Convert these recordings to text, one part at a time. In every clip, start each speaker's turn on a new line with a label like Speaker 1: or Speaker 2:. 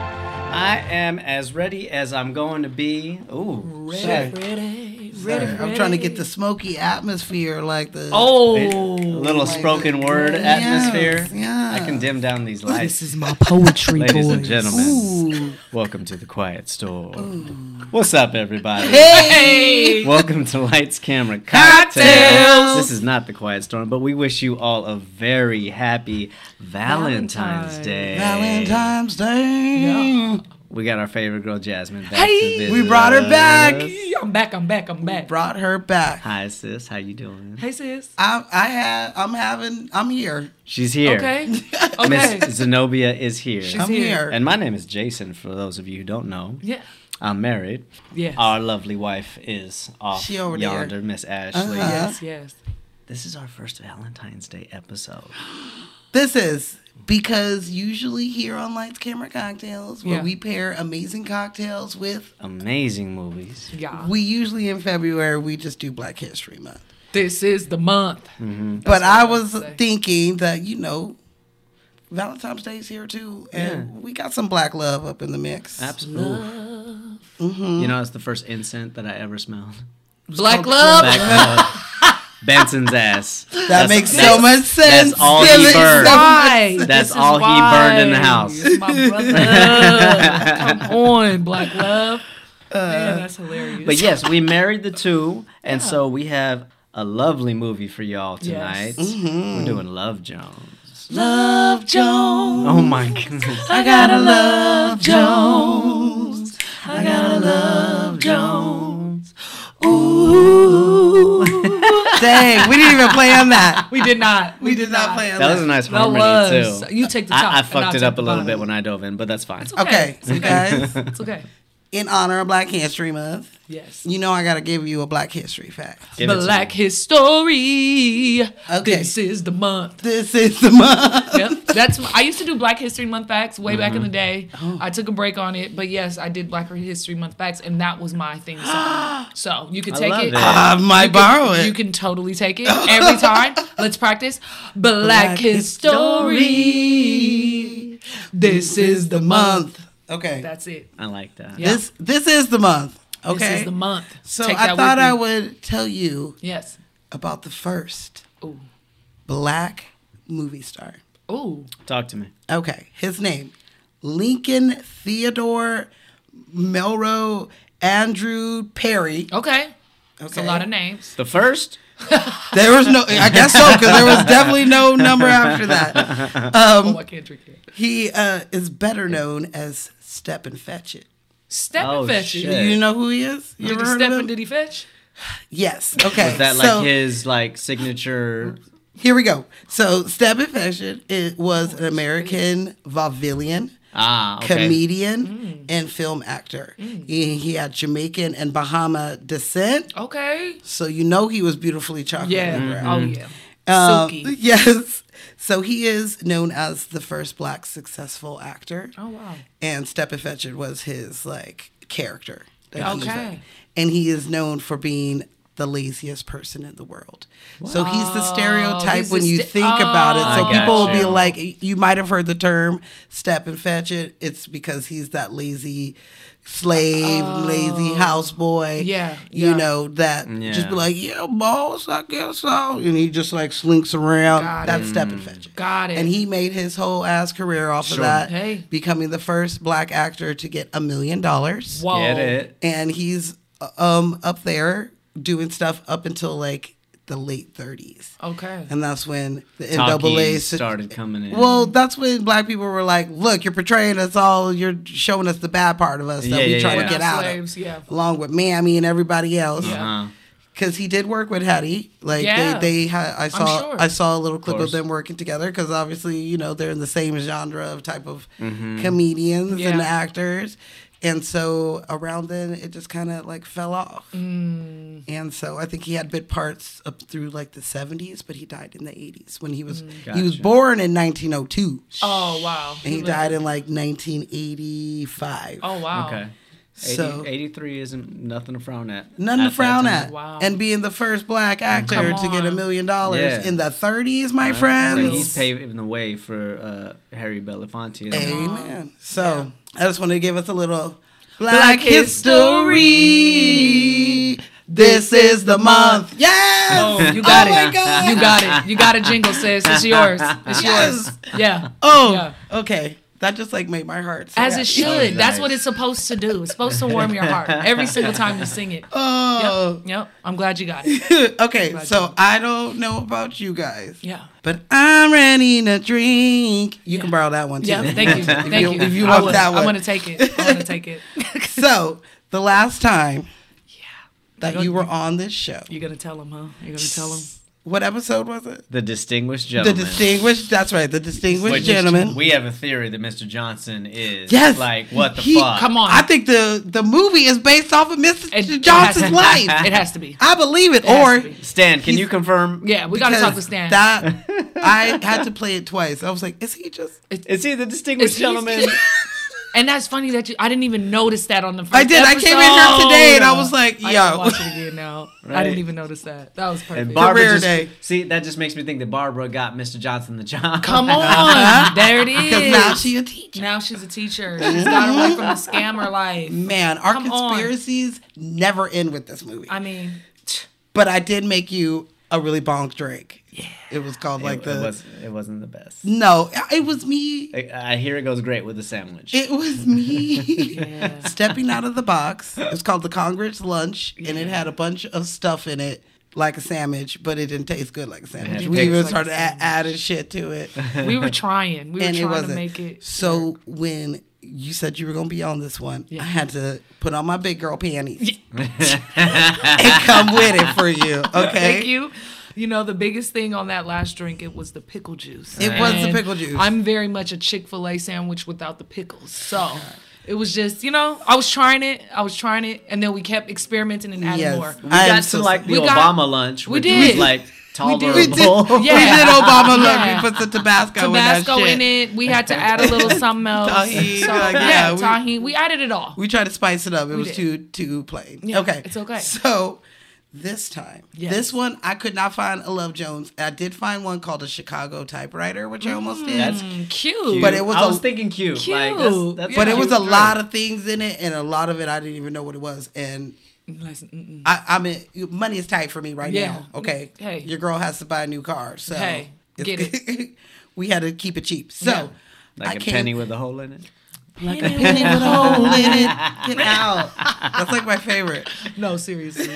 Speaker 1: I am as ready as I'm going to be. Ooh,
Speaker 2: Ready,
Speaker 1: shit.
Speaker 2: ready,
Speaker 3: Sorry,
Speaker 2: ready,
Speaker 3: I'm trying to
Speaker 2: ready.
Speaker 3: get the smoky atmosphere, like the
Speaker 2: Oh,
Speaker 1: A little spoken word
Speaker 3: goodness.
Speaker 1: atmosphere.
Speaker 3: Yeah.
Speaker 1: I can dim down these lights.
Speaker 2: Oh, this is my poetry,
Speaker 1: Ladies
Speaker 2: boys.
Speaker 1: and gentlemen,
Speaker 3: Ooh.
Speaker 1: welcome to the Quiet Store. What's up, everybody?
Speaker 2: Hey,
Speaker 1: Welcome to Lights, Camera, Cocktails.
Speaker 2: Cocktails.
Speaker 1: This is not the Quiet Storm, but we wish you all a very happy Valentine's
Speaker 2: Valentine's.
Speaker 1: Day.
Speaker 3: Valentine's Day.
Speaker 2: Yeah.
Speaker 1: We got our favorite girl Jasmine back to
Speaker 2: Hey.
Speaker 1: visit
Speaker 3: We brought her back.
Speaker 1: us.
Speaker 2: I'm back. I'm back. I'm back.
Speaker 3: Brought her back.
Speaker 1: Hi sis, how you doing?
Speaker 2: Hey, sis.
Speaker 3: I, I have. I'm having. I'm here.
Speaker 1: She's here.
Speaker 2: Okay.
Speaker 1: Miss
Speaker 2: Okay.
Speaker 1: Zenobia is here.
Speaker 2: She's
Speaker 3: I'm
Speaker 2: here.
Speaker 3: here.
Speaker 1: and my name is Jason. For those of you who don't know,
Speaker 2: Yeah.
Speaker 1: I'm married.
Speaker 2: Yes.
Speaker 1: Our lovely wife is off
Speaker 3: She over there.
Speaker 1: yonder, Miss Ashley.
Speaker 3: Uh-huh.
Speaker 2: yes. Yes.
Speaker 1: This is our first Valentine's Day episode.
Speaker 3: This is because usually here on Lights Camera Cocktails, where
Speaker 2: Yeah.
Speaker 3: we pair amazing cocktails with,
Speaker 1: Amazing movies.
Speaker 2: Yeah.
Speaker 3: we usually in February we just do Black History Month.
Speaker 2: This is the month.
Speaker 3: but I was
Speaker 2: gonna say.
Speaker 3: thinking that you know, Valentine's Day is here too, and we got some black love up in the mix.
Speaker 1: Absolutely.
Speaker 3: Mm-hmm.
Speaker 1: You know, it's the first incense that I ever smelled.
Speaker 2: Black love.
Speaker 1: Back up Benson's ass.
Speaker 3: That makes so much sense.
Speaker 1: that's all
Speaker 3: That
Speaker 1: he
Speaker 3: makes so
Speaker 1: burned.
Speaker 3: much
Speaker 2: Why?
Speaker 3: sense.
Speaker 1: That's
Speaker 2: This is
Speaker 1: all he
Speaker 2: why.
Speaker 1: burned in the house.
Speaker 2: It's my brother. Come on, Black Love. Man, that's hilarious.
Speaker 1: But yes, we married the two, and so we have a lovely movie for y'all tonight.
Speaker 2: Yes.
Speaker 3: Mm-hmm.
Speaker 1: We're doing Love Jones.
Speaker 2: Love Jones.
Speaker 1: Oh
Speaker 3: Mm-hmm.
Speaker 1: my goodness.
Speaker 2: I gotta love Jones. I gotta love Jones.
Speaker 3: Dang, we didn't even play on that.
Speaker 2: We did not.
Speaker 3: We did not play on
Speaker 1: That
Speaker 3: that.
Speaker 1: was a nice
Speaker 2: That
Speaker 1: harmony
Speaker 2: was.
Speaker 1: too.
Speaker 2: You take the top.
Speaker 1: I, I
Speaker 2: and I'll
Speaker 1: fucked it
Speaker 2: take
Speaker 1: up a
Speaker 2: the
Speaker 1: little
Speaker 2: bottom.
Speaker 1: bit when I dove in, but that's fine.
Speaker 2: It's
Speaker 3: Okay,
Speaker 2: okay.
Speaker 3: so guys,
Speaker 2: It's okay.
Speaker 3: in honor of Black History Month,
Speaker 2: Yes.
Speaker 3: you know I gotta give you a Black History fact.
Speaker 1: Give it to
Speaker 2: Black
Speaker 1: me.
Speaker 2: History.
Speaker 3: Okay.
Speaker 2: This is the month.
Speaker 3: This is the month.
Speaker 2: Yep. That's I used to do Black History Month facts way back in
Speaker 1: Mm-hmm.
Speaker 2: the day.
Speaker 3: Oh.
Speaker 2: I took a break on it, but yes, I did Black History Month facts, and that was my thing. So, so you could
Speaker 1: I
Speaker 2: take
Speaker 1: love
Speaker 2: it.
Speaker 1: that.
Speaker 3: I might
Speaker 2: You can-
Speaker 3: borrow it.
Speaker 2: You can totally take it every time. Let's practice. Black
Speaker 3: Black
Speaker 2: History. This is the month.
Speaker 3: Okay.
Speaker 2: That's it.
Speaker 1: I like that.
Speaker 2: Yeah.
Speaker 3: this this is the month. Okay.
Speaker 2: This is the month.
Speaker 3: So
Speaker 2: Take
Speaker 3: I
Speaker 2: that
Speaker 3: thought
Speaker 2: with
Speaker 3: I
Speaker 2: you.
Speaker 3: would tell you
Speaker 2: Yes.
Speaker 3: about the first
Speaker 2: Ooh.
Speaker 3: black movie star.
Speaker 2: Ooh.
Speaker 1: Talk to me.
Speaker 3: Okay, his name Lincoln Theodore Melroe Andrew Perry.
Speaker 2: Okay. Oh, It's
Speaker 3: Okay.
Speaker 2: a lot of names.
Speaker 1: The first?
Speaker 3: There was no, I guess so, because there was definitely no number after that. Um,
Speaker 2: oh, I can't drink it.
Speaker 3: He uh, is better known as Step and Fetch It.
Speaker 2: Step
Speaker 1: Oh,
Speaker 2: and fetch.
Speaker 1: shit.
Speaker 2: it.
Speaker 3: Do you know who he is? You
Speaker 2: Did
Speaker 3: ever
Speaker 2: he
Speaker 3: heard
Speaker 2: step
Speaker 3: of
Speaker 2: and
Speaker 3: him?
Speaker 2: did he fetch?
Speaker 3: Yes. Okay.
Speaker 1: Is that like
Speaker 3: so,
Speaker 1: his like signature?
Speaker 3: Here we go. So Step and Fetch It, it was an American vaudevillian.
Speaker 1: Ah, okay.
Speaker 3: comedian
Speaker 2: Mm.
Speaker 3: and film actor. He, he had Jamaican and Bahama descent,
Speaker 2: Okay.
Speaker 3: so you know he was beautifully chocolate.
Speaker 2: Yeah.
Speaker 1: Mm-hmm.
Speaker 3: brown.
Speaker 2: Oh yeah.
Speaker 3: Um,
Speaker 2: Silky.
Speaker 3: yes. So he is known as the first black successful actor,
Speaker 2: Oh wow.
Speaker 3: and Step and Fetch It was his like character. that he was in.
Speaker 2: Okay.
Speaker 3: and he is known for being the laziest person in the world. So he's the stereotype
Speaker 2: he's
Speaker 3: when
Speaker 2: the Oh.
Speaker 3: you
Speaker 2: ste-
Speaker 3: think about it.
Speaker 1: I
Speaker 3: So people
Speaker 1: got
Speaker 3: will be
Speaker 1: you.
Speaker 3: like, you might have heard the term step and fetch it. It's because he's that lazy slave, lazy houseboy.
Speaker 2: Oh. Yeah,
Speaker 3: You
Speaker 2: yeah.
Speaker 3: know, that just
Speaker 1: Yeah.
Speaker 3: be like, yeah, boss, I guess so. And he just like slinks around.
Speaker 2: Got
Speaker 3: That's step and fetch it.
Speaker 2: Got it.
Speaker 3: And he made his whole ass career off
Speaker 1: Sure.
Speaker 3: of that,
Speaker 2: Hey.
Speaker 3: becoming the first black actor to get a million dollars
Speaker 2: Whoa.
Speaker 1: Get it?
Speaker 3: and he's uh, um up there doing stuff up until like the late 30s
Speaker 2: Okay.
Speaker 3: and that's when the
Speaker 1: Talkies
Speaker 3: NAA sit-
Speaker 1: started coming in. Uh-huh.
Speaker 3: well that's when black people were like look you're portraying us all you're showing us the bad part of us that
Speaker 1: Yeah,
Speaker 3: we
Speaker 1: yeah,
Speaker 3: try
Speaker 1: yeah.
Speaker 3: to get out of
Speaker 2: Slaves. Yeah.
Speaker 3: along with mammy and everybody else
Speaker 2: Yeah.
Speaker 1: uh-huh.
Speaker 3: because he did work with Hattie. Like
Speaker 2: Yeah.
Speaker 3: they, they had. I saw,
Speaker 2: sure.
Speaker 3: I saw a little clip
Speaker 1: course.
Speaker 3: of them working together because obviously, you know, they're in the same genre of type of
Speaker 1: Mm-hmm.
Speaker 3: comedians
Speaker 2: Yeah.
Speaker 3: and actors, and so around then it just kind of like fell off.
Speaker 2: Mm.
Speaker 3: And so I think he had bit parts up through like the seventies, but he died in the eighties when he was
Speaker 2: Mm.
Speaker 3: he was
Speaker 1: Gotcha.
Speaker 3: born in nineteen oh two.
Speaker 2: Oh wow.
Speaker 3: And he
Speaker 2: lived-
Speaker 3: died in like 1985.
Speaker 2: Oh wow.
Speaker 1: Okay.
Speaker 3: So
Speaker 1: 80, 83 isn't nothing to frown at.
Speaker 3: nothing to
Speaker 1: that
Speaker 3: frown
Speaker 1: time.
Speaker 3: at.
Speaker 2: Wow.
Speaker 3: And being the first black actor
Speaker 2: Come
Speaker 3: to get a
Speaker 2: on. Uh-huh.
Speaker 3: million dollars
Speaker 1: Yeah.
Speaker 3: in the 30s, my
Speaker 1: So
Speaker 3: friends.
Speaker 1: he's paving the way for uh, Harry Belafonte.
Speaker 3: Amen. So I just wanted to give us a little Black,
Speaker 2: Black
Speaker 3: History. This is the month. Yes.
Speaker 2: Oh, you got
Speaker 3: Oh
Speaker 2: it.
Speaker 3: my God.
Speaker 2: You got it. You got a jingle, sis. It's yours. It's
Speaker 3: Yes.
Speaker 2: yours. Yeah.
Speaker 3: Oh,
Speaker 2: Yeah.
Speaker 3: okay. That just like made my heart. so
Speaker 2: As
Speaker 3: happy.
Speaker 2: it should. That's
Speaker 1: nice.
Speaker 2: what it's supposed to do. It's supposed to warm your heart every single time you sing it.
Speaker 3: Oh.
Speaker 2: Yep. I'm glad you got it.
Speaker 3: okay.
Speaker 2: Glad
Speaker 3: So I don't know about you guys.
Speaker 2: Yeah.
Speaker 3: But I'm ready to drink. You can borrow that one too.
Speaker 2: Yeah. Thank you.
Speaker 3: If
Speaker 2: Thank
Speaker 3: you-
Speaker 2: you.
Speaker 3: if you
Speaker 2: I
Speaker 3: want
Speaker 2: will.
Speaker 3: that one.
Speaker 2: I'm gonna take it. I'm gonna take it.
Speaker 3: so the last time that
Speaker 2: Go-
Speaker 3: you were on this show,
Speaker 2: You're gonna oh, tell him, huh? You're gonna tell him.
Speaker 3: what episode was it?
Speaker 1: The distinguished
Speaker 3: The
Speaker 1: gentleman.
Speaker 3: distinguished. That's right. The distinguished
Speaker 1: Which is-
Speaker 3: gentleman.
Speaker 1: We have a theory that Mr. Johnson is.
Speaker 3: Yes.
Speaker 1: Like, what the
Speaker 3: He-
Speaker 1: fuck?
Speaker 2: Come on.
Speaker 3: I think the the movie is based off of Mr.
Speaker 2: It- it has
Speaker 3: Johnson's
Speaker 2: to-
Speaker 3: life.
Speaker 2: It has to be.
Speaker 3: I believe it.
Speaker 2: has
Speaker 3: or
Speaker 2: to be.
Speaker 1: Stan, can
Speaker 3: He's-
Speaker 1: you confirm?
Speaker 2: Yeah, we gotta talk to
Speaker 3: because
Speaker 2: Stan.
Speaker 3: That I had to play it twice. I was like, is he just?
Speaker 1: Is he the distinguished
Speaker 2: It's-
Speaker 1: gentleman?
Speaker 2: he's- And that's funny that you. I didn't even notice that on the first.
Speaker 3: I did. I came in here today and I
Speaker 2: episode.
Speaker 3: was like,
Speaker 2: I gotta
Speaker 3: yo.
Speaker 2: watch it again now. I
Speaker 1: Right.
Speaker 2: didn't even notice that. That was perfect.
Speaker 1: And Barbara
Speaker 3: Career
Speaker 1: just-
Speaker 3: day.
Speaker 1: See, that just makes me think that Barbara got Mr. Johnson the job.
Speaker 2: Come on, there it is.
Speaker 3: Because now she a teacher.
Speaker 2: Now she's a teacher. She's got away from the scammer life.
Speaker 3: Man, our
Speaker 2: Come on.
Speaker 3: conspiracies never end with this movie.
Speaker 2: I mean,
Speaker 3: but I did make you a really bonk drink. Yeah, it was called like
Speaker 1: it,
Speaker 3: the.
Speaker 1: it, was, it wasn't the best.
Speaker 3: no, it was me.
Speaker 1: I, I hear it goes great with a sandwich.
Speaker 3: It was me stepping out of the box. It was called the Congress Lunch, and it had a bunch of stuff in it, like a sandwich, but it didn't taste good like a sandwich.
Speaker 1: had
Speaker 3: We
Speaker 1: pigs.
Speaker 3: even
Speaker 1: Like a
Speaker 3: started a- adding shit to it,
Speaker 2: we were trying. We were
Speaker 3: and it
Speaker 2: trying
Speaker 3: wasn't.
Speaker 2: to make it.
Speaker 3: so when you said you were gonna be on this one,
Speaker 2: Yeah.
Speaker 3: I had to put on my big girl panties and come with it for you. Okay,
Speaker 2: Thank you. You know, the biggest thing on that last drink, it was the pickle juice.
Speaker 3: It was the
Speaker 2: And
Speaker 3: pickle juice.
Speaker 2: I'm very much a Chick fil A sandwich without the pickles. So it was just, you know, I was trying it. I was trying it. And then we kept experimenting and adding
Speaker 3: Yes.
Speaker 2: more.
Speaker 1: we
Speaker 3: I am
Speaker 1: got
Speaker 3: so
Speaker 1: to like
Speaker 2: sorry.
Speaker 1: the
Speaker 2: We got-
Speaker 1: Obama lunch,
Speaker 2: we
Speaker 1: which
Speaker 2: did.
Speaker 1: was like
Speaker 2: We did.
Speaker 1: tolerable.
Speaker 2: We
Speaker 3: We did, we
Speaker 2: Yeah.
Speaker 3: did Obama
Speaker 2: Yeah.
Speaker 3: look. We put the Tabasco,
Speaker 2: Tabasco
Speaker 3: in, that shit.
Speaker 2: in it. We had to add a little something else.
Speaker 3: Tahini,
Speaker 2: So,
Speaker 3: like,
Speaker 2: yeah,
Speaker 3: yeah, we-
Speaker 2: tahini. We added it all.
Speaker 3: We tried to spice it up. It was
Speaker 2: did.
Speaker 3: too too plain.
Speaker 2: Yeah,
Speaker 3: okay,
Speaker 2: it's okay.
Speaker 3: So this time,
Speaker 2: Yes.
Speaker 3: this one I could not find a Love Jones. I did find one called a Chicago typewriter, which I almost
Speaker 2: Mm.
Speaker 3: did.
Speaker 1: That's
Speaker 2: Cute.
Speaker 3: But it was
Speaker 1: I
Speaker 3: a-
Speaker 1: was thinking cute.
Speaker 2: Cute.
Speaker 1: Like, that's, that's
Speaker 3: but it was a
Speaker 1: cute.
Speaker 3: lot of things in it, and a lot of it I didn't even know what it was. And
Speaker 2: Listen, mm-mm.
Speaker 3: I, I mean, money is tight for me right
Speaker 2: Yeah.
Speaker 3: now. Okay,
Speaker 2: Hey.
Speaker 3: your girl has to buy a new car, so
Speaker 2: Hey,
Speaker 3: it's-
Speaker 2: get
Speaker 3: we had to keep it cheap. So
Speaker 2: Yeah.
Speaker 1: Like
Speaker 3: I
Speaker 1: a
Speaker 3: can't-
Speaker 1: penny with a hole in it.
Speaker 2: Like
Speaker 3: a penny with a hole in it. Get out. That's like my favorite.
Speaker 2: no, seriously.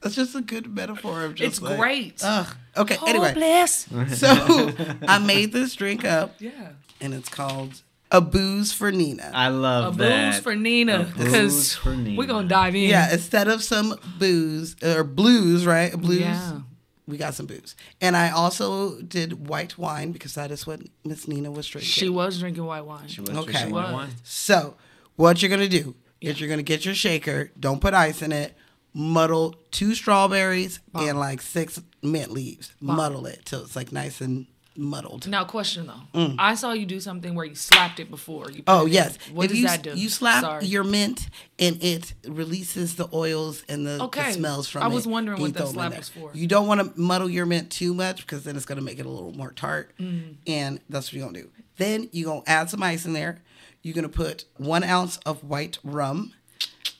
Speaker 3: That's just a good metaphor of just
Speaker 2: It's
Speaker 3: like,
Speaker 2: great.
Speaker 3: Ugh. Okay,
Speaker 2: Oh,
Speaker 3: anyway.
Speaker 2: bless.
Speaker 3: So I made this drink up
Speaker 2: Yeah.
Speaker 3: and it's called A Booze for Nina.
Speaker 1: I love
Speaker 2: A
Speaker 1: that.
Speaker 2: booze for Nina,
Speaker 1: A booze
Speaker 2: because
Speaker 1: for Nina.
Speaker 2: we're gonna dive in.
Speaker 3: yeah, instead of some booze or blues, right? Blues.
Speaker 2: Yeah.
Speaker 3: We got some booze. And I also did white wine because that is what Miss Nina was drinking.
Speaker 2: She was drinking white wine.
Speaker 1: She was
Speaker 3: Okay.
Speaker 1: drinking white
Speaker 2: Was.
Speaker 1: wine.
Speaker 3: So, what you're gonna do is you're gonna get your shaker. Don't put ice in it. Muddle two strawberries and like six mint leaves. Muddle it till it's like nice and muddled.
Speaker 2: Now, question though, I saw you do something where you slapped it before. You
Speaker 3: Mm. Oh
Speaker 2: put it
Speaker 3: yes.
Speaker 2: in. what
Speaker 3: If
Speaker 2: does
Speaker 3: you,
Speaker 2: that do?
Speaker 3: You slap
Speaker 2: Sorry.
Speaker 3: your mint and it releases the oils and the, the
Speaker 2: Okay.
Speaker 3: smells from
Speaker 2: I
Speaker 3: it.
Speaker 2: was wondering
Speaker 3: and
Speaker 2: what
Speaker 3: you
Speaker 2: that
Speaker 3: throw them in
Speaker 2: slap
Speaker 3: there.
Speaker 2: was for.
Speaker 3: You don't want to muddle your mint too much because then it's gonna make it a little more tart.
Speaker 2: Mm.
Speaker 3: And that's what you're gonna do. Then you're gonna add some ice in there. You're gonna put one ounce of white rum,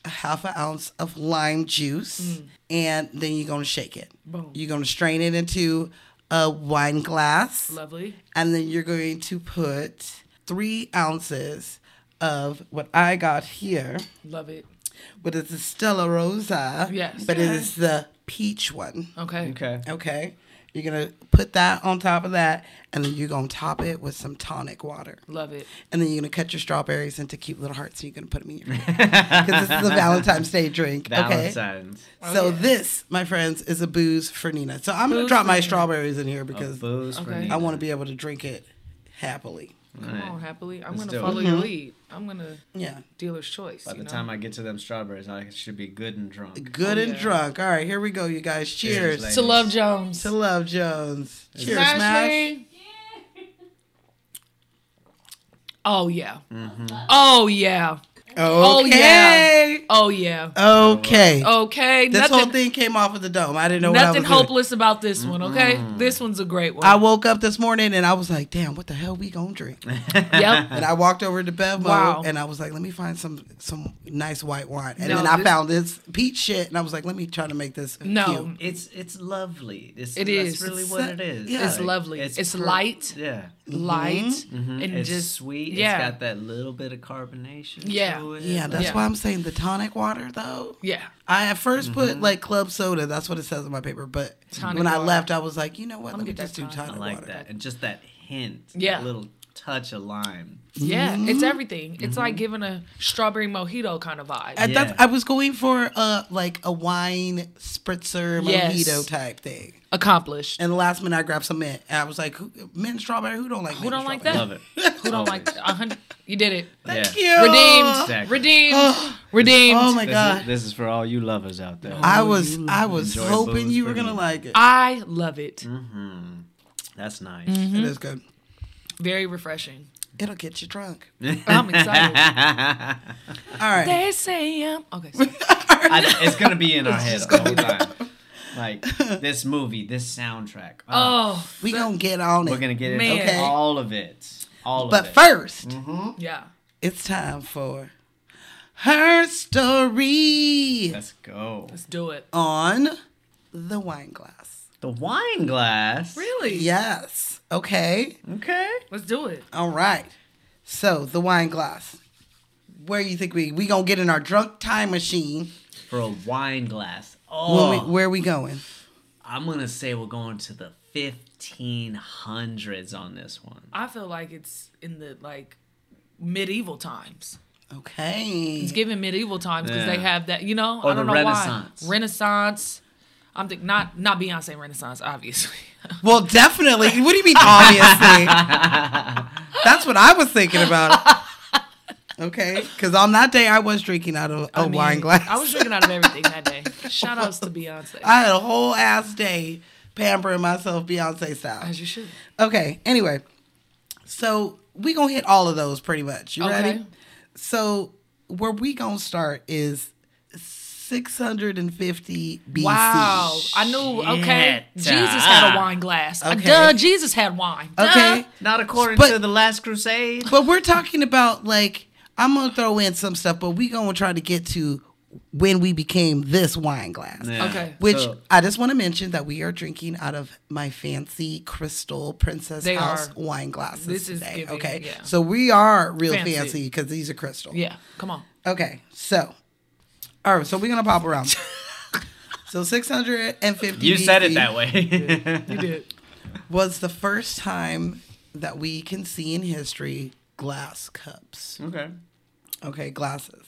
Speaker 3: a half an ounce of lime juice, and then you're gonna shake it.
Speaker 2: Mm. Boom.
Speaker 3: You're gonna strain it into a wine glass
Speaker 2: lovely.
Speaker 3: and then you're going to put three ounces of what I got here,
Speaker 2: Love it.
Speaker 3: but it's a Stella Rosa.
Speaker 2: Yes.
Speaker 3: But it is the peach one.
Speaker 2: Okay.
Speaker 1: Okay.
Speaker 3: Okay. You're going to put that on top of that, and then you're going to top it with some tonic water.
Speaker 2: Love it.
Speaker 3: And then you're going to cut your strawberries into cute little hearts, and you're going to put them in your Because this is a Valentine's Day drink. Okay.
Speaker 1: Valentine's.
Speaker 3: so
Speaker 2: Oh, yeah.
Speaker 3: this, my friends, is a booze for Nina. So I'm going
Speaker 2: Booze
Speaker 3: to drop
Speaker 2: for
Speaker 3: my
Speaker 2: Nina. Oh,
Speaker 3: strawberries in here
Speaker 1: A
Speaker 3: because
Speaker 1: booze for
Speaker 2: Okay.
Speaker 1: Nina.
Speaker 3: I want to be able to drink it happily.
Speaker 2: Come on, happily. I'm
Speaker 1: Let's
Speaker 2: gonna
Speaker 1: do it.
Speaker 2: follow
Speaker 3: Mm-hmm.
Speaker 2: your lead. I'm gonna
Speaker 3: Yeah.
Speaker 2: dealer's choice.
Speaker 1: By
Speaker 2: you
Speaker 1: the
Speaker 2: know?
Speaker 1: time I get to them strawberries, I should be good and drunk.
Speaker 3: Good and
Speaker 2: Oh, yeah.
Speaker 3: drunk. All right, here we go, you guys. Cheers.
Speaker 1: ladies.
Speaker 2: to Love Jones.
Speaker 3: to Love Jones. Cheers,
Speaker 2: Smash
Speaker 3: Smash.
Speaker 2: me. Oh yeah.
Speaker 1: Mm-hmm.
Speaker 2: Oh yeah.
Speaker 3: Okay.
Speaker 2: Oh yeah. Oh yeah.
Speaker 3: Okay.
Speaker 2: Okay.
Speaker 3: this
Speaker 2: nothing
Speaker 3: whole thing came off of the dome. I didn't know what I
Speaker 2: nothing
Speaker 3: was doing.
Speaker 2: hopeless about this one. Okay.
Speaker 1: Mm-hmm.
Speaker 2: This one's a great one.
Speaker 3: I woke up this morning and I was like, damn, what the hell we gonna drink?
Speaker 2: yep.
Speaker 3: And I walked over to Bevmo
Speaker 2: Wow.
Speaker 3: and I was like, let me find some some nice white wine. And
Speaker 2: No,
Speaker 3: then I
Speaker 2: this-
Speaker 3: found this peach shit and I was like, let me try to make this
Speaker 2: No.
Speaker 3: cute.
Speaker 1: It's it's lovely. It's,
Speaker 2: It
Speaker 1: it
Speaker 2: is.
Speaker 1: is. That's really
Speaker 3: It's
Speaker 1: what
Speaker 3: so-
Speaker 1: it is.
Speaker 3: yeah. Mm-hmm.
Speaker 2: It's
Speaker 1: Like,
Speaker 2: lovely. It's,
Speaker 1: per-
Speaker 2: light,
Speaker 1: Yeah.
Speaker 2: light, and
Speaker 1: It's
Speaker 2: just
Speaker 1: sweet.
Speaker 2: Yeah.
Speaker 1: It's got that little bit of carbonation.
Speaker 2: Yeah.
Speaker 1: To it.
Speaker 3: Yeah, that's
Speaker 2: Yeah.
Speaker 3: why I'm saying the tonic water though.
Speaker 2: yeah.
Speaker 3: I at 1st put
Speaker 1: Mm-hmm.
Speaker 3: like club soda. That's what it says on my paper. But
Speaker 2: Tonic
Speaker 3: when I
Speaker 2: water.
Speaker 3: left, I was like, you know what? Let me
Speaker 2: get that
Speaker 3: just do
Speaker 2: tonic.
Speaker 3: tonic
Speaker 1: I like
Speaker 3: water.
Speaker 1: that. And just that hint.
Speaker 2: Yeah.
Speaker 1: That little touch of lime.
Speaker 2: Yeah,
Speaker 3: Mm-hmm.
Speaker 2: it's everything. It's like giving a strawberry mojito kind of vibe.
Speaker 3: I, that's,
Speaker 1: Yeah.
Speaker 3: I was going for a like a wine spritzer
Speaker 2: Yes.
Speaker 3: mojito type thing.
Speaker 2: Accomplished.
Speaker 3: And the last minute, I grabbed some mint. And I was like, who, mint strawberry? Who don't like mint
Speaker 2: Who don't like
Speaker 3: strawberry?
Speaker 2: that?
Speaker 1: Love it.
Speaker 2: Who don't like that? A hundred? You did it.
Speaker 3: Thank
Speaker 1: Oh, yeah.
Speaker 3: you.
Speaker 2: Redeemed.
Speaker 1: Exactly.
Speaker 2: Redeemed. Redeemed.
Speaker 3: Oh my
Speaker 1: This
Speaker 3: god.
Speaker 1: Is, this is for all you lovers out there.
Speaker 3: I was I was
Speaker 1: enjoy
Speaker 3: hoping
Speaker 1: booze
Speaker 3: you
Speaker 1: for
Speaker 3: were gonna
Speaker 1: me.
Speaker 3: like it.
Speaker 2: I love it.
Speaker 3: Mm-hmm.
Speaker 1: Mm-hmm. That's nice.
Speaker 2: Mm-hmm.
Speaker 3: It is good.
Speaker 2: Very refreshing.
Speaker 3: It'll get you drunk.
Speaker 2: Mm. I'm excited.
Speaker 3: All right.
Speaker 2: they say I'm okay. sorry.
Speaker 1: I, it's gonna be in our head the whole time. Like this movie, this soundtrack.
Speaker 3: Uh.
Speaker 1: Oh,
Speaker 2: Oh
Speaker 3: We gonna get on it.
Speaker 1: we're gonna get it.
Speaker 2: man.
Speaker 1: Okay. All of it. All
Speaker 3: but
Speaker 1: of it. Mm-hmm.
Speaker 3: first,
Speaker 2: yeah.
Speaker 3: it's time for her story
Speaker 1: Let's go.
Speaker 2: Let's do it.
Speaker 3: on the wine glass.
Speaker 1: The wine glass.
Speaker 2: Really?
Speaker 3: Yes. Okay.
Speaker 1: Okay.
Speaker 2: Let's do it.
Speaker 3: All right. So the wine glass. Where you think we we gonna get in our drunk time machine?
Speaker 1: For a wine glass.
Speaker 3: When
Speaker 1: Oh,
Speaker 3: we, where we going?
Speaker 1: I'm gonna say we're going to the 1500s on this one.
Speaker 2: I feel like it's in the like medieval times.
Speaker 3: Okay.
Speaker 2: It's given medieval times because
Speaker 1: Yeah.
Speaker 2: they have that, you know.
Speaker 1: Or
Speaker 2: I don't
Speaker 1: the
Speaker 2: know
Speaker 1: Renaissance.
Speaker 2: why. Renaissance. I'm think not not Beyonce Renaissance, obviously.
Speaker 3: Well, definitely. What do you mean, obviously? That's what I was thinking about. Okay, because on that day I was drinking out of a
Speaker 2: I mean,
Speaker 3: Oh, wine glass.
Speaker 2: I was drinking out of everything that day. Shout outs to Beyonce.
Speaker 3: I had a whole ass day pampering myself Beyonce style.
Speaker 2: As you should.
Speaker 3: Okay. Anyway, so we gonna hit all of those pretty much. You
Speaker 2: Okay.
Speaker 3: ready? So where we gonna start is 650 BC.
Speaker 2: Wow. I knew, okay.
Speaker 1: Shit.
Speaker 2: Jesus had a wine glass. Uh,
Speaker 3: Okay.
Speaker 2: Duh, Jesus had wine. Duh.
Speaker 3: Okay.
Speaker 1: Not according
Speaker 3: But-
Speaker 1: to the Last Crusade.
Speaker 3: But we're talking about like I'm gonna throw in some stuff, but we gonna try to get to when we became this wine glass.
Speaker 1: Yeah.
Speaker 2: Okay.
Speaker 3: Which
Speaker 1: So-
Speaker 3: I just want to mention that we are drinking out of my fancy crystal princess
Speaker 2: They
Speaker 3: house
Speaker 2: are.
Speaker 3: wine glasses
Speaker 2: This is
Speaker 3: today.
Speaker 2: giving,
Speaker 3: okay,
Speaker 2: yeah.
Speaker 3: so we are real
Speaker 2: Fancy.
Speaker 3: fancy because these are crystal.
Speaker 2: Yeah. Come on.
Speaker 3: Okay, so all right, so we're gonna pop around. so 650.
Speaker 1: You said it
Speaker 3: BC
Speaker 1: that way.
Speaker 2: You did.
Speaker 3: Was the first time that we can see in history glass cups.
Speaker 1: okay.
Speaker 3: okay, glasses.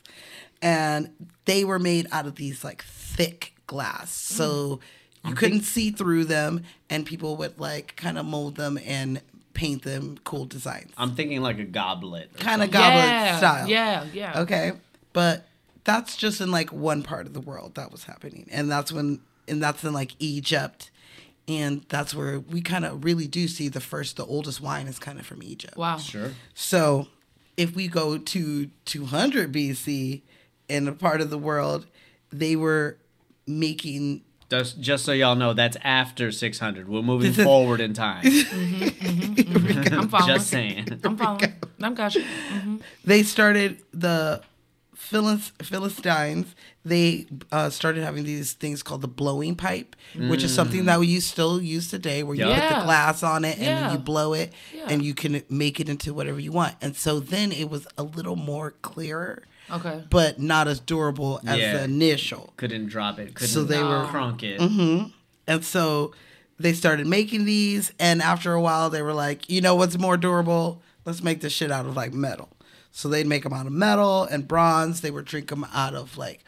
Speaker 3: And they were made out of these like thick glass.
Speaker 2: Mm.
Speaker 3: So you couldn't see through them and people would like kind of mold them and paint them cool designs.
Speaker 1: I'm thinking like a goblet. or
Speaker 3: Kind of
Speaker 1: something.
Speaker 3: goblet
Speaker 2: yeah,
Speaker 3: style.
Speaker 2: Yeah. Yeah.
Speaker 3: Okay. But that's just in like one part of the world that was happening. And that's when and that's in like Egypt. And that's where we kind of really do see the first the oldest wine is kind of from Egypt.
Speaker 2: Wow.
Speaker 1: Sure.
Speaker 3: So if we go to 200 BC in a part of the world, they were making
Speaker 1: Just, just so y'all know, that's after 600. We're moving
Speaker 3: This is-
Speaker 1: forward in time.
Speaker 2: I'm following.
Speaker 1: Just saying.
Speaker 2: I'm following. I'm gotcha. Mhm.
Speaker 3: they started the Philis, Philistines. They uh, started having these things called the blowing pipe, which is something that we still use today, where you put
Speaker 2: Yeah.
Speaker 3: the glass on it and
Speaker 2: Yeah.
Speaker 3: then you blow it,
Speaker 2: Yeah.
Speaker 3: and you can make it into whatever you want. And so then it was a little more clearer,
Speaker 2: Okay.
Speaker 3: but not as durable as
Speaker 1: Yeah.
Speaker 3: the initial.
Speaker 1: Couldn't drop it. Couldn't
Speaker 3: So they were-
Speaker 1: crunk it.
Speaker 3: And so they started making these. And after a while, they were like, you know what's more durable? Let's make this shit out of like metal. So they'd make them out of metal and bronze. They would drink them out of like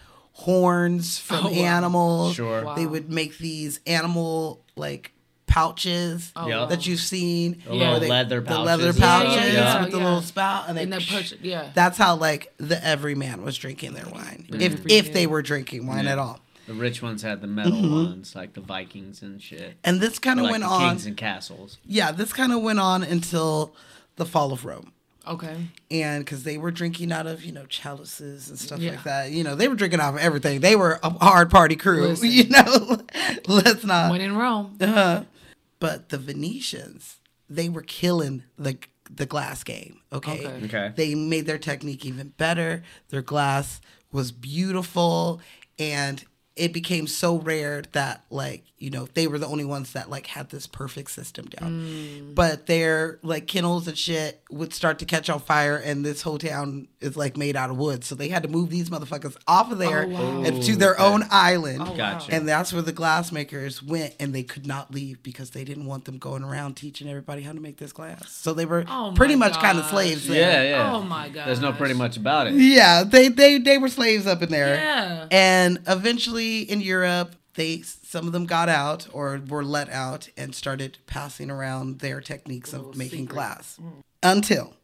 Speaker 3: horns from
Speaker 2: Oh, wow.
Speaker 3: animals.
Speaker 1: Sure.
Speaker 3: They
Speaker 2: Wow.
Speaker 3: would make these animal like pouches
Speaker 2: Oh,
Speaker 1: Yeah.
Speaker 3: that you've seen.
Speaker 1: The
Speaker 2: Yeah.
Speaker 1: little
Speaker 2: Or
Speaker 3: They-
Speaker 1: leather
Speaker 3: The
Speaker 1: pouches.
Speaker 3: leather
Speaker 1: and stuff.
Speaker 3: pouches
Speaker 2: Yeah, yeah,
Speaker 3: with the
Speaker 2: yeah.
Speaker 3: little spout. And, they,
Speaker 2: And that push, yeah.
Speaker 3: That's how like the everyman was drinking their wine. If, if they were drinking wine at all.
Speaker 1: The rich ones had the metal ones, like the Vikings and shit.
Speaker 3: And this kind
Speaker 1: Or
Speaker 3: of
Speaker 1: like
Speaker 3: Mm-hmm. went
Speaker 1: the
Speaker 3: on.
Speaker 1: kings and castles.
Speaker 3: yeah, this kind of went on until the fall of Rome.
Speaker 2: Okay.
Speaker 3: and because they were drinking out of you know chalices and stuff
Speaker 2: Yeah.
Speaker 3: like that you know they were drinking off of everything they were a hard party crew
Speaker 2: Listen.
Speaker 3: you know let's not
Speaker 2: When in Rome.
Speaker 3: uh, but the Venetians, they were killing the the glass game. Okay?
Speaker 2: Okay.
Speaker 1: Okay.
Speaker 3: They made their technique even better. Their glass was beautiful, and it became so rare that like you know they were the only ones that like had this perfect system down.
Speaker 2: Mm.
Speaker 3: But their like kennels and shit would start to catch on fire, and this whole town is like made out of wood, so they had to move these motherfuckers off of there
Speaker 2: Oh, wow.
Speaker 3: and to their
Speaker 1: Okay.
Speaker 3: own island.
Speaker 2: Oh,
Speaker 1: Gotcha.
Speaker 3: And that's where the glassmakers went, and they could not leave because they didn't want them going around teaching everybody how to make this glass. So they were
Speaker 2: Oh, my
Speaker 3: pretty much kind of
Speaker 2: gosh.
Speaker 3: slaves.
Speaker 1: Yeah,
Speaker 3: There.
Speaker 1: yeah.
Speaker 2: Oh my god.
Speaker 1: There's no pretty much about it.
Speaker 3: yeah, they they they were slaves up in there.
Speaker 2: Yeah.
Speaker 3: And eventually in Europe, they some of them got out or were let out and started passing around their techniques of making glass
Speaker 2: Mm.
Speaker 3: until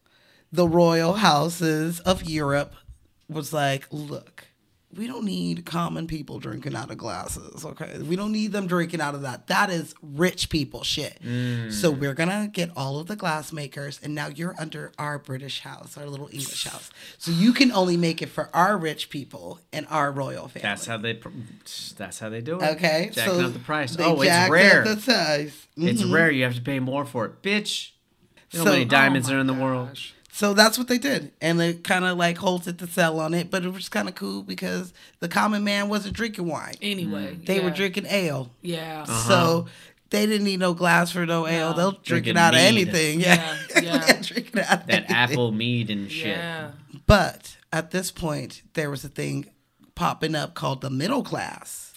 Speaker 3: the royal houses of Europe was like, look, we don't need common people drinking out of glasses, okay? We don't need them drinking out of that. That is rich people shit.
Speaker 1: Mm.
Speaker 3: So we're gonna get all of the glass makers, and now you're under our British house, our little English house. So you can only make it for our rich people and our royal family.
Speaker 1: That's how they. pr- That's how they do it.
Speaker 3: Okay,
Speaker 1: Jacking
Speaker 3: so
Speaker 1: up the price.
Speaker 3: they
Speaker 1: Oh, it's
Speaker 3: jacked up
Speaker 1: rare.
Speaker 3: The size.
Speaker 1: It's rare. You have to pay more for it, bitch. You know how
Speaker 3: So-
Speaker 1: many diamonds
Speaker 2: Oh
Speaker 1: are in the
Speaker 2: my
Speaker 1: world?
Speaker 2: gosh.
Speaker 3: So that's what they did. And they kind of like halted the sell on it, but it was kind of cool because the common man wasn't drinking wine.
Speaker 2: Anyway.
Speaker 3: They were
Speaker 2: yeah.
Speaker 3: drinking ale.
Speaker 2: Yeah.
Speaker 1: Uh-huh.
Speaker 3: So they didn't need no glass for no ale.
Speaker 2: No.
Speaker 3: They'll drink
Speaker 1: Drinking
Speaker 3: it out of
Speaker 1: mead.
Speaker 3: anything. Yeah.
Speaker 2: Yeah, yeah.
Speaker 3: They'll drink it out of
Speaker 1: That
Speaker 3: anything.
Speaker 1: apple mead and shit.
Speaker 2: Yeah.
Speaker 3: But at this point, there was a thing popping up called the middle class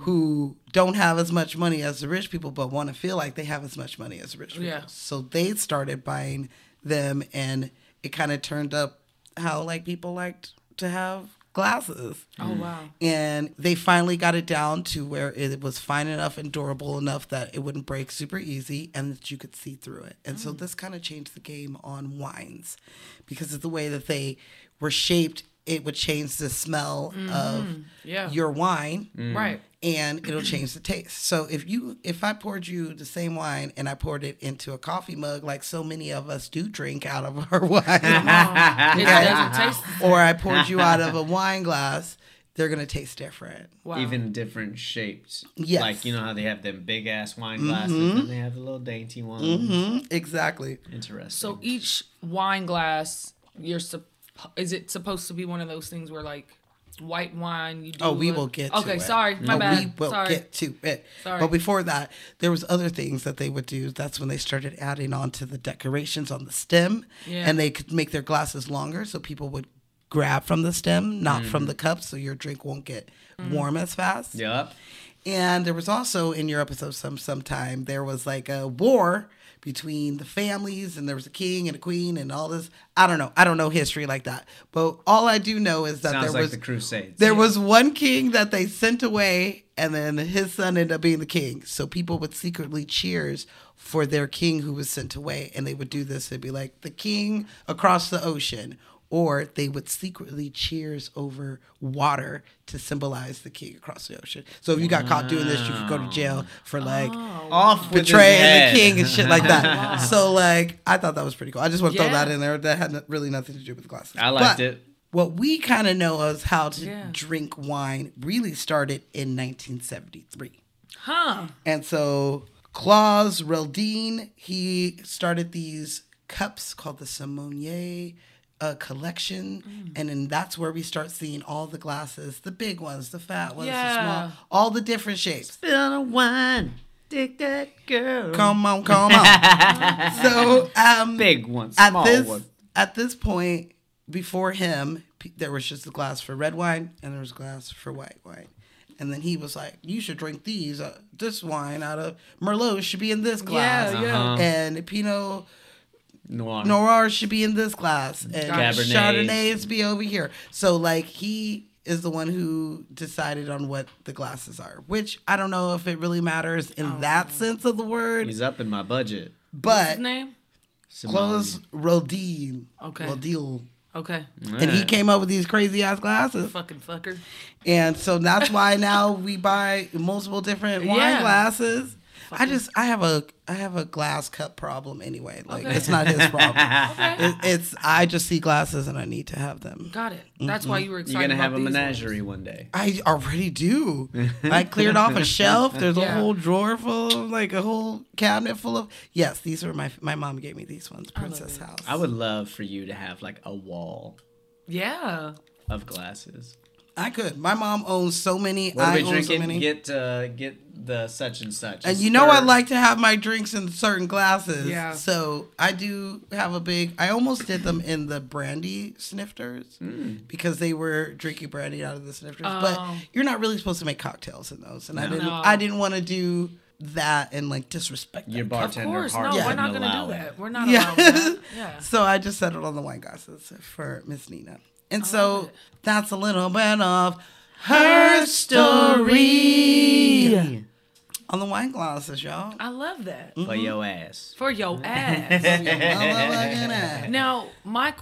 Speaker 3: who don't have as much money as the rich people, but want to feel like they have as much money as the rich people.
Speaker 2: Yeah.
Speaker 3: So they started buying them, and it kind of turned up how like people liked to have glasses.
Speaker 2: Oh wow.
Speaker 3: And they finally got it down to where it was fine enough and durable enough that it wouldn't break super easy and that you could see through it. And so this kind of changed the game on wines because of the way that they were shaped, it would change the smell of
Speaker 2: Yeah.
Speaker 3: your wine
Speaker 2: Right.
Speaker 3: and it'll change the taste. So if you if I poured you the same wine and I poured it into a coffee mug like so many of us do drink out of our wine
Speaker 2: Oh, it doesn't taste.
Speaker 3: or I poured you out of a wine glass, they're going to taste different.
Speaker 2: Wow.
Speaker 1: Even different shapes.
Speaker 3: Yes. Mm-hmm.
Speaker 1: Like you know how they have them big ass wine glasses and they have the little dainty ones.
Speaker 3: Mhm, exactly.
Speaker 1: Interesting.
Speaker 2: So each wine glass, you're sup- is it supposed to be one of those things where like white wine? You do
Speaker 3: Oh, we
Speaker 2: a-
Speaker 3: will get to
Speaker 2: Okay,
Speaker 3: it.
Speaker 2: sorry, my
Speaker 3: Oh,
Speaker 2: bad.
Speaker 3: We will
Speaker 2: sorry.
Speaker 3: get to it.
Speaker 2: Sorry.
Speaker 3: But before that, there was other things that they would do. That's when they started adding on to the decorations on the stem,
Speaker 2: Yeah.
Speaker 3: and they could make their glasses longer, so people would grab from the stem, not from the cup, so your drink won't get
Speaker 2: Mm.
Speaker 3: warm as fast.
Speaker 1: Yep.
Speaker 3: And there was also in Europe, so some sometime there was like a war between the families, and there was a king and a queen and all this. I don't know. I don't know history like that, but all I do know is that
Speaker 1: Sounds
Speaker 3: there
Speaker 1: like
Speaker 3: was
Speaker 1: the Crusades.
Speaker 3: there was one king that they sent away, and then his son ended up being the king. So people would secretly cheers for their king who was sent away, and they would do this. It'd be like the king across the ocean, or they would secretly cheers over water to symbolize the king across the ocean. So if you got caught doing this, you could go to jail for like
Speaker 2: Oh,
Speaker 1: Off with his
Speaker 3: betraying
Speaker 1: head.
Speaker 3: the king and shit like that. So like, I thought that was pretty cool. I just want to
Speaker 2: Yeah.
Speaker 3: throw that in there. That had no- really nothing to do with the glasses.
Speaker 1: I liked
Speaker 3: But
Speaker 1: it.
Speaker 3: What we kind of know as how to
Speaker 2: Yeah.
Speaker 3: drink wine really started in 1973.
Speaker 2: Huh?
Speaker 3: And so Claus Reldine, he started these cups called the Simonier uh, collection.
Speaker 2: Mm.
Speaker 3: And then that's where we start seeing all the glasses, the big ones, the fat ones,
Speaker 2: Yeah.
Speaker 3: the small, all the different shapes.
Speaker 1: Spill the wine, dick that girl.
Speaker 3: Come on, come on. so um,
Speaker 1: Big one,
Speaker 3: at
Speaker 1: small
Speaker 3: this
Speaker 1: one.
Speaker 3: at this point before him p- there was just a glass for red wine and there was a glass for white wine and then he was like you should drink these uh, this wine out of merlot should be in this glass
Speaker 2: Yeah, yeah.
Speaker 1: Uh-huh.
Speaker 3: and pinot
Speaker 1: Noir.
Speaker 3: noir should be in this glass and
Speaker 1: Cabernet.
Speaker 3: chardonnays be over here so like he is the one who decided on what the glasses are which i don't know if it really matters in that sense of the word
Speaker 1: He's up in my budget.
Speaker 3: but
Speaker 2: His name?
Speaker 1: Simone.
Speaker 3: close rodine
Speaker 2: Okay.
Speaker 3: rodil
Speaker 2: Okay.
Speaker 3: and he
Speaker 1: Yeah.
Speaker 3: came up with these crazy ass glasses.
Speaker 2: Fucking fucker.
Speaker 3: And so that's why now we buy multiple different wine
Speaker 2: Yeah.
Speaker 3: glasses. I just I have a I have a glass cup problem anyway. Like it's not his problem.
Speaker 2: Okay.
Speaker 3: Uh, It, it's I just see glasses and I need to have them.
Speaker 2: Got it.
Speaker 3: Mm-hmm.
Speaker 2: That's why you were excited.
Speaker 1: You're gonna
Speaker 2: about
Speaker 1: have a
Speaker 2: these ones.
Speaker 1: menagerie one day.
Speaker 3: I already do. I cleared off a shelf. There's a
Speaker 2: Yeah.
Speaker 3: whole drawer full of like a whole cabinet full of. Yes, these were my my mom gave me these ones. Princess House.
Speaker 1: I would love for you to have like a wall
Speaker 2: Yeah.
Speaker 1: of glasses.
Speaker 3: I could. My mom owns so many.
Speaker 1: What are we
Speaker 3: I own so
Speaker 1: drinking?
Speaker 3: many.
Speaker 1: get uh, get the such and such.
Speaker 3: and Uh, you know I
Speaker 1: Stir.
Speaker 3: like to have my drinks in certain glasses.
Speaker 2: Yeah.
Speaker 3: So I do have a big. I almost did them in the brandy snifters because they were drinking brandy out of the snifters.
Speaker 2: Hmm. Oh.
Speaker 3: But you're not really supposed to make cocktails in those, and I didn't.
Speaker 2: No.
Speaker 3: I didn't want to do that and like disrespect
Speaker 1: your
Speaker 3: that
Speaker 2: Of
Speaker 1: bartender.
Speaker 2: course. No,
Speaker 1: heart
Speaker 2: we're
Speaker 1: wouldn't
Speaker 2: not gonna
Speaker 1: allow
Speaker 2: do
Speaker 1: it.
Speaker 2: that. We're not
Speaker 3: Yeah.
Speaker 2: allowing that. Yeah.
Speaker 3: So I just settled on the wine glasses for Miss Nina. And so that's a little bit of her story on the wine glasses, y'all.
Speaker 2: I love that.
Speaker 1: For your ass.
Speaker 2: For your ass.
Speaker 3: Motherfucking ass.
Speaker 2: now, Mike,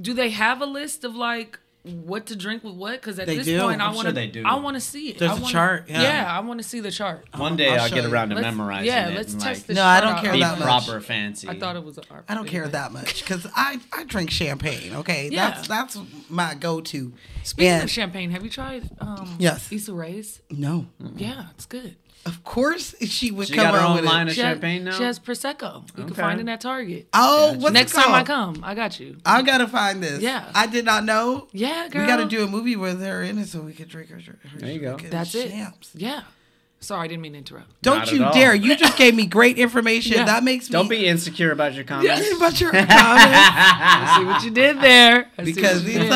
Speaker 2: do they have a list of like what to drink with what? Because at
Speaker 3: They
Speaker 2: this
Speaker 3: do.
Speaker 2: point, i
Speaker 1: I'm
Speaker 2: want
Speaker 1: sure
Speaker 2: to.
Speaker 1: they do.
Speaker 2: I want to see it.
Speaker 3: There's
Speaker 2: I
Speaker 3: a
Speaker 2: wanna-
Speaker 3: chart, yeah.
Speaker 2: I want to see the chart.
Speaker 1: One day
Speaker 3: I'll
Speaker 1: I'll,
Speaker 3: show
Speaker 1: get
Speaker 3: you.
Speaker 1: around to
Speaker 2: Let's-
Speaker 1: memorizing
Speaker 2: yeah,
Speaker 1: it.
Speaker 2: let's
Speaker 1: and,
Speaker 2: test
Speaker 1: like,
Speaker 2: this
Speaker 3: No, I
Speaker 2: chart
Speaker 3: don't
Speaker 2: out.
Speaker 3: care
Speaker 1: Be
Speaker 3: that much.
Speaker 1: proper fancy.
Speaker 2: I thought it was. A art
Speaker 3: I don't care that much because I, I drink champagne. Okay,
Speaker 2: Yeah.
Speaker 3: that's that's my go to.
Speaker 2: Speaking of champagne, have you tried? Um,
Speaker 3: Yes.
Speaker 2: Issa Rae's.
Speaker 3: no,
Speaker 2: Yeah, it's good.
Speaker 3: of course she would
Speaker 1: She
Speaker 3: come
Speaker 1: got her
Speaker 3: out
Speaker 1: own
Speaker 3: with
Speaker 1: line
Speaker 3: it.
Speaker 1: of
Speaker 2: She has-
Speaker 1: champagne now.
Speaker 2: She has prosecco. You can
Speaker 1: Okay.
Speaker 2: find it at Target.
Speaker 3: Oh, what's
Speaker 2: Next
Speaker 3: it called?
Speaker 2: time I come, I got you.
Speaker 3: I gotta find this.
Speaker 2: Yeah.
Speaker 3: I did not know.
Speaker 2: Yeah, girl.
Speaker 3: We gotta do a movie with her in it so we could drink her. her
Speaker 1: There you go.
Speaker 3: freaking
Speaker 2: That's it.
Speaker 3: champs.
Speaker 2: Yeah. Sorry, I didn't mean to interrupt.
Speaker 3: Don't
Speaker 1: Not at
Speaker 3: you
Speaker 1: all.
Speaker 3: dare! You just gave me great information.
Speaker 2: Yeah.
Speaker 3: That makes me.
Speaker 1: Don't be insecure about your comments.
Speaker 3: about your comments
Speaker 2: I see what you did there. I see
Speaker 3: because
Speaker 2: what you did.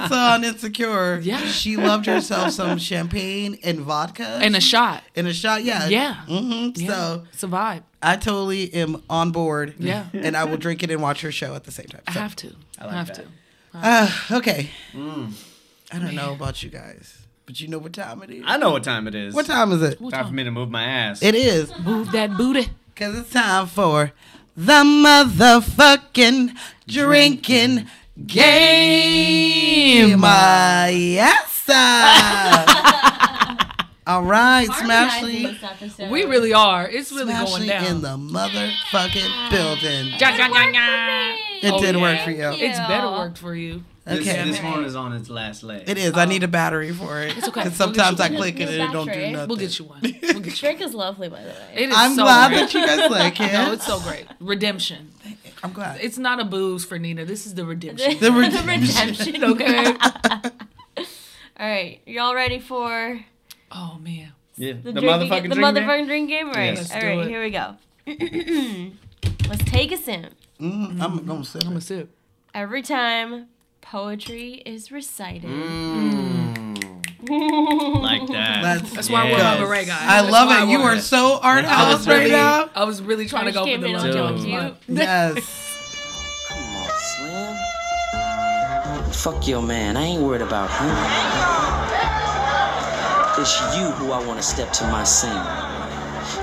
Speaker 3: Issa, Issa on Insecure,
Speaker 2: Yeah.
Speaker 3: she loved herself some champagne and vodka
Speaker 2: and a shot.
Speaker 3: and a shot. Yeah,
Speaker 2: Yeah.
Speaker 3: hmm
Speaker 2: Yeah.
Speaker 3: So
Speaker 2: it's a vibe.
Speaker 3: I totally am on board.
Speaker 2: Yeah.
Speaker 3: and I will drink it and watch her show at the same time.
Speaker 2: I
Speaker 3: So,
Speaker 2: have to. I
Speaker 1: like
Speaker 2: have
Speaker 1: that.
Speaker 2: to.
Speaker 3: uh, okay. I don't know about you guys, but you know what time it is.
Speaker 1: I know what time it is.
Speaker 3: What time is it?
Speaker 1: Time for me to move my ass.
Speaker 3: It is
Speaker 2: Move that booty.
Speaker 3: because it's time for the motherfucking drinking game. Uh, yes. uh. All right, Smashly.
Speaker 2: We really are. It's really going
Speaker 3: Smashly
Speaker 2: down.
Speaker 3: in the motherfucking building.
Speaker 2: Ja, ja, ja, ja.
Speaker 3: It
Speaker 2: Oh,
Speaker 3: did
Speaker 2: yeah.
Speaker 3: work for you.
Speaker 4: Thank you.
Speaker 2: It's better worked for you.
Speaker 1: This,
Speaker 3: Okay.
Speaker 1: this horn is on its last leg.
Speaker 3: It is. I need a battery for it. It's
Speaker 2: Um, okay. We'll get
Speaker 3: sometimes
Speaker 2: you
Speaker 3: I
Speaker 2: one.
Speaker 3: click it and it don't do
Speaker 4: Battery.
Speaker 3: nothing.
Speaker 2: We'll get you one. We'll get you.
Speaker 4: Drink Oh, is lovely, by the way.
Speaker 2: It is
Speaker 3: I'm
Speaker 2: so
Speaker 3: glad
Speaker 2: great.
Speaker 3: that you guys like it.
Speaker 2: No, it's so great. Redemption.
Speaker 3: I'm glad.
Speaker 2: It's not a booze for Nina. This is the redemption.
Speaker 3: The re-
Speaker 4: redemption.
Speaker 2: Okay.
Speaker 4: All right, y'all ready for
Speaker 2: Oh man.
Speaker 1: Yeah.
Speaker 4: the,
Speaker 1: The,
Speaker 4: drinking,
Speaker 1: motherfucking drink
Speaker 4: the
Speaker 1: man?
Speaker 4: motherfucking drink game? All right,
Speaker 2: Yes.
Speaker 4: all
Speaker 2: Do
Speaker 4: right,
Speaker 2: it.
Speaker 4: here we go. Let's take a sip.
Speaker 3: Mm, I'm gonna sip
Speaker 2: Mm-hmm. I'm a
Speaker 3: it.
Speaker 2: sip.
Speaker 4: Every time poetry is recited,
Speaker 3: Mm.
Speaker 2: Mm.
Speaker 1: Like that.
Speaker 3: Let's-
Speaker 2: That's why I wore my
Speaker 3: Yes.
Speaker 2: beret, guys.
Speaker 3: I
Speaker 2: That's
Speaker 3: love
Speaker 2: why I
Speaker 3: it. You
Speaker 2: wore
Speaker 3: are so art
Speaker 1: I
Speaker 3: house
Speaker 1: was
Speaker 3: right
Speaker 1: really-
Speaker 3: now.
Speaker 2: I was really trying to go for
Speaker 4: Came
Speaker 2: the
Speaker 4: in
Speaker 2: long
Speaker 4: on
Speaker 2: jump.
Speaker 1: Dude.
Speaker 4: you.
Speaker 3: Yes.
Speaker 5: Come on, Slim. Fuck your man. I ain't worried about him. It's you who I want to step to my scene.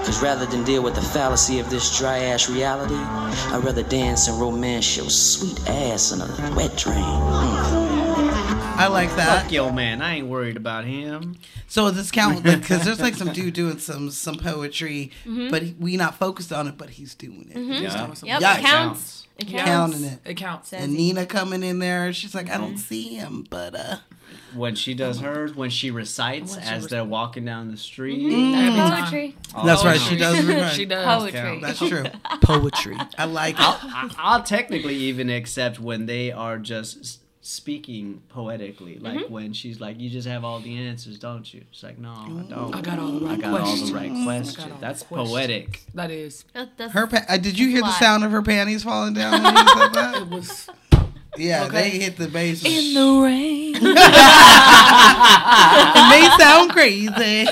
Speaker 5: Cause rather than deal with the fallacy of this dry ass reality, I'd rather dance and romance your sweet ass in a wet dream. Mm.
Speaker 3: I like
Speaker 1: Fuck
Speaker 3: that.
Speaker 1: yo, man. I ain't worried about him.
Speaker 3: So this count because there's like some dude doing some some poetry,
Speaker 2: Mm-hmm.
Speaker 3: but he, we not focused on it, but he's doing it.
Speaker 1: Yeah.
Speaker 4: Yep,
Speaker 3: Yikes.
Speaker 4: it counts. It counts.
Speaker 3: Counting it.
Speaker 2: It counts.
Speaker 4: Says
Speaker 3: And
Speaker 4: he-
Speaker 3: Nina coming in there, she's like, I
Speaker 2: Mm-hmm.
Speaker 3: don't see him, but uh,
Speaker 1: When she does hers, when she recites
Speaker 2: When she
Speaker 1: as
Speaker 2: rec- Mm-hmm.
Speaker 1: they're walking down the street. Oh,
Speaker 4: Poetry.
Speaker 1: all
Speaker 3: that's
Speaker 1: that
Speaker 3: right, she
Speaker 1: shit.
Speaker 3: does. rhyme.
Speaker 2: Oh, She does.
Speaker 4: Poetry.
Speaker 3: That's true. Poetry. I like it.
Speaker 1: I- I'll technically even accept when they are just s- speaking poetically, like
Speaker 2: Mm-hmm.
Speaker 1: when she's like, "You just have all the answers, don't you?" She's like, "No, I don't.
Speaker 2: I got all the
Speaker 1: I
Speaker 2: right
Speaker 1: got all
Speaker 2: questions.
Speaker 1: the right questions.
Speaker 2: all
Speaker 1: That's
Speaker 2: the questions.
Speaker 1: poetic."
Speaker 2: That is.
Speaker 4: That- that's-
Speaker 3: Her. Pa- uh, did you hear the
Speaker 4: Why?
Speaker 3: sound of her panties falling down? When you said that?
Speaker 2: It was
Speaker 3: Yeah,
Speaker 2: Okay.
Speaker 3: they hit the base.
Speaker 2: in the rain.
Speaker 3: It may sound crazy.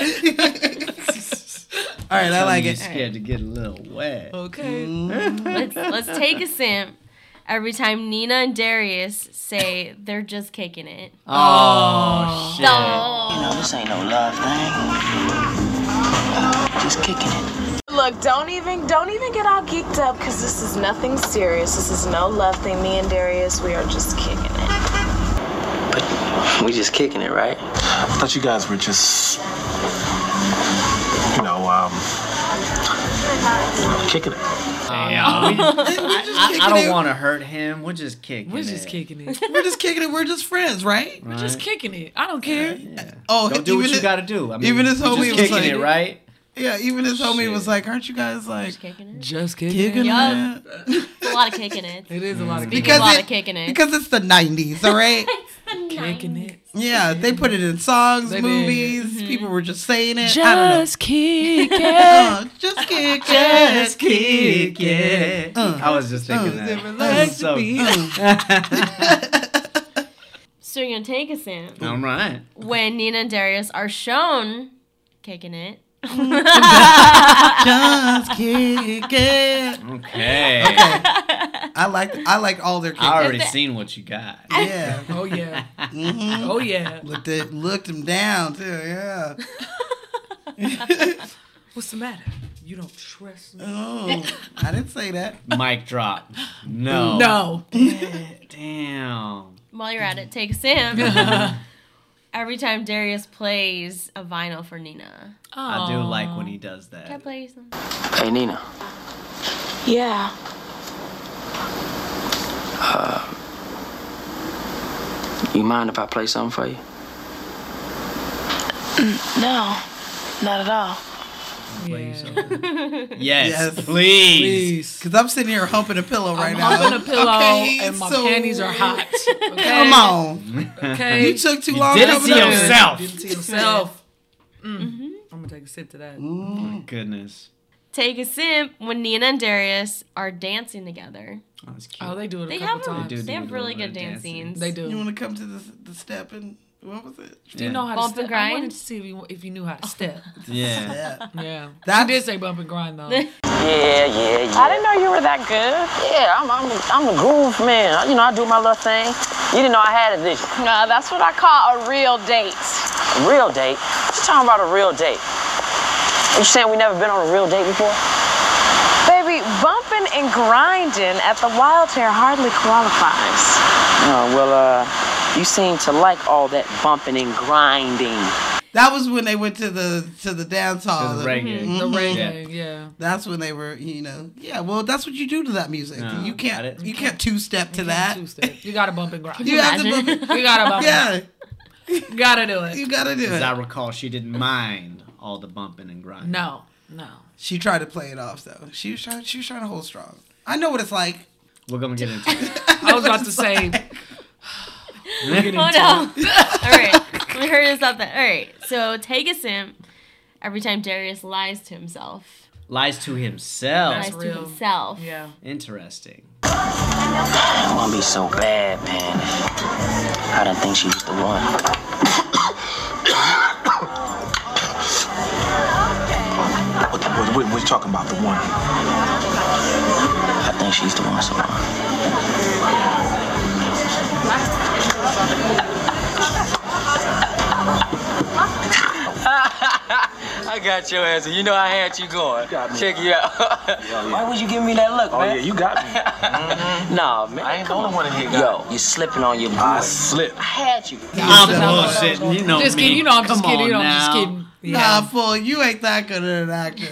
Speaker 3: All right, I like
Speaker 1: you
Speaker 3: it.
Speaker 1: Scared to get a little wet.
Speaker 2: Oh. Okay.
Speaker 4: let's, let's take a sip. Every time Nina and Darius say they're just kicking it.
Speaker 1: Oh shit!
Speaker 4: So
Speaker 5: You know, this ain't no love thing. Just kicking it.
Speaker 6: Look, don't even don't even get all geeked up because this is nothing serious. This is no love thing. Me and Darius, we are just kicking it.
Speaker 5: But we just kicking it, right?
Speaker 7: I thought you guys were just, you know, um, Kicking it.
Speaker 1: I, I don't want to hurt him. We're just kicking.
Speaker 2: We're
Speaker 1: it.
Speaker 2: just kicking it.
Speaker 3: We're just kicking it. We're just friends, right?
Speaker 1: Right?
Speaker 2: Just kicking it. I don't care.
Speaker 1: Yeah.
Speaker 3: Oh,
Speaker 1: Don't do what
Speaker 3: even
Speaker 1: you
Speaker 3: if-
Speaker 1: gotta do. I mean,
Speaker 3: even his
Speaker 1: we're
Speaker 3: homie
Speaker 1: just
Speaker 3: was
Speaker 1: kicking
Speaker 3: like-
Speaker 1: it, right?
Speaker 3: Yeah, even his homie was
Speaker 1: Shit.
Speaker 3: like, "Aren't you guys like
Speaker 4: Just kicking it.
Speaker 2: Just kicking,
Speaker 3: kicking
Speaker 2: it.
Speaker 4: Yeah.
Speaker 3: it?"
Speaker 4: It's a lot of kicking it.
Speaker 2: It is a lot of
Speaker 4: Speaking
Speaker 2: kicking.
Speaker 4: a
Speaker 3: Because
Speaker 4: lot
Speaker 3: it-
Speaker 4: of kicking it.
Speaker 3: because it's the '90s, all right?
Speaker 2: Kicking it.
Speaker 3: yeah, they put it in songs,
Speaker 2: They did.
Speaker 3: movies. People were just saying it. I don't know.
Speaker 2: Mm-hmm. Just kick it.
Speaker 3: Uh, just kick
Speaker 1: Just
Speaker 3: it.
Speaker 1: kick it. I was just thinking
Speaker 3: uh,
Speaker 1: that.
Speaker 3: uh,
Speaker 1: That was
Speaker 2: to be-
Speaker 4: So you're gonna take a sim
Speaker 1: I'm right.
Speaker 4: when Nina and Darius are shown kicking it.
Speaker 3: Just kick it.
Speaker 1: Okay.
Speaker 3: I like I like all their
Speaker 1: I
Speaker 3: kicks.
Speaker 1: already seen what you got.
Speaker 3: Yeah.
Speaker 2: Oh yeah.
Speaker 3: Mhm.
Speaker 2: Oh yeah.
Speaker 3: Looked it, looked him down too. Yeah.
Speaker 2: What's the matter? You don't trust me.
Speaker 3: Oh, I didn't say that.
Speaker 1: Mic drop.
Speaker 3: Oh.
Speaker 1: No.
Speaker 2: No.
Speaker 1: Damn.
Speaker 4: While you're at it, take a sim. Every time Darius plays a vinyl for Nina.
Speaker 1: I do like when he does that.
Speaker 4: Can I play you some?
Speaker 5: Hey, Nina.
Speaker 6: Yeah.
Speaker 5: Uh, You mind if I play something for you?
Speaker 6: No, not at all.
Speaker 1: Play you
Speaker 2: Yeah.
Speaker 1: something. Yes,
Speaker 3: Yes.
Speaker 1: please.
Speaker 3: Cause I'm sitting here humping a pillow right
Speaker 2: Oh, I'm
Speaker 3: now.
Speaker 2: humping a pillow
Speaker 3: Okay,
Speaker 2: and my
Speaker 3: so-
Speaker 2: panties are Mm-hmm. hot. Okay?
Speaker 3: Come on.
Speaker 2: Okay.
Speaker 3: You took too long.
Speaker 1: Did it
Speaker 3: humping
Speaker 1: to
Speaker 3: a pillow.
Speaker 2: yourself.
Speaker 1: yourself.
Speaker 2: Did it to yourself. Mm. I'm gonna take a sip to that.
Speaker 3: Mm.
Speaker 1: Goodness.
Speaker 4: Take a simp when Nina and Darius are dancing together.
Speaker 1: Oh, that's cute.
Speaker 2: Oh, they do it a
Speaker 4: They
Speaker 2: couple
Speaker 4: have a,
Speaker 2: times.
Speaker 1: They do
Speaker 4: they,
Speaker 1: do
Speaker 4: have
Speaker 1: the
Speaker 4: really
Speaker 1: little
Speaker 4: good
Speaker 1: dance
Speaker 4: dance scenes.
Speaker 2: They
Speaker 3: You
Speaker 2: do.
Speaker 3: want to come to the the step and what was it?
Speaker 1: yeah.
Speaker 2: You know how to
Speaker 4: Bump and
Speaker 2: step. I
Speaker 4: grind?
Speaker 2: wanted to see if you, if you knew how to step.
Speaker 1: Yeah.
Speaker 3: Yeah.
Speaker 2: yeah.
Speaker 3: That's-
Speaker 2: That did say bump and grind though.
Speaker 7: Yeah, yeah, yeah.
Speaker 6: I didn't know you were that good.
Speaker 7: Yeah, I'm, I'm, I'm a groove man. You know, I do my little thing. You didn't know I had addiction.
Speaker 6: No, that's what I call a real date.
Speaker 7: A real date? What you talking about a real date? You saying we never been on a real date before?
Speaker 6: Baby, bumping and grinding at the wild hair hardly qualifies.
Speaker 7: No, well, uh, you seem to like all that bumping and grinding.
Speaker 3: That was when they went to the to the dance hall. Mm-hmm.
Speaker 1: The reggae.
Speaker 2: The rain
Speaker 1: Yeah.
Speaker 2: gang, yeah.
Speaker 3: That's when they were, you know. Yeah, well, that's what you do to that music.
Speaker 1: No,
Speaker 3: you
Speaker 1: got
Speaker 3: can't
Speaker 1: it.
Speaker 3: you can't two step to that.
Speaker 2: Two step. You gotta bump and grind.
Speaker 3: You
Speaker 2: You
Speaker 3: have to
Speaker 4: Imagine.
Speaker 3: move it.
Speaker 2: gotta bump. Yeah.
Speaker 3: Yeah,
Speaker 2: You gotta do it.
Speaker 3: you gotta do
Speaker 1: As I
Speaker 3: it.
Speaker 1: recall, she didn't mind all the bumping and grinding.
Speaker 2: No, no.
Speaker 3: She tried to play it off though. She was trying she was trying to hold strong. I know what it's like.
Speaker 1: We're gonna get into it.
Speaker 2: I was about to say.
Speaker 4: Oh no. All right. We heard this up there. All right. So take a simp every time Darius lies to himself.
Speaker 1: Lies to himself.
Speaker 2: That's
Speaker 4: lies to
Speaker 2: real.
Speaker 4: himself.
Speaker 2: Yeah.
Speaker 1: Interesting.
Speaker 5: I
Speaker 7: Oh,
Speaker 5: want to be so bad, man. I didn't think she was the one.
Speaker 7: What, what, what, what you talking about, the one?
Speaker 5: I think she's the one, so far.
Speaker 8: I got your ass, and you know I had you going.
Speaker 7: got me.
Speaker 8: Check you out.
Speaker 5: Why would you give me that look,
Speaker 7: Oh, yeah,
Speaker 5: man?
Speaker 7: you got me.
Speaker 5: Nah, man.
Speaker 8: I ain't the only one in here, guy.
Speaker 5: Yo, you slipping on your boy.
Speaker 7: I slip.
Speaker 5: I had you.
Speaker 1: I'm bullshitting. You know
Speaker 2: Just
Speaker 1: me.
Speaker 2: kidding. You know I'm just
Speaker 1: Come
Speaker 2: kidding.
Speaker 1: on
Speaker 2: You know I'm just
Speaker 1: now.
Speaker 2: kidding.
Speaker 3: Nah,
Speaker 2: Yeah.
Speaker 3: fool, you ain't that good of an actor.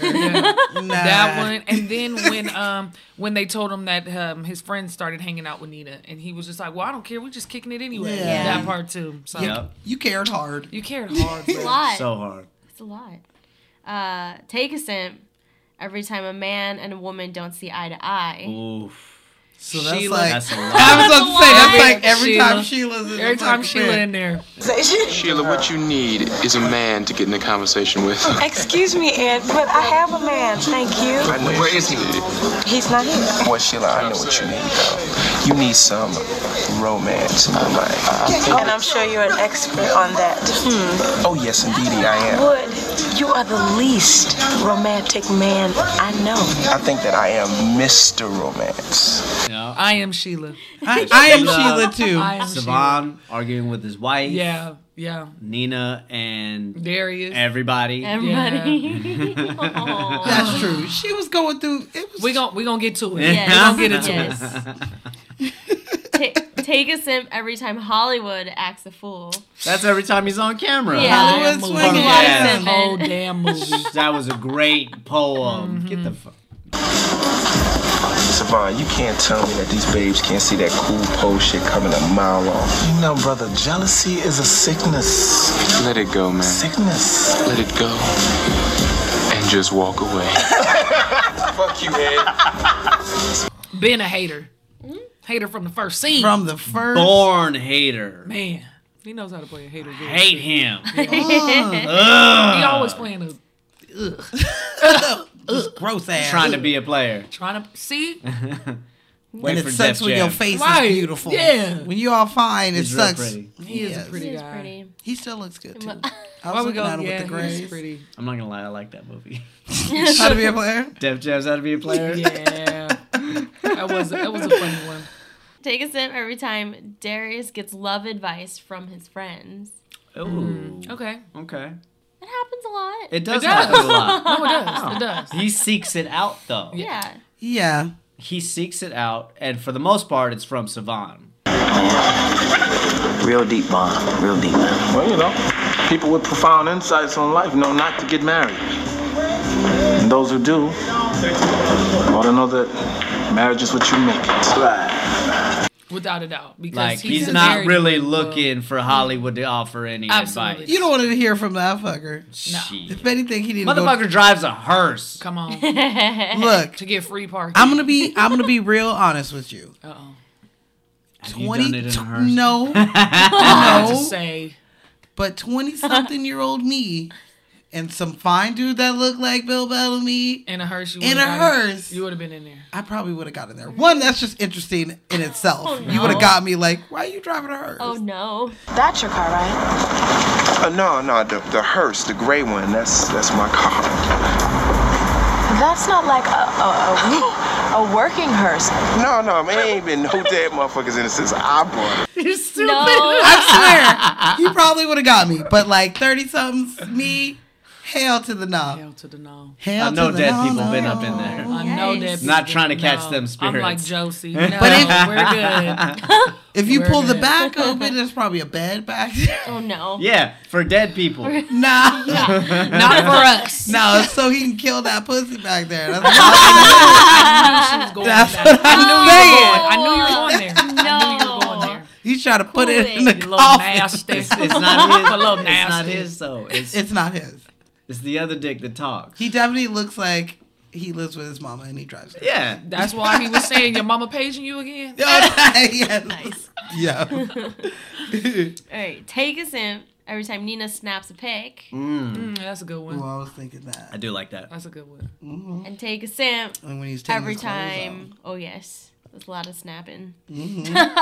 Speaker 3: nah.
Speaker 2: That one, and then when um when they told him that um his friends started hanging out with Nina, and he was just like, "Well, I don't care. We're just kicking it anyway."
Speaker 3: Yeah.
Speaker 2: That part too. So
Speaker 1: Yep.
Speaker 3: You cared hard.
Speaker 2: you cared hard.
Speaker 4: It's a
Speaker 2: Bro.
Speaker 4: lot.
Speaker 1: So hard.
Speaker 4: It's a lot. Uh, take a simp every time a man and a woman don't see eye to eye.
Speaker 1: Oof.
Speaker 3: So that's
Speaker 2: Sheila-
Speaker 3: like
Speaker 1: That's a
Speaker 3: I
Speaker 1: lot.
Speaker 3: was about to say that's
Speaker 2: Every-
Speaker 3: like every
Speaker 2: Sheila.
Speaker 3: time Sheila's in
Speaker 2: Every
Speaker 3: the
Speaker 2: time
Speaker 3: fucking
Speaker 2: she went
Speaker 3: bed.
Speaker 2: in there,
Speaker 9: Sheila, what you need is a man to get in a conversation with.
Speaker 6: Excuse me, Ed, but I have a man. Thank you.
Speaker 9: Where is he?
Speaker 6: He's not here.
Speaker 9: Well, Sheila, I know what you need, though. You need some romance in your life.
Speaker 6: And I'm sure you're an expert on that.
Speaker 9: Oh, yes, indeedy, I am.
Speaker 6: Wood, you are the least romantic man I know.
Speaker 9: I think that I am Mr. Romance.
Speaker 1: Yeah.
Speaker 2: I am Sheila.
Speaker 3: I, I am
Speaker 1: Sheila.
Speaker 3: Sheila too.
Speaker 2: I am Sheila.
Speaker 1: Savon arguing with his wife.
Speaker 2: Yeah, yeah.
Speaker 1: Nina and
Speaker 2: Darius.
Speaker 1: everybody.
Speaker 4: Everybody. Oh. Aw.
Speaker 3: That's true. She was going through it was
Speaker 2: we gon' we gonna get to it.
Speaker 1: Yeah.
Speaker 2: We gonna get into it.
Speaker 4: Yes. Ta- take a simp every time Hollywood acts a fool.
Speaker 1: That's every time he's on camera.
Speaker 4: Yeah.
Speaker 2: Damn
Speaker 3: Hollywood
Speaker 2: movie.
Speaker 3: swinging.
Speaker 1: Yeah.
Speaker 2: Whole damn movie. Mm-hmm.
Speaker 1: That was a great poem. Get the fuck.
Speaker 9: Savon, you can't tell me that these babes can't see that cool pole shit coming a mile off.
Speaker 10: You know, brother, jealousy is a sickness.
Speaker 11: Let it go, man.
Speaker 10: Sickness.
Speaker 11: Let it go. And just walk away.
Speaker 8: Fuck you, Ed.
Speaker 2: Been a hater. Hater from the first scene.
Speaker 3: From the first.
Speaker 1: Born hater.
Speaker 2: Man, he knows how to play a hater game.
Speaker 1: Hate him. Oh.
Speaker 2: he always playing a. Ugh.
Speaker 3: This gross ass.
Speaker 1: Trying to be a player.
Speaker 2: Trying to see.
Speaker 1: Wait
Speaker 3: and
Speaker 1: for
Speaker 3: it sucks
Speaker 1: Def
Speaker 3: when
Speaker 1: Jam.
Speaker 3: your face
Speaker 2: Right,
Speaker 3: is beautiful.
Speaker 2: yeah.
Speaker 3: When you all fine, it
Speaker 1: He's real
Speaker 3: sucks.
Speaker 1: pretty.
Speaker 2: He is
Speaker 3: Yes.
Speaker 2: a pretty
Speaker 4: He's
Speaker 2: guy.
Speaker 4: pretty.
Speaker 3: He still looks good too. I
Speaker 2: Why
Speaker 3: was
Speaker 2: we
Speaker 3: looking
Speaker 2: go?
Speaker 3: at him
Speaker 2: Yeah,
Speaker 3: with the
Speaker 2: he's
Speaker 3: grays.
Speaker 2: pretty.
Speaker 1: I'm not gonna lie, I like that movie.
Speaker 3: How to be a player?
Speaker 1: Def Jam's How to Be a Player.
Speaker 2: Yeah. that was that was a funny one.
Speaker 4: Take a sip every time Darius gets love advice from his friends.
Speaker 1: Ooh.
Speaker 2: Mm. Okay.
Speaker 1: Okay.
Speaker 4: It happens a lot.
Speaker 1: It does,
Speaker 2: does.
Speaker 1: happen a lot.
Speaker 2: No, it does. It does.
Speaker 1: He seeks it out though.
Speaker 4: yeah.
Speaker 3: Yeah.
Speaker 1: He seeks it out, and for the most part, it's from Savan.
Speaker 5: Real deep, Bond. Real deep.
Speaker 9: Well, you know, people with profound insights on life know not to get married. And those who do ought to know that marriage is what you make it.
Speaker 2: Without a doubt. Because
Speaker 1: Like he's,
Speaker 2: a
Speaker 1: not
Speaker 2: very
Speaker 1: really
Speaker 2: good look.
Speaker 1: looking for Hollywood to offer any
Speaker 2: Absolutely.
Speaker 1: advice.
Speaker 3: You don't want to hear from that fucker.
Speaker 1: Shit.
Speaker 3: If anything, he didn't.
Speaker 1: Motherfucker drives a hearse.
Speaker 2: Come on.
Speaker 3: Look,
Speaker 2: to get free parking.
Speaker 3: I'm gonna be. I'm gonna be real honest with you.
Speaker 2: Uh oh.
Speaker 1: Have you
Speaker 3: Twenty.
Speaker 1: done it in
Speaker 3: tw-
Speaker 1: a hearse?
Speaker 3: no.
Speaker 2: To
Speaker 3: no.
Speaker 2: say.
Speaker 3: But twenty something year old me, and some fine dude that looked like Bill Bellamy.
Speaker 2: In a hearse. You
Speaker 3: In
Speaker 2: would've
Speaker 3: a
Speaker 2: got it.
Speaker 3: hearse.
Speaker 2: You would have been in there.
Speaker 3: I probably would have gotten there. One, that's just interesting in itself. You would have got me like, why are you driving a hearse?
Speaker 4: Oh no.
Speaker 6: That's your car, right?
Speaker 9: Uh, no, no, the, the hearse, the gray one, that's that's my car.
Speaker 6: That's not like a a, a, a working hearse.
Speaker 9: No, no, man, it ain't been no dead motherfuckers in it since I bought it.
Speaker 4: No.
Speaker 3: I swear, he probably would have got me. But like thirty somethings, me, hell to the no.
Speaker 2: Hell to the no.
Speaker 3: Hell
Speaker 1: I know
Speaker 3: to
Speaker 1: dead
Speaker 3: the no,
Speaker 1: people
Speaker 3: no.
Speaker 1: been up in there.
Speaker 2: I know that.
Speaker 1: Not
Speaker 2: people-
Speaker 1: trying to catch
Speaker 2: no.
Speaker 1: them
Speaker 2: I'm like
Speaker 1: spirits.
Speaker 2: Josie. No,
Speaker 3: But if-
Speaker 2: we're good.
Speaker 3: If you
Speaker 2: Word
Speaker 3: pull the
Speaker 2: is.
Speaker 3: back open, there's probably a bed back.
Speaker 4: Oh no.
Speaker 1: Yeah, for dead people.
Speaker 3: nah,
Speaker 2: Not for us.
Speaker 3: no, it's so he can kill that pussy back there. That's what
Speaker 2: She was going
Speaker 3: That's
Speaker 2: back.
Speaker 3: what I'm saying.
Speaker 2: I knew you were going there. I knew you were going
Speaker 4: No.
Speaker 2: there.
Speaker 3: He's trying to put it in
Speaker 4: Cool
Speaker 3: the
Speaker 4: it.
Speaker 2: You little
Speaker 3: coffin.
Speaker 2: nasty.
Speaker 1: It's, it's not his.
Speaker 2: A little
Speaker 1: it's not
Speaker 2: nasty.
Speaker 1: his though. It's,
Speaker 3: It's not his.
Speaker 1: it's the other dick that talks.
Speaker 3: He definitely looks like he lives with his mama and he drives. it.
Speaker 1: Yeah.
Speaker 2: That's why he was saying your mama paging you again.
Speaker 3: yes.
Speaker 4: Nice.
Speaker 3: Yeah.
Speaker 4: Alright. Take a sip every time Nina snaps a pic.
Speaker 2: Mm, that's a good
Speaker 3: Ooh,
Speaker 2: one.
Speaker 3: I was thinking
Speaker 1: I
Speaker 3: that.
Speaker 1: do like that.
Speaker 2: That's a good one.
Speaker 4: And take a sip
Speaker 3: And when he's taking
Speaker 4: every
Speaker 3: his clothes off.
Speaker 4: time. Oh yes. There's a lot of snapping.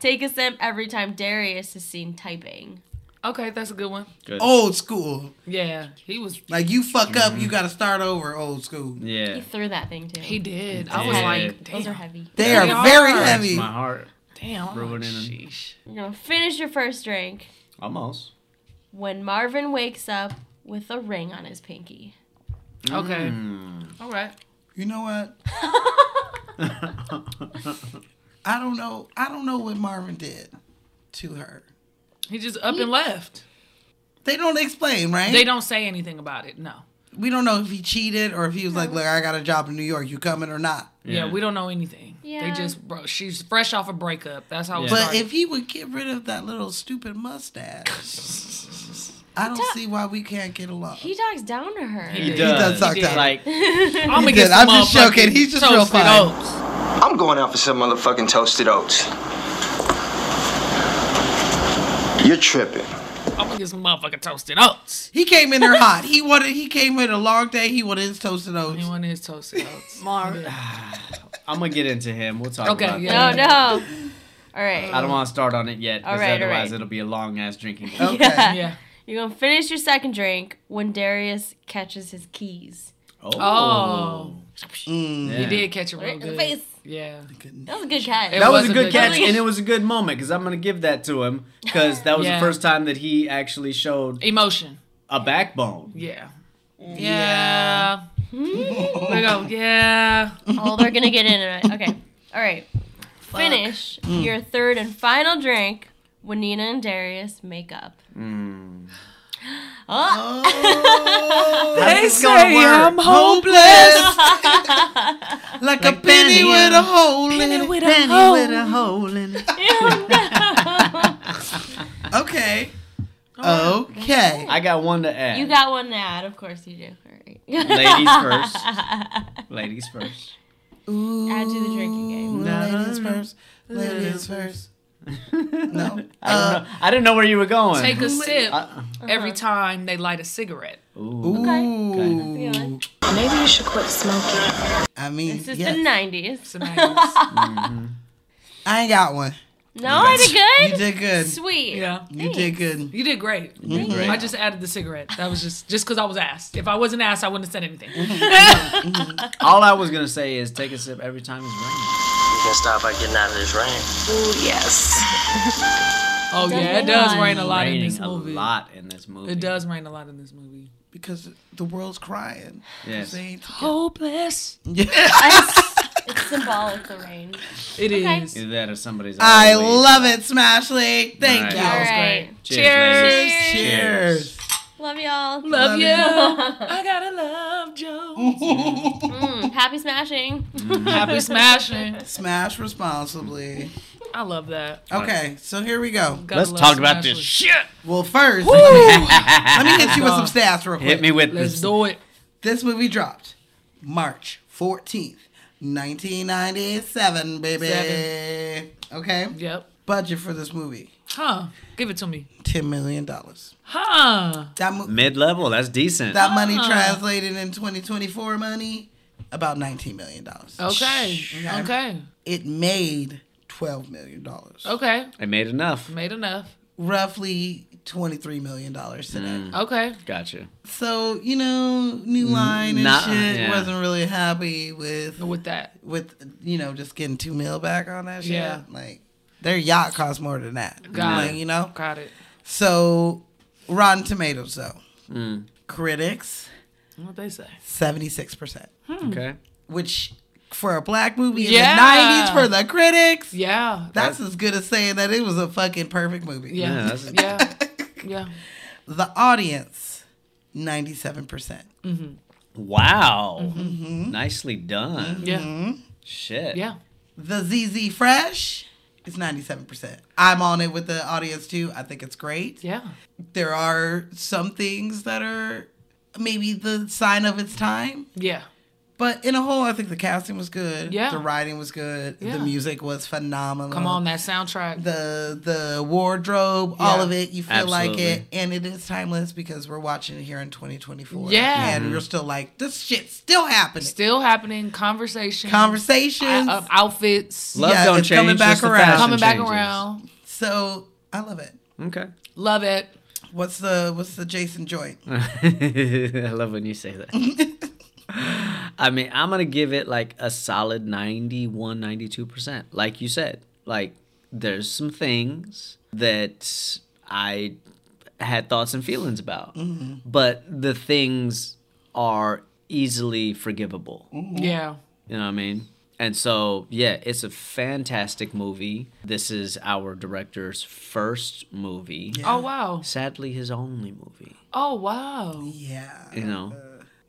Speaker 4: take a sip every time Darius is seen typing.
Speaker 2: Okay, that's a good one.
Speaker 1: Good.
Speaker 3: Old school.
Speaker 2: Yeah, he was.
Speaker 3: Like you fuck up, you gotta start over. Old school.
Speaker 1: Yeah.
Speaker 4: He threw that thing too.
Speaker 2: He did. I was
Speaker 1: did.
Speaker 2: like,
Speaker 4: Those are
Speaker 2: damn,
Speaker 4: heavy.
Speaker 3: They
Speaker 2: They
Speaker 3: are
Speaker 2: are.
Speaker 3: very
Speaker 2: Breaks
Speaker 1: It's
Speaker 3: heavy.
Speaker 1: my heart.
Speaker 2: damn. I'm like,
Speaker 1: Ruining him.
Speaker 2: sheesh.
Speaker 4: You're gonna finish your first drink
Speaker 1: Almost.
Speaker 4: when Marvin wakes up with a ring on his pinky.
Speaker 1: Mm.
Speaker 2: Okay. All right.
Speaker 3: You know what? I don't know. I don't know what Marvin did to her.
Speaker 2: He just up and left.
Speaker 3: They don't explain, right?
Speaker 2: They don't say anything about it. No.
Speaker 3: we don't know if he cheated or if he was like, "Look, I got a job in New York. You coming or not?"
Speaker 2: Yeah, we don't know anything.
Speaker 4: Yeah.
Speaker 2: They just bro, she's fresh off a breakup. That's how it
Speaker 1: Yeah.
Speaker 3: But
Speaker 2: started.
Speaker 3: if he would get rid of that little stupid mustache, I don't see why we can't get along.
Speaker 4: He talks down to her.
Speaker 1: He does.
Speaker 3: does talk
Speaker 1: He
Speaker 3: down.
Speaker 1: Like
Speaker 2: I'm gonna
Speaker 3: did.
Speaker 2: get some
Speaker 3: I'm just
Speaker 2: motherfucking
Speaker 3: joking. He's just real
Speaker 2: toasted
Speaker 3: fine.
Speaker 2: oats.
Speaker 10: I'm going out for some motherfucking toasted oats. You're tripping.
Speaker 2: I'm gonna get some motherfucking toasted oats.
Speaker 3: He came in there hot. He wanted. He came in a long day. He wanted his toasted
Speaker 2: He
Speaker 3: oats.
Speaker 2: wanted his toasted oats.
Speaker 1: I'm gonna get into him. We'll talk
Speaker 2: Okay,
Speaker 1: about
Speaker 2: yeah.
Speaker 1: that.
Speaker 4: No, no. All right.
Speaker 1: I don't want to start on it yet, because
Speaker 4: All right, all
Speaker 1: otherwise
Speaker 4: right.
Speaker 1: it'll be a long ass drinking.
Speaker 4: Oh.
Speaker 1: game.
Speaker 3: Okay.
Speaker 2: Yeah.
Speaker 4: You're gonna finish your second drink when Darius catches his keys.
Speaker 2: Oh.
Speaker 1: Mm-hmm.
Speaker 3: Mm.
Speaker 1: Yeah.
Speaker 2: He did catch it real
Speaker 4: Right in the
Speaker 2: good.
Speaker 4: face.
Speaker 2: Yeah.
Speaker 4: That was a good catch.
Speaker 2: It
Speaker 1: That was,
Speaker 2: was
Speaker 1: a
Speaker 2: a
Speaker 1: good
Speaker 2: good
Speaker 1: catch,
Speaker 4: catch.
Speaker 1: and it was a good moment because I'm gonna give that to him because that was
Speaker 2: Yeah.
Speaker 1: the first time that he actually showed
Speaker 2: Emotion.
Speaker 1: a backbone.
Speaker 2: Yeah. Yeah. There you go. Yeah.
Speaker 4: Oh, Mm-hmm. they're gonna get into it. Okay. All right. Finish
Speaker 1: Mm.
Speaker 4: your
Speaker 1: Mm.
Speaker 4: third and final drink when Nina and Darius make up. Oh.
Speaker 2: Oh.
Speaker 3: They say I'm hopeless. like, a penny, with a hole in it.
Speaker 4: with a hole.
Speaker 3: in it. okay. Okay.
Speaker 1: I got one to add.
Speaker 4: You got one to add, of course you do. All right.
Speaker 1: Ladies first. Ladies first.
Speaker 4: Add to the drinking
Speaker 3: Mm.
Speaker 4: game.
Speaker 3: Ladies first. Ladies first.
Speaker 1: No. I, don't know. I didn't know where you were going.
Speaker 2: Take a sip
Speaker 1: Uh,
Speaker 2: every time they light a cigarette.
Speaker 1: ooh.
Speaker 3: Ooh.
Speaker 6: Maybe you should quit smoking.
Speaker 3: I mean,
Speaker 4: This is
Speaker 3: yes.
Speaker 4: the 90s.
Speaker 3: I ain't got one.
Speaker 4: No, I did good.
Speaker 3: You did good.
Speaker 4: Sweet.
Speaker 2: Yeah.
Speaker 3: You did good.
Speaker 2: You did great.
Speaker 1: great.
Speaker 2: I just added the cigarette. That was just just because I was asked. If I wasn't asked, I wouldn't have said anything.
Speaker 1: All I was gonna say is take a sip every time it's raining.
Speaker 5: You can start by getting out of this rain.
Speaker 6: Ooh, yes.
Speaker 2: Oh yeah, it does rain a lot in
Speaker 1: Raining
Speaker 2: this
Speaker 1: a
Speaker 2: movie.
Speaker 1: lot in this movie.
Speaker 2: It does rain a lot in this movie.
Speaker 3: Because the world's crying. 'Cause
Speaker 1: Yes.
Speaker 3: they ain't-
Speaker 2: Oh, Hopeless.
Speaker 4: It's symbolic, the rain.
Speaker 2: It is.
Speaker 4: Okay.
Speaker 1: Either that or somebody's.
Speaker 3: I
Speaker 1: always-
Speaker 3: love it, Smashly. Thank
Speaker 1: Nice.
Speaker 3: you.
Speaker 4: All
Speaker 1: That was
Speaker 4: right.
Speaker 1: Cheers. ladies.
Speaker 3: Cheers.
Speaker 4: Love y'all.
Speaker 2: Love you.
Speaker 4: you.
Speaker 2: I gotta love Joe.
Speaker 4: Mm, happy smashing.
Speaker 2: Mm, Happy smashing.
Speaker 3: Smash responsibly.
Speaker 2: I love that.
Speaker 3: Okay, so here we go.
Speaker 2: Gotta
Speaker 1: Let's
Speaker 2: love
Speaker 1: talk about
Speaker 2: smashing.
Speaker 1: this shit.
Speaker 3: Well, first, let me hit you with some stats real quick.
Speaker 1: Hit me with
Speaker 2: Let's
Speaker 1: this.
Speaker 2: do it.
Speaker 3: This movie dropped March 14th, 1997, baby.
Speaker 2: Seven.
Speaker 3: Okay.
Speaker 2: Yep.
Speaker 3: Budget for this movie
Speaker 2: Huh. Give it to me.
Speaker 3: $10 million. That,
Speaker 2: Huh.
Speaker 3: mo-
Speaker 1: Mid level, that's decent.
Speaker 3: that money translated in 2024 money, about $19 million.
Speaker 2: Okay. Okay.
Speaker 3: It made $12 million.
Speaker 2: Okay.
Speaker 1: I made enough.
Speaker 2: Made enough.
Speaker 3: Roughly $23 million today.
Speaker 1: Hmm.
Speaker 2: Okay.
Speaker 1: Gotcha.
Speaker 3: So, you know, New Line and
Speaker 1: nah,
Speaker 3: shit
Speaker 1: yeah.
Speaker 3: wasn't really happy with
Speaker 2: With that.
Speaker 3: with you know just getting two mil back on that shit.
Speaker 2: Yeah.
Speaker 3: Like their yacht costs more than that.
Speaker 2: Got
Speaker 3: like,
Speaker 2: it.
Speaker 3: You know.
Speaker 2: Got it.
Speaker 3: So Rotten Tomatoes though,
Speaker 1: Mm.
Speaker 3: critics
Speaker 2: What they say?
Speaker 3: seventy six percent,
Speaker 2: Hmm.
Speaker 1: Okay.
Speaker 3: which for a black movie
Speaker 2: Yeah.
Speaker 3: in the nineties for the critics,
Speaker 2: Yeah.
Speaker 3: that's as good as saying that it was a fucking perfect movie.
Speaker 1: Yeah,
Speaker 2: Yeah.
Speaker 1: that's-
Speaker 2: Yeah. Yeah.
Speaker 3: The audience ninety seven percent.
Speaker 1: Wow.
Speaker 2: Mm-hmm.
Speaker 3: Mm-hmm.
Speaker 1: Nicely done.
Speaker 2: Yeah.
Speaker 1: Shit.
Speaker 2: Mm-hmm. Yeah.
Speaker 3: The ZZ Fresh is ninety seven percent. I'm on it with the audience too. I think it's great.
Speaker 2: Yeah.
Speaker 3: there are some things that are maybe the sign of its time.
Speaker 2: Yeah.
Speaker 3: But in a whole, I think the casting was good.
Speaker 2: Yeah.
Speaker 3: The writing was good.
Speaker 2: Yeah.
Speaker 3: The music was phenomenal.
Speaker 2: Come on, that soundtrack.
Speaker 3: The the wardrobe, all
Speaker 2: Yeah.
Speaker 3: of it, you feel like it,
Speaker 1: Absolutely.
Speaker 3: and it is timeless because we're watching it here in 2024.
Speaker 2: Yeah.
Speaker 3: and we're still like, this shit's still happening.
Speaker 2: Still happening. Conversation.
Speaker 3: Conversations,
Speaker 2: Uh, outfits.
Speaker 1: Love
Speaker 3: Yeah,
Speaker 1: don't
Speaker 3: it's
Speaker 1: change.
Speaker 3: coming back
Speaker 1: just the
Speaker 3: around.
Speaker 1: fashion
Speaker 2: coming back
Speaker 1: changes.
Speaker 2: around.
Speaker 3: so I love it.
Speaker 1: Okay.
Speaker 2: Love it.
Speaker 3: What's the what's the Jason joint?
Speaker 1: I love when you say that. I mean, I'm going to give it like a solid 91, 92%. Like you said, like there's some things that I had thoughts and feelings about, but the things are easily forgivable.
Speaker 2: Yeah.
Speaker 1: You know what I mean? And so, yeah, it's a fantastic movie. This is our director's first movie.
Speaker 2: Oh wow.
Speaker 1: Sadly, his only movie
Speaker 2: Oh wow.
Speaker 3: Yeah,
Speaker 1: you know.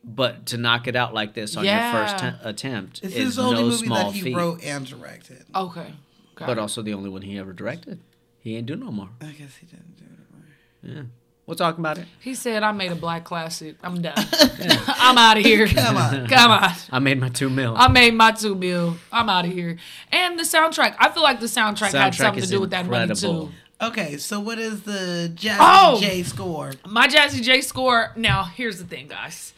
Speaker 1: But to knock it out like this on your first
Speaker 2: Yeah.
Speaker 1: te- attempt
Speaker 3: this
Speaker 1: is
Speaker 3: is the only
Speaker 1: no
Speaker 3: movie
Speaker 1: small
Speaker 3: that he
Speaker 1: feat.
Speaker 3: wrote and directed.
Speaker 2: Okay. Got
Speaker 1: but uh,
Speaker 2: it.
Speaker 1: also the only one he ever directed. He ain't do no more.
Speaker 3: I guess he didn't do it.
Speaker 1: We'll talk about it.
Speaker 2: He said, "I made a black classic. I'm done. I'm out of here. Come on, come on.
Speaker 1: I made my two mil.
Speaker 2: I made my two bill. I'm out of here." And the soundtrack. I feel like the soundtrack,
Speaker 1: Soundtrack
Speaker 2: had something to
Speaker 1: is
Speaker 2: do with that money
Speaker 1: incredible.
Speaker 2: too.
Speaker 3: Okay, so what is the Jazzy
Speaker 2: Oh!
Speaker 3: J score?
Speaker 2: My Jazzy J score. Now, here's the thing, guys.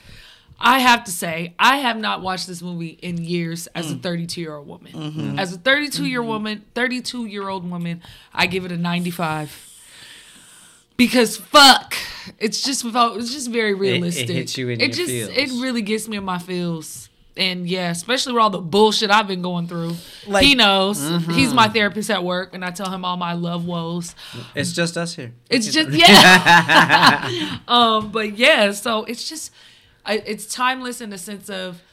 Speaker 2: I have to say, I have not watched this movie in years as a
Speaker 1: Mm.
Speaker 2: 32 year old woman.
Speaker 1: Mm-hmm.
Speaker 2: As a 32 year woman, 32 year old woman, I give it a 95. Because fuck, it's just fo- it's just very realistic.
Speaker 1: hits you in your
Speaker 2: just
Speaker 1: feels.
Speaker 2: it really gets me in my feels. And yeah, especially with all the bullshit I've been going through.
Speaker 3: Like-
Speaker 2: he knows.
Speaker 1: mm-hmm.
Speaker 2: He's my therapist at work, and I tell him all my love woes.
Speaker 1: it's just us here.
Speaker 2: It's just yeah. um, but yeah, so it's just I- it's timeless in the sense of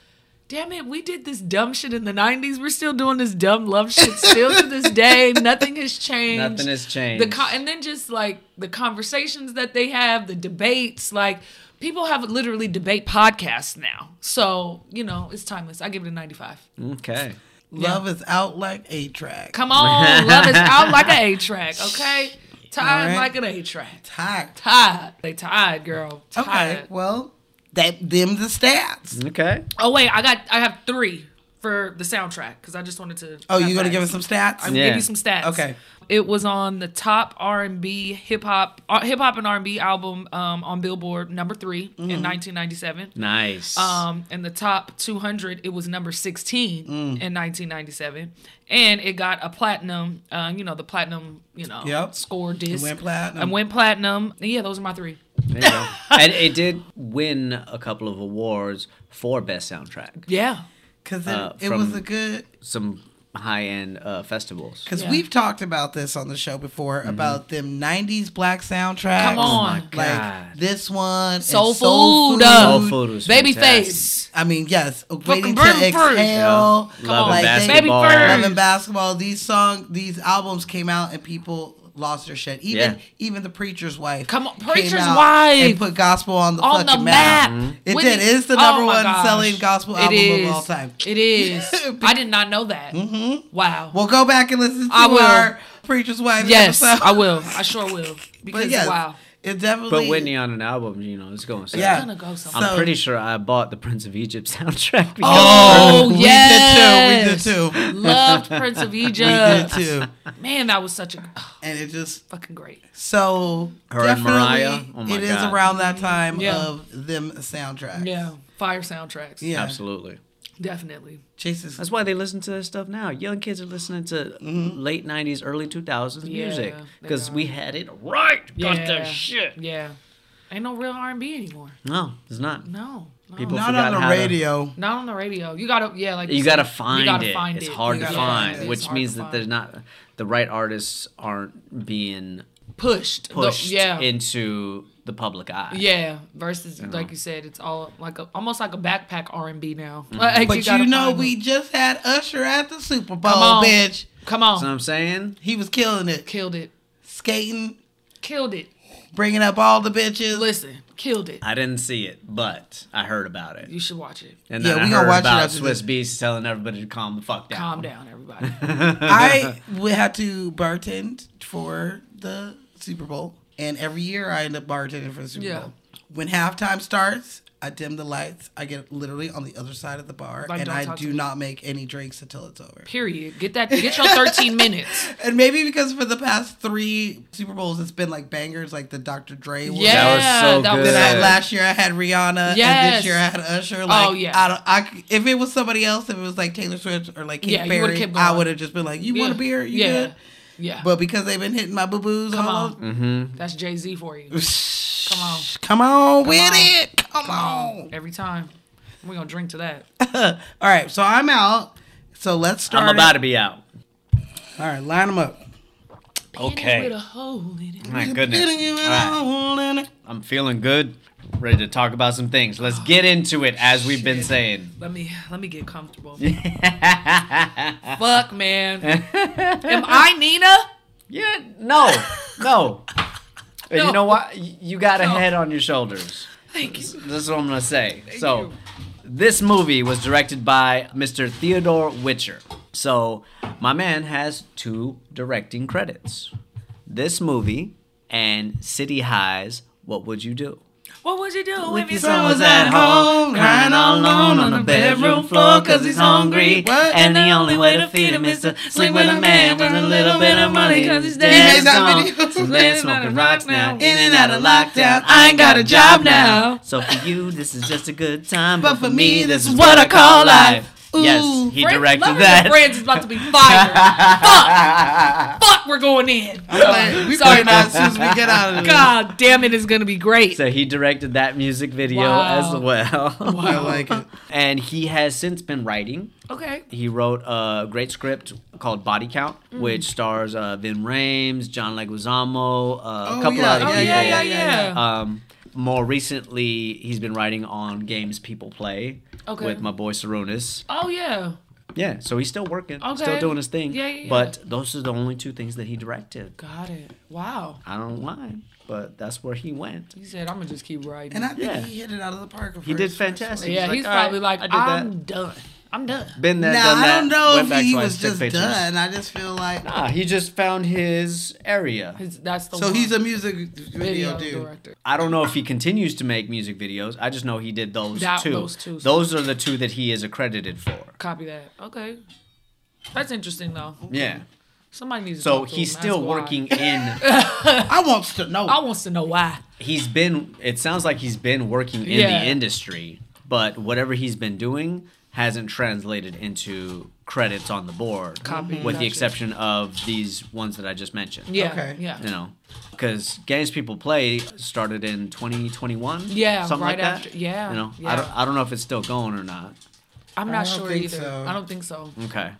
Speaker 2: damn it, we did this dumb shit in the 90s. We're still doing this dumb love shit still to this day. Nothing has changed.
Speaker 1: Nothing has changed.
Speaker 2: The con- and then just like the conversations that they have, the debates, like people have literally debate podcasts now. So, you know, it's timeless. I give it a 95.
Speaker 1: Okay.
Speaker 3: Love is out like a track.
Speaker 2: Come on, love is out like an A track, okay? Tied
Speaker 3: All right.
Speaker 2: like an A track.
Speaker 3: Tied.
Speaker 2: Tied. They tied, girl. Tied.
Speaker 3: Okay, well, that them the stats.
Speaker 1: Okay.
Speaker 2: Oh wait, I got I have three for the soundtrack because I just wanted to.
Speaker 3: Oh, you
Speaker 2: have
Speaker 3: gonna
Speaker 2: that.
Speaker 3: give us some stats?
Speaker 2: I'm
Speaker 3: Yeah.
Speaker 2: give you some stats.
Speaker 3: Okay.
Speaker 2: It was on the top R and B, hip hop, hip hop and R and B album um, on Billboard number 3
Speaker 3: Mm-hmm.
Speaker 2: in 1997.
Speaker 1: Nice.
Speaker 2: Um, in the top 200, it was number 16 in
Speaker 3: Mm.
Speaker 2: 1997, and it got a platinum. Uh, you know the platinum, you know,
Speaker 1: Yep.
Speaker 2: score disc.
Speaker 1: went platinum.
Speaker 2: And went platinum. Yeah, those are my three.
Speaker 1: There you go. and it did win a couple of awards for best soundtrack.
Speaker 2: Yeah.
Speaker 3: Because
Speaker 1: uh,
Speaker 3: it
Speaker 1: from
Speaker 3: was a good
Speaker 1: some high end uh, festivals.
Speaker 3: Because we've talked about this on the show before about them '90s black soundtracks.
Speaker 2: Mm-hmm. Come on. Oh my
Speaker 3: like this one, and
Speaker 2: Soul Food, uh, Soul Food was Babyface. fantastic.
Speaker 3: I mean, yes, waiting
Speaker 2: Burn
Speaker 3: to
Speaker 2: Fruit.
Speaker 3: exhale.
Speaker 1: Yeah. Love and
Speaker 3: they-
Speaker 1: Basketball. Babyface.
Speaker 3: Love and basketball. These song, these albums came out and people lost their shit. Even
Speaker 1: Yeah.
Speaker 3: even the preacher's wife.
Speaker 2: Come on,
Speaker 3: came
Speaker 2: Preacher's
Speaker 3: out
Speaker 2: Wife.
Speaker 3: and put gospel on the
Speaker 2: On the
Speaker 3: fucking map.
Speaker 1: Mm-hmm.
Speaker 2: map. Mhm.
Speaker 3: It
Speaker 2: With
Speaker 3: did.
Speaker 2: the-
Speaker 3: It's the
Speaker 2: Oh
Speaker 3: number
Speaker 2: my
Speaker 3: one
Speaker 2: gosh.
Speaker 3: selling gospel
Speaker 2: It
Speaker 3: album
Speaker 2: is.
Speaker 3: of all time.
Speaker 2: It is. I did not know that. Mm-hmm. Wow.
Speaker 3: Well, go back and listen to
Speaker 2: I will.
Speaker 3: our preacher's wife.
Speaker 2: Yes,
Speaker 3: episode.
Speaker 2: I will. I sure will. Because
Speaker 3: yes,
Speaker 2: wow.
Speaker 3: It definitely.
Speaker 1: But Whitney on an album, you know, it's going.
Speaker 3: Yeah.
Speaker 2: gonna go somewhere.
Speaker 1: I'm pretty sure I bought the Prince of Egypt soundtrack. because-
Speaker 2: Oh,
Speaker 3: we did
Speaker 2: yes.
Speaker 3: too. We did too.
Speaker 2: Loved Prince of Egypt.
Speaker 3: We did too.
Speaker 2: Man, that was such a oh,
Speaker 3: And it just
Speaker 2: fucking great.
Speaker 3: so
Speaker 1: Her and
Speaker 3: definitely
Speaker 1: Mariah. Oh my
Speaker 3: it is
Speaker 1: God.
Speaker 3: around that time
Speaker 2: Mm-hmm. Yeah.
Speaker 3: of them soundtrack.
Speaker 2: Yeah. Fire soundtracks.
Speaker 3: Yeah.
Speaker 1: Absolutely.
Speaker 2: Definitely.
Speaker 3: Jesus.
Speaker 1: That's why they listen to this stuff now. Young kids are listening to
Speaker 3: Mm-hmm.
Speaker 1: late '90s, early 2000s
Speaker 2: Yeah,
Speaker 1: music
Speaker 2: they
Speaker 1: because
Speaker 2: are.
Speaker 1: we had it right.
Speaker 2: Yeah.
Speaker 1: Got that shit.
Speaker 2: Yeah. Ain't no real R and B anymore.
Speaker 1: No, it's not.
Speaker 2: No. no.
Speaker 1: People
Speaker 3: Not
Speaker 1: forgot
Speaker 3: on the
Speaker 1: how to-
Speaker 3: radio.
Speaker 2: Not on the radio. You gotta yeah, like
Speaker 1: you
Speaker 2: said,
Speaker 1: gotta find
Speaker 2: gotta
Speaker 1: it.
Speaker 2: find
Speaker 1: it's hard
Speaker 2: You
Speaker 1: to
Speaker 2: gotta
Speaker 1: find,
Speaker 2: it. It's
Speaker 1: which
Speaker 2: hard
Speaker 1: means
Speaker 2: to
Speaker 1: that
Speaker 2: find.
Speaker 1: there's not the right artists aren't being
Speaker 2: pushed. The-
Speaker 1: pushed
Speaker 2: yeah.
Speaker 1: into the public eye.
Speaker 2: Yeah, versus
Speaker 1: You know.
Speaker 2: like you said, it's all like a, almost like a backpack R and B now.
Speaker 1: Mm-hmm.
Speaker 2: Like,
Speaker 3: But you,
Speaker 2: gotta
Speaker 3: know,
Speaker 2: find
Speaker 3: we
Speaker 2: it.
Speaker 3: just had Usher at the Super Bowl,
Speaker 2: Come on.
Speaker 3: bitch.
Speaker 2: come on,
Speaker 1: So I'm saying
Speaker 3: He was killing it,
Speaker 2: killed it,
Speaker 3: skating,
Speaker 2: killed it.
Speaker 3: bringing up all the bitches.
Speaker 2: Listen, killed it.
Speaker 1: I didn't see it, but I heard about it.
Speaker 2: You should watch it.
Speaker 1: And
Speaker 3: Yeah,
Speaker 1: then I
Speaker 3: we gonna
Speaker 1: heard
Speaker 3: watch it
Speaker 1: about
Speaker 3: after
Speaker 1: Swiss
Speaker 3: this.
Speaker 1: Beats telling everybody to calm the fuck down.
Speaker 2: Calm down, everybody.
Speaker 3: I would have to bartend for the Super Bowl, and every year I end up bartending for the Super
Speaker 2: Yeah.
Speaker 3: Bowl. When halftime starts, I dim the lights. I get literally on the other side of the bar,
Speaker 2: Like,
Speaker 3: and
Speaker 2: don't
Speaker 3: I
Speaker 2: talk to
Speaker 3: do
Speaker 2: me.
Speaker 3: not make any drinks until it's over.
Speaker 2: Period. Get that. Get your 13 minutes.
Speaker 3: And maybe because for the past three Super Bowls, it's been like bangers, like the Dr. Dre. one.
Speaker 2: Yeah,
Speaker 1: so good.
Speaker 3: Then I,
Speaker 1: Yeah.
Speaker 3: last year I had Rihanna, and
Speaker 2: Yes.
Speaker 3: this year I had Usher. Like,
Speaker 2: Oh, yeah.
Speaker 3: I don't, I, c- if it was somebody else, if it was like Taylor Swift or like Katy
Speaker 2: Yeah, you would've
Speaker 3: Perry,
Speaker 2: kept
Speaker 3: I
Speaker 2: going.
Speaker 3: would have just been like, "You want a
Speaker 2: Yeah.
Speaker 3: beer? You
Speaker 2: yeah.
Speaker 3: good?"
Speaker 2: Yeah.
Speaker 3: But because they've been hitting my boo boos,
Speaker 2: come
Speaker 3: all
Speaker 2: on.
Speaker 3: over-
Speaker 1: Mm-hmm.
Speaker 2: That's Jay Z for you. Come on.
Speaker 3: come on with
Speaker 2: on.
Speaker 3: it. Come, on.
Speaker 2: Every time. We're gonna drink to that.
Speaker 3: all right, so I'm out. So let's start.
Speaker 1: I'm about to be out.
Speaker 3: it. All right, line them up.
Speaker 2: With
Speaker 1: Okay.
Speaker 2: a hole in it.
Speaker 1: My goodness. All right. I'm feeling good. Ready to talk about some things. Let's get into it as we've been saying.
Speaker 2: Let me let me get comfortable. Fuck man. Am I Nina?
Speaker 1: Yeah, no, no. And
Speaker 2: No.
Speaker 1: you know what? Y- You got a
Speaker 2: No.
Speaker 1: head on your shoulders.
Speaker 2: Thank you.
Speaker 1: This is what I'm gonna say.
Speaker 2: Thank
Speaker 1: so,
Speaker 2: you.
Speaker 1: this movie was directed by Mr. Theodore Witcher. So, my man has two directing credits: this movie and City Highs. What would you do?
Speaker 2: What would you do
Speaker 1: With
Speaker 2: if
Speaker 1: your
Speaker 2: you
Speaker 1: son
Speaker 2: saw
Speaker 1: was
Speaker 2: was
Speaker 1: at
Speaker 2: that
Speaker 1: home, crying all alone on the bedroom floor cause he's hungry.
Speaker 3: What?
Speaker 1: And the only way to feed him is to sleep with a man with a little bit of money cause his dad
Speaker 3: made
Speaker 1: is
Speaker 3: that
Speaker 1: gone.
Speaker 3: video.
Speaker 1: So man's smoking rocks now, in and out of lockdown.
Speaker 3: I ain't got a job now.
Speaker 1: So for you, this is just a good time, but,
Speaker 3: But
Speaker 1: for me, this is what I call life. yes, he directed that.
Speaker 2: Friends is about to be fired. Fuck. Fuck, we're going in.
Speaker 3: Like, we Sorry, out as soon as we get out of this.
Speaker 2: God damn it, it's gonna be great.
Speaker 1: So he directed that music video
Speaker 2: Wow.
Speaker 1: as well.
Speaker 3: I like it.
Speaker 1: and he has since been writing.
Speaker 2: Okay.
Speaker 1: He wrote a great script called Body Count,
Speaker 3: Mm.
Speaker 1: which stars uh, Vin Rames, John Leguizamo, uh, a couple
Speaker 3: yeah,
Speaker 1: other
Speaker 2: Oh
Speaker 3: yeah,
Speaker 2: yeah,
Speaker 1: people.
Speaker 2: yeah, yeah.
Speaker 3: yeah, yeah.
Speaker 1: Um, more recently, he's been writing on games people play,
Speaker 2: Okay.
Speaker 1: with my boy Saronis.
Speaker 2: Oh yeah.
Speaker 1: Yeah, so he's still working,
Speaker 2: Okay.
Speaker 1: still doing his thing.
Speaker 2: Yeah, yeah, yeah.
Speaker 1: But those are the only two things that he directed.
Speaker 2: Got it. Wow.
Speaker 1: I don't mind, but that's where he went.
Speaker 2: He said, "I'm gonna just keep writing."
Speaker 3: And I think
Speaker 1: Yeah.
Speaker 3: he hit it out of the park.
Speaker 1: He did fantastic.
Speaker 2: yeah,
Speaker 1: like,
Speaker 2: he's
Speaker 1: "All right,
Speaker 2: probably like,
Speaker 1: I did
Speaker 2: "I'm
Speaker 1: that.
Speaker 2: done. I'm done."
Speaker 1: Been there,
Speaker 3: now
Speaker 1: done
Speaker 3: I don't
Speaker 1: that,
Speaker 3: know
Speaker 1: went
Speaker 3: if
Speaker 1: back
Speaker 3: he
Speaker 1: twice,
Speaker 3: was
Speaker 1: took
Speaker 3: just
Speaker 1: pictures.
Speaker 3: done. I just feel like
Speaker 1: Nah, he just found his area.
Speaker 2: His- that's the
Speaker 3: so
Speaker 2: one.
Speaker 3: he's a music video,
Speaker 2: Video
Speaker 3: dude.
Speaker 2: director.
Speaker 1: I don't know if he continues to make music videos. I just know he did those
Speaker 2: That-
Speaker 1: two.
Speaker 2: those two.
Speaker 1: Those are the two that he is accredited for.
Speaker 2: Copy that. Okay. That's interesting though.
Speaker 1: Yeah.
Speaker 2: Somebody needs. to
Speaker 1: So
Speaker 2: talk to
Speaker 1: he's
Speaker 2: him,
Speaker 1: still
Speaker 2: ask why.
Speaker 1: working in.
Speaker 3: I wants to know.
Speaker 2: I wants to know why.
Speaker 1: He's been. It sounds like he's been working in
Speaker 2: Yeah.
Speaker 1: the industry, but whatever he's been doing hasn't translated into credits on the board,
Speaker 2: Copy,
Speaker 1: with
Speaker 2: gotcha.
Speaker 1: the exception of these ones that I just mentioned.
Speaker 2: Yeah.
Speaker 3: Okay.
Speaker 2: Yeah.
Speaker 1: You know, because Games People Play started in 2021.
Speaker 2: Yeah,
Speaker 1: something
Speaker 2: right
Speaker 1: like that.
Speaker 2: after- yeah,
Speaker 1: You know,
Speaker 2: yeah.
Speaker 1: I don't. I don't know if it's still going or not.
Speaker 2: I'm
Speaker 3: I
Speaker 2: not
Speaker 3: don't
Speaker 2: sure
Speaker 3: think
Speaker 2: either.
Speaker 3: so.
Speaker 2: I don't think so.
Speaker 1: Okay.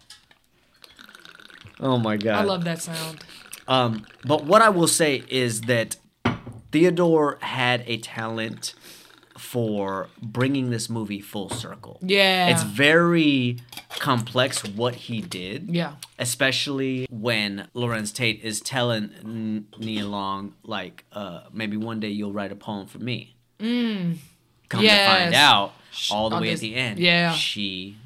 Speaker 1: Oh my god.
Speaker 2: I love that sound.
Speaker 1: Um, but what I will say is that Theodore had a talent for bringing this movie full circle.
Speaker 2: Yeah.
Speaker 1: It's very complex what he did.
Speaker 2: Yeah.
Speaker 1: Especially when Lawrence Tate is telling N- Nia Long, like, uh, maybe one day you'll write a poem for me.
Speaker 2: Mm.
Speaker 1: Come
Speaker 2: Yes.
Speaker 1: to find out, all the
Speaker 2: on
Speaker 1: way at
Speaker 2: this-
Speaker 1: the end,
Speaker 2: yeah.
Speaker 1: she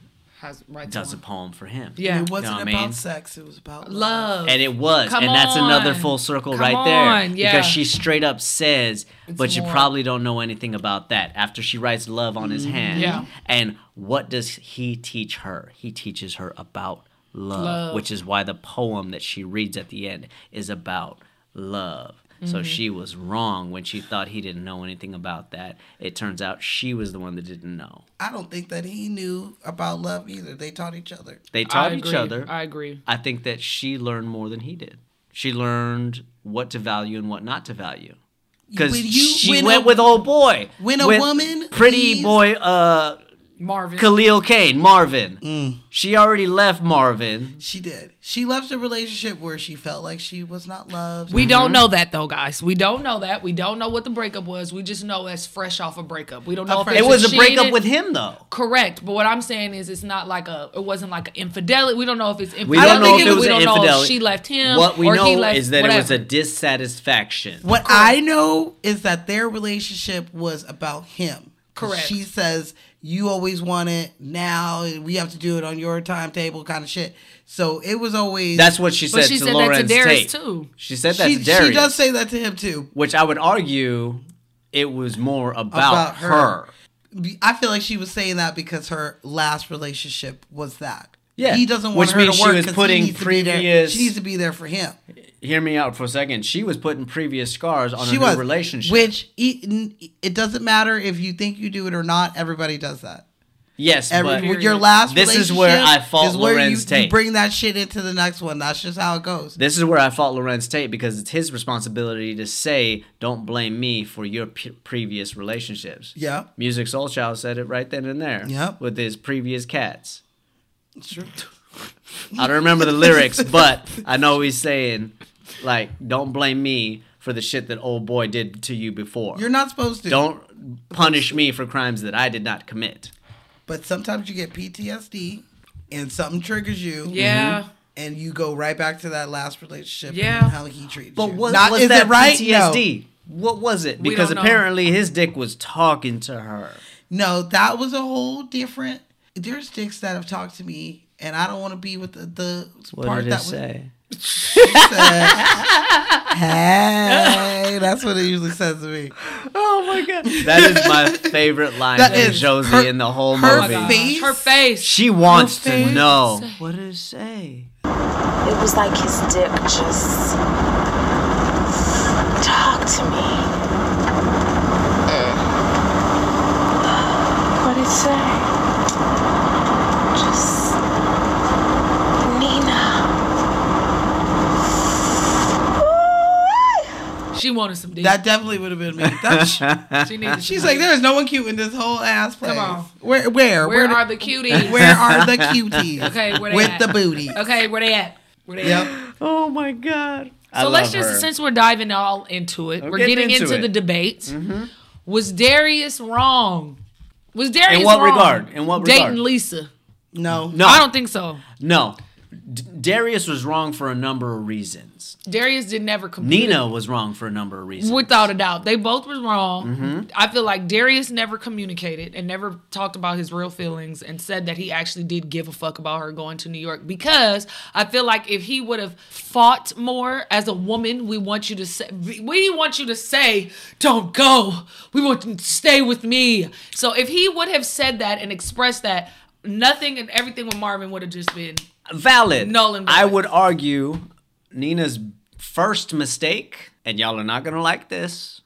Speaker 2: Has right.
Speaker 1: does a poem for him.
Speaker 2: Yeah.
Speaker 3: It
Speaker 1: You know
Speaker 3: wasn't
Speaker 1: what I
Speaker 3: about
Speaker 1: mean?
Speaker 3: sex. It was about
Speaker 2: Love.
Speaker 1: And it was.
Speaker 2: Come
Speaker 1: and that's another
Speaker 2: on.
Speaker 1: full circle
Speaker 2: Come
Speaker 1: right there.
Speaker 2: on, yeah.
Speaker 1: Because she straight up says, but you
Speaker 2: more-
Speaker 1: probably don't know anything about that after she writes love on his hand.
Speaker 2: Mm-hmm. Yeah.
Speaker 1: And what does he teach her? He teaches her about love,
Speaker 2: Love.
Speaker 1: which is why the poem that she reads at the end is about love.
Speaker 2: Mm-hmm.
Speaker 1: So she was wrong when she thought he didn't know anything about that. It turns out she was the one that didn't know.
Speaker 3: I don't think that he knew about love either. They taught each other.
Speaker 1: They taught
Speaker 2: I
Speaker 1: each
Speaker 2: agree.
Speaker 1: other.
Speaker 2: I agree.
Speaker 1: I think that she learned more than he did. She learned what to value and what not to value. Because
Speaker 3: When you-
Speaker 1: she
Speaker 3: when
Speaker 1: went
Speaker 3: a-
Speaker 1: with old boy.
Speaker 3: when a
Speaker 1: with
Speaker 3: woman
Speaker 1: Pretty
Speaker 3: leaves-
Speaker 1: boy, uh,
Speaker 2: Marvin.
Speaker 1: Khalil Kane, Marvin.
Speaker 3: Mm.
Speaker 1: She already left Marvin.
Speaker 3: She did. She left a relationship where she felt like she was not loved.
Speaker 2: We don't know that though, guys. We don't know that. We don't know what the breakup was. We just know it's fresh off a breakup. We don't know if
Speaker 3: fresh-
Speaker 2: it's
Speaker 1: It was a
Speaker 2: cheated-
Speaker 1: breakup with him, though.
Speaker 2: Correct, but what I'm saying is, it's not like a. It wasn't like an infidelity. We don't know if it's infidelity.
Speaker 1: We don't know
Speaker 2: think
Speaker 1: if
Speaker 2: it
Speaker 1: it was
Speaker 2: we
Speaker 1: an
Speaker 2: don't know if
Speaker 1: infidelity.
Speaker 2: she left him.
Speaker 1: What we
Speaker 2: or he
Speaker 1: know
Speaker 2: left,
Speaker 1: is that it was a
Speaker 2: whatever.
Speaker 1: dissatisfaction.
Speaker 3: What I know is that their relationship was about him. 'Cause
Speaker 2: Correct.
Speaker 3: She says, You always want it now. and We have to do it on your timetable, kind of shit. So it was always.
Speaker 1: That's what she said
Speaker 2: But she
Speaker 1: to
Speaker 2: said that to
Speaker 1: Lawrence
Speaker 2: Darius
Speaker 1: Tate.
Speaker 2: too.
Speaker 1: She said that
Speaker 3: she,
Speaker 1: to Darius.
Speaker 3: she does say that to him too.
Speaker 1: which I would argue it was more about,
Speaker 3: About her.
Speaker 1: her.
Speaker 3: I feel like she was saying that because her last relationship was that.
Speaker 1: Yeah.
Speaker 3: He doesn't want
Speaker 1: Which
Speaker 3: her
Speaker 1: means
Speaker 3: to
Speaker 1: she
Speaker 3: work
Speaker 1: was
Speaker 3: 'cause
Speaker 1: putting
Speaker 3: he needs to be there-
Speaker 1: previous-
Speaker 3: She needs to be there for him.
Speaker 1: Hear me out for a second. She was putting previous scars on
Speaker 3: she
Speaker 1: her
Speaker 3: was
Speaker 1: new relationship.
Speaker 3: Which e- n- it doesn't matter if you think you do it or not. Everybody does that.
Speaker 1: yes,
Speaker 3: Every,
Speaker 1: but
Speaker 3: with your last
Speaker 1: This is
Speaker 3: relationship
Speaker 1: where I fault
Speaker 3: is where you-
Speaker 1: Lorenz
Speaker 3: you,
Speaker 1: Tate.
Speaker 3: bring that shit into the next one. That's just how it goes.
Speaker 1: this is where I fault Lorenz Tate because it's his responsibility to say, "Don't blame me for your p- previous relationships."
Speaker 3: Yeah.
Speaker 1: Music Soul Child said it right then and there.
Speaker 3: Yep.
Speaker 1: with his previous cats.
Speaker 3: Sure.
Speaker 1: I don't remember the lyrics, but I know he's saying, like, "Don't blame me for the shit that old boy did to you before."
Speaker 3: You're not supposed to.
Speaker 1: Don't punish me for crimes that I did not commit.
Speaker 3: But sometimes you get PTSD and something triggers you.
Speaker 1: Mm-hmm.
Speaker 2: Yeah.
Speaker 3: And you go right back to that last relationship
Speaker 2: Yeah.
Speaker 3: and how he treated you.
Speaker 1: But what
Speaker 3: Not-
Speaker 1: was
Speaker 3: is
Speaker 1: that
Speaker 3: it right?
Speaker 1: PTSD? What was it?
Speaker 2: We
Speaker 1: Because
Speaker 2: don't know.
Speaker 1: apparently his dick was talking to her.
Speaker 3: No. no, that was a whole different. There's dicks that have talked to me, and I don't want to be with the, the
Speaker 1: What
Speaker 3: part
Speaker 1: did it
Speaker 3: that
Speaker 1: say?
Speaker 3: was said. hey, that's what it usually says to me.
Speaker 1: Oh my god, that is my favorite line
Speaker 3: That
Speaker 1: from
Speaker 3: is
Speaker 1: Josie
Speaker 3: her-
Speaker 1: in the whole
Speaker 3: her
Speaker 1: movie.
Speaker 3: face.
Speaker 2: Her face.
Speaker 1: She wants
Speaker 3: Her face.
Speaker 1: to know. What did it say?
Speaker 6: It was like his dick just talk to me. What did it say? Just Nina.
Speaker 2: She wanted some dick.
Speaker 3: That definitely would have been me. That,
Speaker 2: she needed.
Speaker 3: she's
Speaker 2: some
Speaker 3: like,
Speaker 2: dick.
Speaker 3: there is no one cute in this whole ass place.
Speaker 2: Come on.
Speaker 3: Where? Where?
Speaker 2: Where
Speaker 3: did-
Speaker 2: are the cuties?
Speaker 3: Where are the cuties?
Speaker 2: Okay, where they
Speaker 3: with
Speaker 2: at?
Speaker 3: the booty.
Speaker 2: Okay, where they at? Where they at?
Speaker 3: Yep.
Speaker 1: Oh my god. I
Speaker 2: So let's
Speaker 1: love
Speaker 2: just
Speaker 1: her.
Speaker 2: since we're diving all into it, we're
Speaker 1: getting Mm-hmm.
Speaker 2: getting into,
Speaker 1: into
Speaker 2: the
Speaker 1: it.
Speaker 2: debate. Was Darius wrong Was Darius
Speaker 1: In what
Speaker 2: wrong
Speaker 1: regard? In what
Speaker 2: dating
Speaker 1: regard?
Speaker 2: Lisa?
Speaker 3: No,
Speaker 1: No.
Speaker 2: I don't think so.
Speaker 1: No. D- Darius was wrong for a number of reasons.
Speaker 2: Darius did never complete.
Speaker 1: Nina was wrong for a number of reasons.
Speaker 2: Without a doubt. They both were wrong.
Speaker 1: Mhm.
Speaker 2: I feel like Darius never communicated and never talked about his real feelings and said that he actually did give a fuck about her going to New York because I feel like if he would have fought more as a woman, we want you to say we want you to say, "Don't go. We want you to stay with me." So if he would have said that and expressed that, nothing and everything with Marvin would have just been
Speaker 1: Valid.
Speaker 2: Null and
Speaker 1: I would argue Nina's first mistake, and y'all are not going to like this,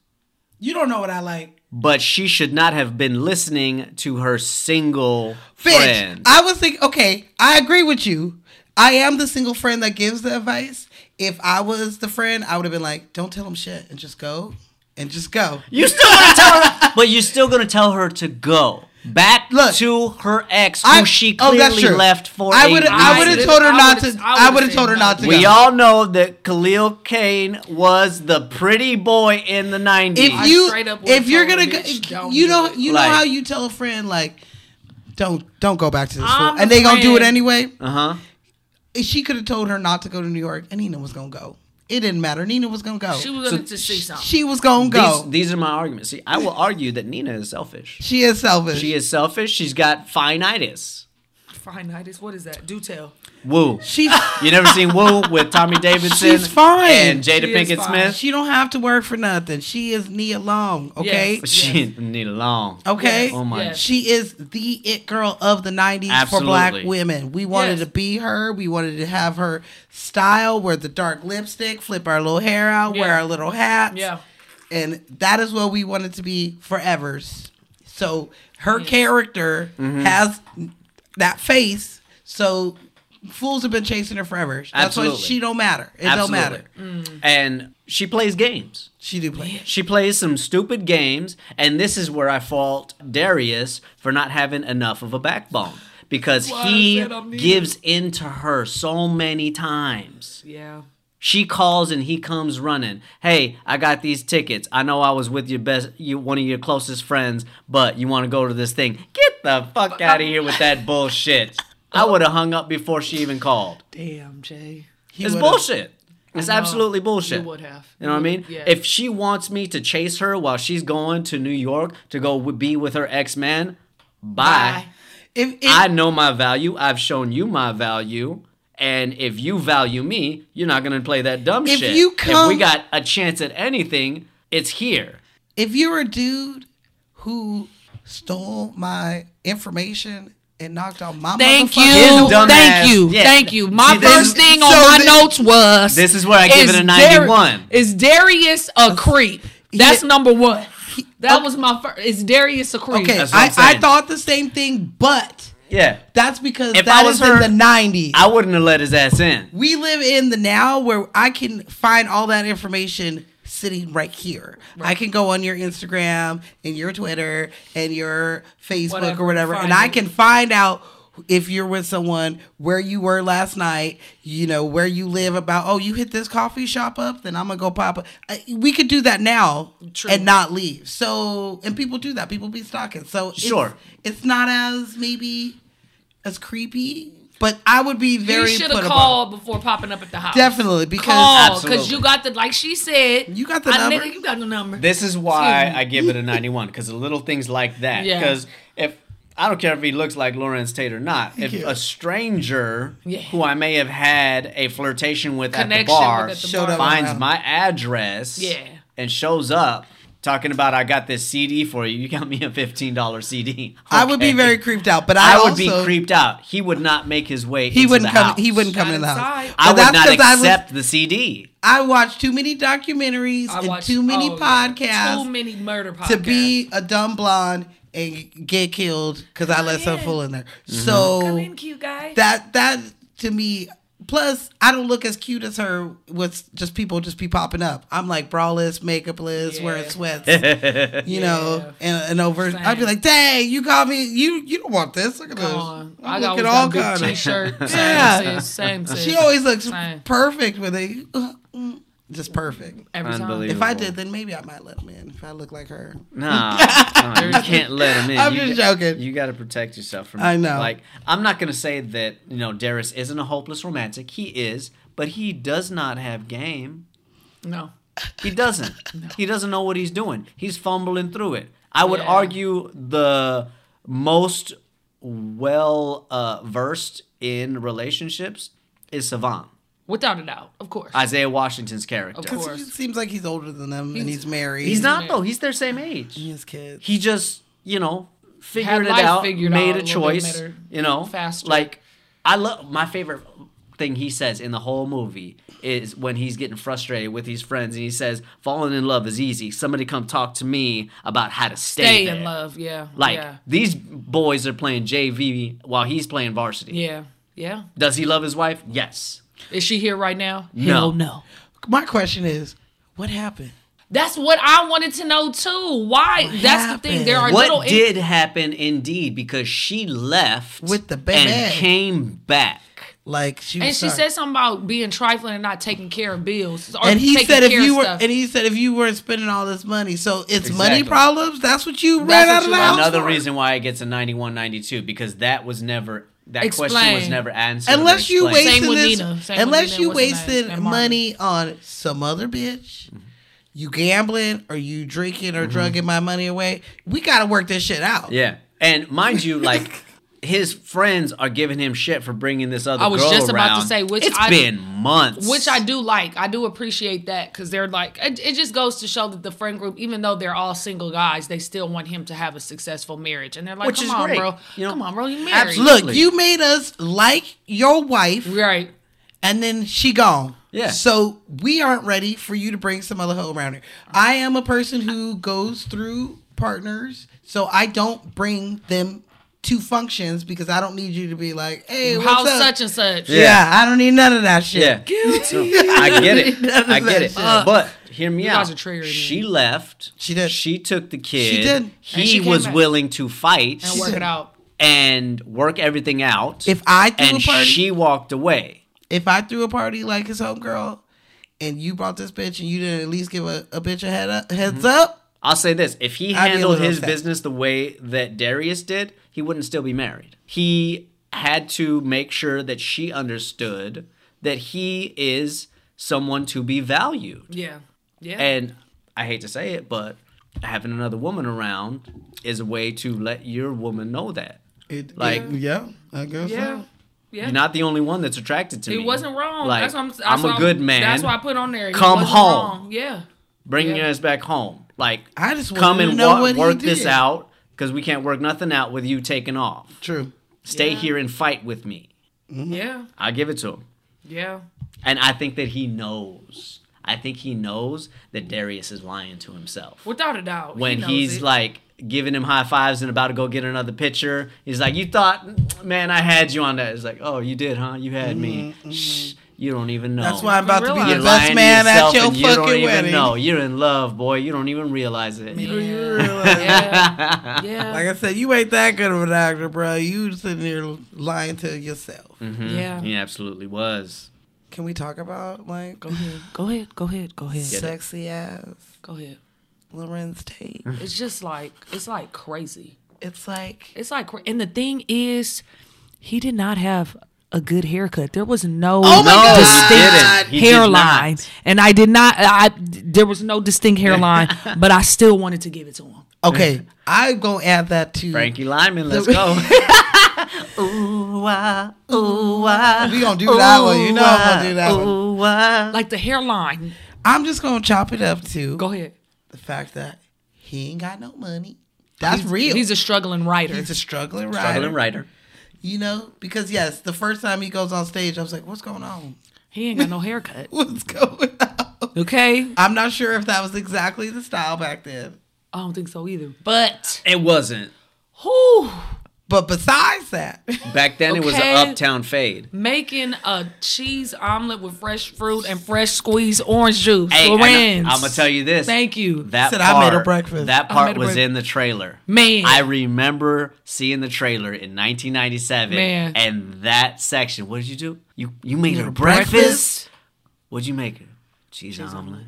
Speaker 3: You don't know what I like.
Speaker 1: but she should not have been listening to her single
Speaker 3: Bitch,
Speaker 1: friend.
Speaker 3: I was thinking, okay, I agree with you. I am the single friend that gives the advice. If I was the friend, I would have been like, don't tell him shit and just go and just go.
Speaker 1: You still gonna tell her, but you're still gonna tell her to go back to her ex, who
Speaker 3: I-
Speaker 1: she
Speaker 3: oh,
Speaker 1: clearly
Speaker 3: that's true.
Speaker 1: left for.
Speaker 3: I
Speaker 1: a
Speaker 3: would've- I would've
Speaker 1: reason.
Speaker 3: told her I not would've- to- I would've I would've said told her no. not to
Speaker 1: We
Speaker 3: go.
Speaker 1: all know that Khalil Kane was the pretty boy in the '90s.
Speaker 3: If you if you're gonna go, you know you know
Speaker 1: Like-
Speaker 3: how you tell a friend like don't don't go back to this
Speaker 2: I'm
Speaker 3: school and they gonna do it
Speaker 2: friend.
Speaker 3: anyway.
Speaker 1: uh huh,
Speaker 3: She could have told her not to go to New York and Nina was gonna go. It didn't matter. Nina was gonna go.
Speaker 2: She was gonna to see something.
Speaker 3: She was gonna go.
Speaker 1: These, these are my arguments. See, I will argue that Nina is selfish.
Speaker 3: She is selfish.
Speaker 1: She is selfish. She's got finitis.
Speaker 2: Finitis, what is that? Do tell.
Speaker 1: Woo.
Speaker 3: She's
Speaker 1: you never seen Woo with Tommy Davidson
Speaker 3: She's fine.
Speaker 1: and Jada Pinkett Smith.
Speaker 3: She don't have to work for nothing. She is Nia Long. Okay.
Speaker 1: She need long.
Speaker 3: Okay.
Speaker 1: Oh my.
Speaker 3: She is the it girl of the 90s for
Speaker 1: Absolutely.
Speaker 3: black women. We
Speaker 1: Yes.
Speaker 3: wanted to be her. We wanted to have her style, wear the dark lipstick, flip our little hair out, wear our little hats.
Speaker 2: Yeah.
Speaker 3: And that is what we wanted to be forevers. So her character
Speaker 1: Mhm.
Speaker 3: has that face. So fools have been chasing her forever. That's why
Speaker 1: Absolutely.
Speaker 3: she don't matter. It
Speaker 1: Absolutely.
Speaker 3: don't matter. Mm.
Speaker 1: And she plays games.
Speaker 3: She do play.
Speaker 1: She plays some stupid games, and this is where I fault Darius for not having enough of a backbone because
Speaker 2: Why I
Speaker 1: he
Speaker 2: said I'm needed.
Speaker 1: gives in to her so many times.
Speaker 2: Yeah.
Speaker 1: She calls and he comes running. Hey, I got these tickets. I know I was with your best, you, one of your closest friends, but you want to go to this thing? Get the fuck out of here with that bullshit. I would have hung up before she even called.
Speaker 2: Damn, Jay.
Speaker 1: it's
Speaker 2: would've-
Speaker 1: bullshit. It's
Speaker 2: I know.
Speaker 1: absolutely bullshit.
Speaker 2: You would have.
Speaker 1: You know what I mean?
Speaker 2: Yeah.
Speaker 1: If she wants me to chase her while she's going to New York to go w- be with her ex man, bye.
Speaker 3: If,
Speaker 1: I know my value. I've shown you my value. And if you value me, you're not going to play that dumb
Speaker 3: If
Speaker 1: shit.
Speaker 3: you
Speaker 1: if we
Speaker 3: come-
Speaker 1: got a chance at anything, it's here.
Speaker 3: if you're a dude who stole my information and knocked out my
Speaker 2: Thank you.
Speaker 3: motherfucking door-
Speaker 2: Thank you. Thank you. My
Speaker 3: See, this-
Speaker 2: first thing on
Speaker 3: so
Speaker 2: my
Speaker 3: thi-
Speaker 2: notes was
Speaker 1: This is where I give
Speaker 2: is
Speaker 1: it a
Speaker 2: Dar-
Speaker 1: 91.
Speaker 2: is Darius a creep? That's number one. That was my first. Is Darius a creep?
Speaker 3: Okay, I, I thought the same thing, but
Speaker 1: Yeah.
Speaker 3: that's because
Speaker 1: If
Speaker 3: that
Speaker 1: I was
Speaker 3: is
Speaker 1: her,
Speaker 3: in the 90s.
Speaker 1: I wouldn't have let his ass in.
Speaker 3: We live in the now where I can find all that information sitting right here. I can go on your Instagram and your Twitter and your Facebook
Speaker 2: Whatever,
Speaker 3: or whatever, and
Speaker 2: find
Speaker 3: I
Speaker 2: it.
Speaker 3: can find out if you're with someone where you were last night, you know, where you live about, oh, you hit this coffee shop up, then I'm gonna go pop up. Uh, We could do that now
Speaker 2: True.
Speaker 3: and not leave. So, and people do that, people be stalking. So, it's-
Speaker 1: Sure.
Speaker 3: it's not as maybe as creepy, but I would be very
Speaker 2: He should have
Speaker 3: put upon.
Speaker 2: called before popping up at the house.
Speaker 3: Definitely, because-
Speaker 2: call because
Speaker 1: Absolutely.
Speaker 2: you got the like she said.
Speaker 3: You got the
Speaker 2: I,
Speaker 3: number.
Speaker 2: Nigga, you got the number.
Speaker 1: This is why
Speaker 2: Excuse me.
Speaker 1: I give it a 91 because of little things like that.
Speaker 2: Yeah.
Speaker 1: Because if I don't care if he looks like Lawrence Tate or not, if a stranger
Speaker 2: Yeah.
Speaker 1: who I may have had a flirtation with at the
Speaker 2: Connection with
Speaker 1: bar
Speaker 2: at the Showed bar. up
Speaker 1: finds
Speaker 2: around.
Speaker 1: my address
Speaker 2: Yeah.
Speaker 1: and shows up talking about I got this CD for you, you got me a $15 CD.
Speaker 3: I would be
Speaker 1: Okay.
Speaker 3: very creeped out, but I,
Speaker 1: I, would
Speaker 3: also-
Speaker 1: be creeped out. He would not make his way.
Speaker 3: He
Speaker 1: into
Speaker 3: wouldn't
Speaker 1: the
Speaker 3: come.
Speaker 1: house.
Speaker 3: He wouldn't come in the house.
Speaker 1: I
Speaker 3: But
Speaker 1: would not
Speaker 3: that's 'cause I was-
Speaker 1: accept the CD.
Speaker 3: I watched too many documentaries and
Speaker 2: watched-
Speaker 3: too many
Speaker 2: oh,
Speaker 3: podcasts
Speaker 2: Too many murder podcasts.
Speaker 3: to be a dumb blonde and get killed because I let some fool in there.
Speaker 1: Mm-hmm.
Speaker 3: So
Speaker 2: Come in, cute guy.
Speaker 3: that that to me. Plus, I don't look as cute as her with just people just be popping up. I'm like braless, makeupless, wearing sweats, you know, and, and over. I'd be like, "Dang, you got me. You you don't want this? Look at this. I'm
Speaker 2: I got
Speaker 3: looking
Speaker 2: always
Speaker 3: all
Speaker 2: got big
Speaker 3: kind of
Speaker 2: t-shirt, same sis, same
Speaker 3: She
Speaker 2: sis,
Speaker 3: always looks
Speaker 2: same.
Speaker 3: perfect with a. Just perfect.
Speaker 1: Every time. Unbelievable.
Speaker 3: If I did, then maybe I might let him in. If I look like her.
Speaker 1: Nah, nah, you can't let him in.
Speaker 3: I'm
Speaker 1: You
Speaker 3: just
Speaker 1: got-
Speaker 3: joking.
Speaker 1: You got to protect yourself from.
Speaker 3: I know.
Speaker 1: Like, I'm not gonna say that you know Darius isn't a hopeless romantic. He is, but he does not have game.
Speaker 2: No.
Speaker 1: He doesn't. He doesn't know what he's doing. He's fumbling through it. I would
Speaker 2: Yeah.
Speaker 1: argue the most well uh, versed in relationships is Savant.
Speaker 2: Without a doubt, of course.
Speaker 1: Isaiah Washington's character.
Speaker 3: Because he seems like he's older than them and he's married.
Speaker 1: He's not though. He's their same age. He
Speaker 3: has kids.
Speaker 1: He just, you know,
Speaker 2: Had
Speaker 1: figured it
Speaker 2: life
Speaker 1: out,
Speaker 2: figured
Speaker 1: made a,
Speaker 2: out a little bit
Speaker 1: choice.
Speaker 2: better,
Speaker 1: You know,
Speaker 2: faster.
Speaker 1: Like, I love my favorite thing he says in the whole movie is when he's getting frustrated with his friends and he says, "Falling in love is easy. Somebody come talk to me about how to stay,
Speaker 2: Stay
Speaker 1: there."
Speaker 2: in love. Yeah.
Speaker 1: Like
Speaker 2: yeah.
Speaker 1: these boys are playing JV while he's playing varsity.
Speaker 2: Yeah. Yeah.
Speaker 1: Does he love his wife? Yes.
Speaker 2: Is she here right now?
Speaker 1: No.
Speaker 2: no.
Speaker 3: My question is, what happened?
Speaker 2: That's what I wanted to know too. Why? That's the thing. There are little
Speaker 1: what did happen indeed because she left
Speaker 3: With the
Speaker 1: and
Speaker 3: baby.
Speaker 1: came back
Speaker 3: like she
Speaker 2: and she said something about being trifling and not taking care of bills. Or
Speaker 3: and he
Speaker 2: taking
Speaker 3: said if
Speaker 2: care of
Speaker 3: you were
Speaker 2: stuff.
Speaker 3: and he said if you weren't spending all this money, so it's
Speaker 1: Exactly.
Speaker 3: money problems. That's what you
Speaker 2: That's
Speaker 3: ran
Speaker 2: what
Speaker 3: out of
Speaker 2: you
Speaker 3: the house
Speaker 1: another
Speaker 3: for?
Speaker 1: reason why it gets a 91 92 because that was never that question was
Speaker 2: Explained.
Speaker 1: never answered or
Speaker 3: Unless you
Speaker 1: explained.
Speaker 3: wasted
Speaker 2: Same with
Speaker 3: this,
Speaker 2: Nina. Same with
Speaker 3: unless
Speaker 2: Nina
Speaker 3: you
Speaker 2: was in that-
Speaker 3: wasted
Speaker 2: that Martin.
Speaker 3: money on some other bitch, you gambling or you drinking or drugging my money away. We gotta work this shit out.
Speaker 1: Mm-hmm. yeah and mind you like his friends are giving him shit for bringing this other
Speaker 2: I was
Speaker 1: girl
Speaker 2: just about to
Speaker 1: around.
Speaker 2: say, which
Speaker 1: it's
Speaker 2: I-
Speaker 1: been months
Speaker 2: which I do like. I do appreciate that because they're like it, it. just goes to show that the friend group, even though they're all single guys, they still want him to have a successful marriage, and they're like,
Speaker 1: Which
Speaker 2: "Come
Speaker 1: is
Speaker 2: on,
Speaker 1: great.
Speaker 2: bro,
Speaker 1: You know,
Speaker 2: come on, bro, you married."
Speaker 1: absolutely.
Speaker 3: Look, you made us like your wife,
Speaker 2: right?
Speaker 3: and then she gone.
Speaker 1: Yeah.
Speaker 3: So we aren't ready for you to bring some other hoe around here. I am a person who goes through partners, so I don't bring them to functions because I don't need you to be like, hey, what's
Speaker 2: How
Speaker 3: up?
Speaker 2: such and such.
Speaker 3: yeah. I don't need none of that shit.
Speaker 1: yeah i get it i get it
Speaker 3: Fuck.
Speaker 1: but hear me
Speaker 2: You
Speaker 1: out
Speaker 2: guys are triggering me.
Speaker 1: she left she
Speaker 3: did.
Speaker 1: she took the kid
Speaker 3: She did.
Speaker 1: he
Speaker 2: And she came
Speaker 1: was
Speaker 2: back.
Speaker 1: willing to fight
Speaker 2: and work it out.
Speaker 1: and work everything out.
Speaker 3: If I threw
Speaker 1: and
Speaker 3: a party,
Speaker 1: she walked away.
Speaker 3: if I threw a party like his homegirl, and you brought this bitch, and you didn't at least give a, a bitch a head up, heads
Speaker 1: Mm-hmm.
Speaker 3: up,
Speaker 1: I'll say this: if he
Speaker 3: I'd be a
Speaker 1: handled
Speaker 3: little
Speaker 1: his
Speaker 3: upset.
Speaker 1: business the way that Darius did, he wouldn't still be married. He had to make sure that she understood that he is someone to be valued.
Speaker 2: Yeah, yeah.
Speaker 1: And I hate to say it, but having another woman around is a way to let your woman know that
Speaker 3: it,
Speaker 1: Like-
Speaker 3: yeah, I guess
Speaker 2: yeah. Yeah.
Speaker 1: you're not the only one that's attracted to
Speaker 2: It
Speaker 1: me.
Speaker 2: wasn't wrong.
Speaker 1: Like,
Speaker 2: that's what I'm, that's
Speaker 1: I'm
Speaker 2: why
Speaker 1: a good man.
Speaker 2: That's why I put on there. It
Speaker 1: Come
Speaker 2: wasn't
Speaker 1: home.
Speaker 2: wrong. Yeah.
Speaker 1: bringing
Speaker 2: Yeah.
Speaker 1: us back home. Like,
Speaker 3: I just
Speaker 1: come
Speaker 3: wanted to
Speaker 1: and
Speaker 3: know
Speaker 1: wa-
Speaker 3: what he
Speaker 1: work this
Speaker 3: did.
Speaker 1: out because we can't work nothing out with you taking off.
Speaker 3: True.
Speaker 1: Stay here and fight with me.
Speaker 3: Mm-hmm.
Speaker 2: Yeah.
Speaker 1: I give it to him,
Speaker 2: Yeah.
Speaker 1: and I think that he knows. I think he knows that Darius is lying to himself
Speaker 2: Without a doubt.
Speaker 1: when
Speaker 2: he knows
Speaker 1: he's
Speaker 2: it.
Speaker 1: like giving him high fives and about to go get another picture. He's like, "You thought, man, I had you on that." It's like, "Oh, you did, huh? You had me." Shh, you don't even know.
Speaker 3: Mm-hmm. That's why I'm about to be
Speaker 2: Realize-
Speaker 3: the
Speaker 1: You're lying
Speaker 3: best
Speaker 1: to
Speaker 3: man
Speaker 1: yourself
Speaker 3: at your
Speaker 1: and you don't
Speaker 3: fucking
Speaker 1: even
Speaker 3: wedding.
Speaker 1: know. You're in love, boy. You don't even realize it. You don't even realize it.
Speaker 2: yeah. yeah.
Speaker 3: Like I said, you ain't that good of an actor, bro. You sitting there lying to yourself.
Speaker 1: Mhm.
Speaker 2: Yeah.
Speaker 1: He absolutely was.
Speaker 3: Can we talk about like
Speaker 2: Go ahead. Go ahead. Go ahead. Go ahead.
Speaker 3: sexy ass
Speaker 2: Go ahead.
Speaker 3: Lorenz Tate?
Speaker 1: Mm.
Speaker 2: It's just like it's like crazy.
Speaker 3: It's like
Speaker 2: It's like cra- and the thing is, he did not have a good haircut. There was no
Speaker 3: Oh my God.
Speaker 1: didn't.
Speaker 2: distinct
Speaker 1: He did
Speaker 2: hairline,
Speaker 1: not.
Speaker 2: and I did not. I there was no distinct hairline, but I still wanted to give it to him.
Speaker 3: okay. I'm gonna add that to
Speaker 1: Frankie Lyman, let's go.
Speaker 3: We gonna do that one. You know I'm gonna do that one.
Speaker 2: Like the hairline.
Speaker 3: I'm just gonna chop it up to
Speaker 2: Go ahead.
Speaker 3: the fact that he ain't got no money. That's real.
Speaker 2: He's a struggling writer.
Speaker 3: He's a struggling writer.
Speaker 1: Struggling writer.
Speaker 3: You know, because yes, the first time he goes on stage, I was like, "What's going on?
Speaker 2: he ain't got no haircut.
Speaker 3: What's going on?"
Speaker 2: Okay.
Speaker 3: I'm not sure if that was exactly the style back then.
Speaker 2: I don't think so either. But
Speaker 1: It wasn't.
Speaker 2: who
Speaker 3: But besides that,
Speaker 1: Back then it was
Speaker 2: Okay.
Speaker 1: an uptown fade.
Speaker 2: making a cheese omelet with fresh fruit and fresh squeezed orange juice?
Speaker 1: Hey,
Speaker 2: Lorenz.
Speaker 1: I'm gonna tell you this.
Speaker 2: Thank you.
Speaker 1: That
Speaker 3: Said, "I
Speaker 1: part,
Speaker 3: made a breakfast."
Speaker 1: That
Speaker 2: I made
Speaker 1: part
Speaker 2: a
Speaker 1: was
Speaker 2: break-
Speaker 1: in the trailer.
Speaker 2: Man.
Speaker 1: I remember seeing the trailer in 1997.
Speaker 2: Man.
Speaker 1: And that section. What did you do? You you made her breakfast? What'd you make her? Jesus, omelet.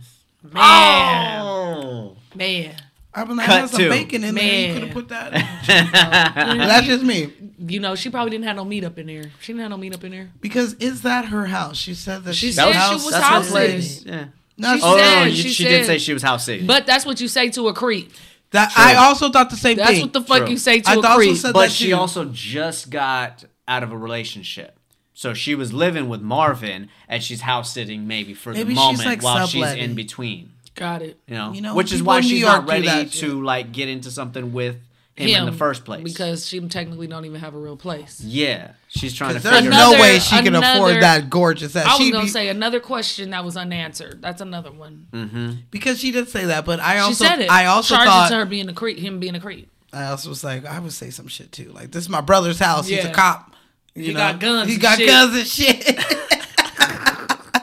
Speaker 2: Man.
Speaker 1: Oh.
Speaker 2: Man.
Speaker 3: I'm
Speaker 1: like, Cut that's some to. bacon
Speaker 3: in there. You coulda put that
Speaker 2: that.
Speaker 3: That's just me.
Speaker 2: Mm-hmm. You know, she probably didn't have no meat up in there. She didn't have no meat up in there.
Speaker 3: Because is that her house? She said that
Speaker 2: She
Speaker 3: she's
Speaker 2: said she
Speaker 3: house
Speaker 2: was
Speaker 3: that's her
Speaker 2: house
Speaker 3: place.
Speaker 2: sitting. Yeah.
Speaker 3: Not-
Speaker 2: She
Speaker 1: Oh, no,
Speaker 2: said-
Speaker 1: you- she,
Speaker 2: she
Speaker 1: did
Speaker 2: said-
Speaker 1: say she was house sitting.
Speaker 2: But that's what you say to a creep.
Speaker 3: That I also thought the same
Speaker 2: That's
Speaker 3: thing.
Speaker 2: what the fuck
Speaker 1: True.
Speaker 2: you say to
Speaker 3: I
Speaker 2: a
Speaker 3: also
Speaker 2: creep.
Speaker 3: said
Speaker 1: but
Speaker 3: that
Speaker 1: she
Speaker 3: too.
Speaker 1: also just got out of a relationship. So she was living with Marvin and she's house sitting maybe for
Speaker 3: Maybe
Speaker 1: the
Speaker 3: she's,
Speaker 1: moment
Speaker 3: like,
Speaker 1: while
Speaker 3: subletting.
Speaker 1: she's in between.
Speaker 2: Got it.
Speaker 1: You know,
Speaker 3: You know,
Speaker 1: which is
Speaker 3: people
Speaker 1: why
Speaker 3: in New
Speaker 1: she's not
Speaker 3: York do
Speaker 1: ready
Speaker 3: that
Speaker 1: to like get into something with him, in the first place.
Speaker 2: Because she technically don't even have a real place.
Speaker 1: yeah, she's trying to
Speaker 3: 'Cause there's
Speaker 1: figure
Speaker 3: no
Speaker 1: out.
Speaker 3: way she can
Speaker 2: another-
Speaker 3: afford that gorgeous ass.
Speaker 2: I was
Speaker 3: She'd
Speaker 2: gonna
Speaker 3: be-
Speaker 2: say another question that was unanswered. That's another one.
Speaker 3: because she did say that, but I
Speaker 2: she
Speaker 3: also
Speaker 2: said it.
Speaker 3: I also
Speaker 2: Charging
Speaker 3: thought
Speaker 2: to her being a creep, him being a creep.
Speaker 3: I also was like I would say some shit too. Like this is my brother's house. He's
Speaker 2: Yeah.
Speaker 3: a cop. You
Speaker 2: He
Speaker 3: know?
Speaker 2: got guns
Speaker 3: He
Speaker 2: and
Speaker 3: got
Speaker 2: shit.
Speaker 3: guns and shit.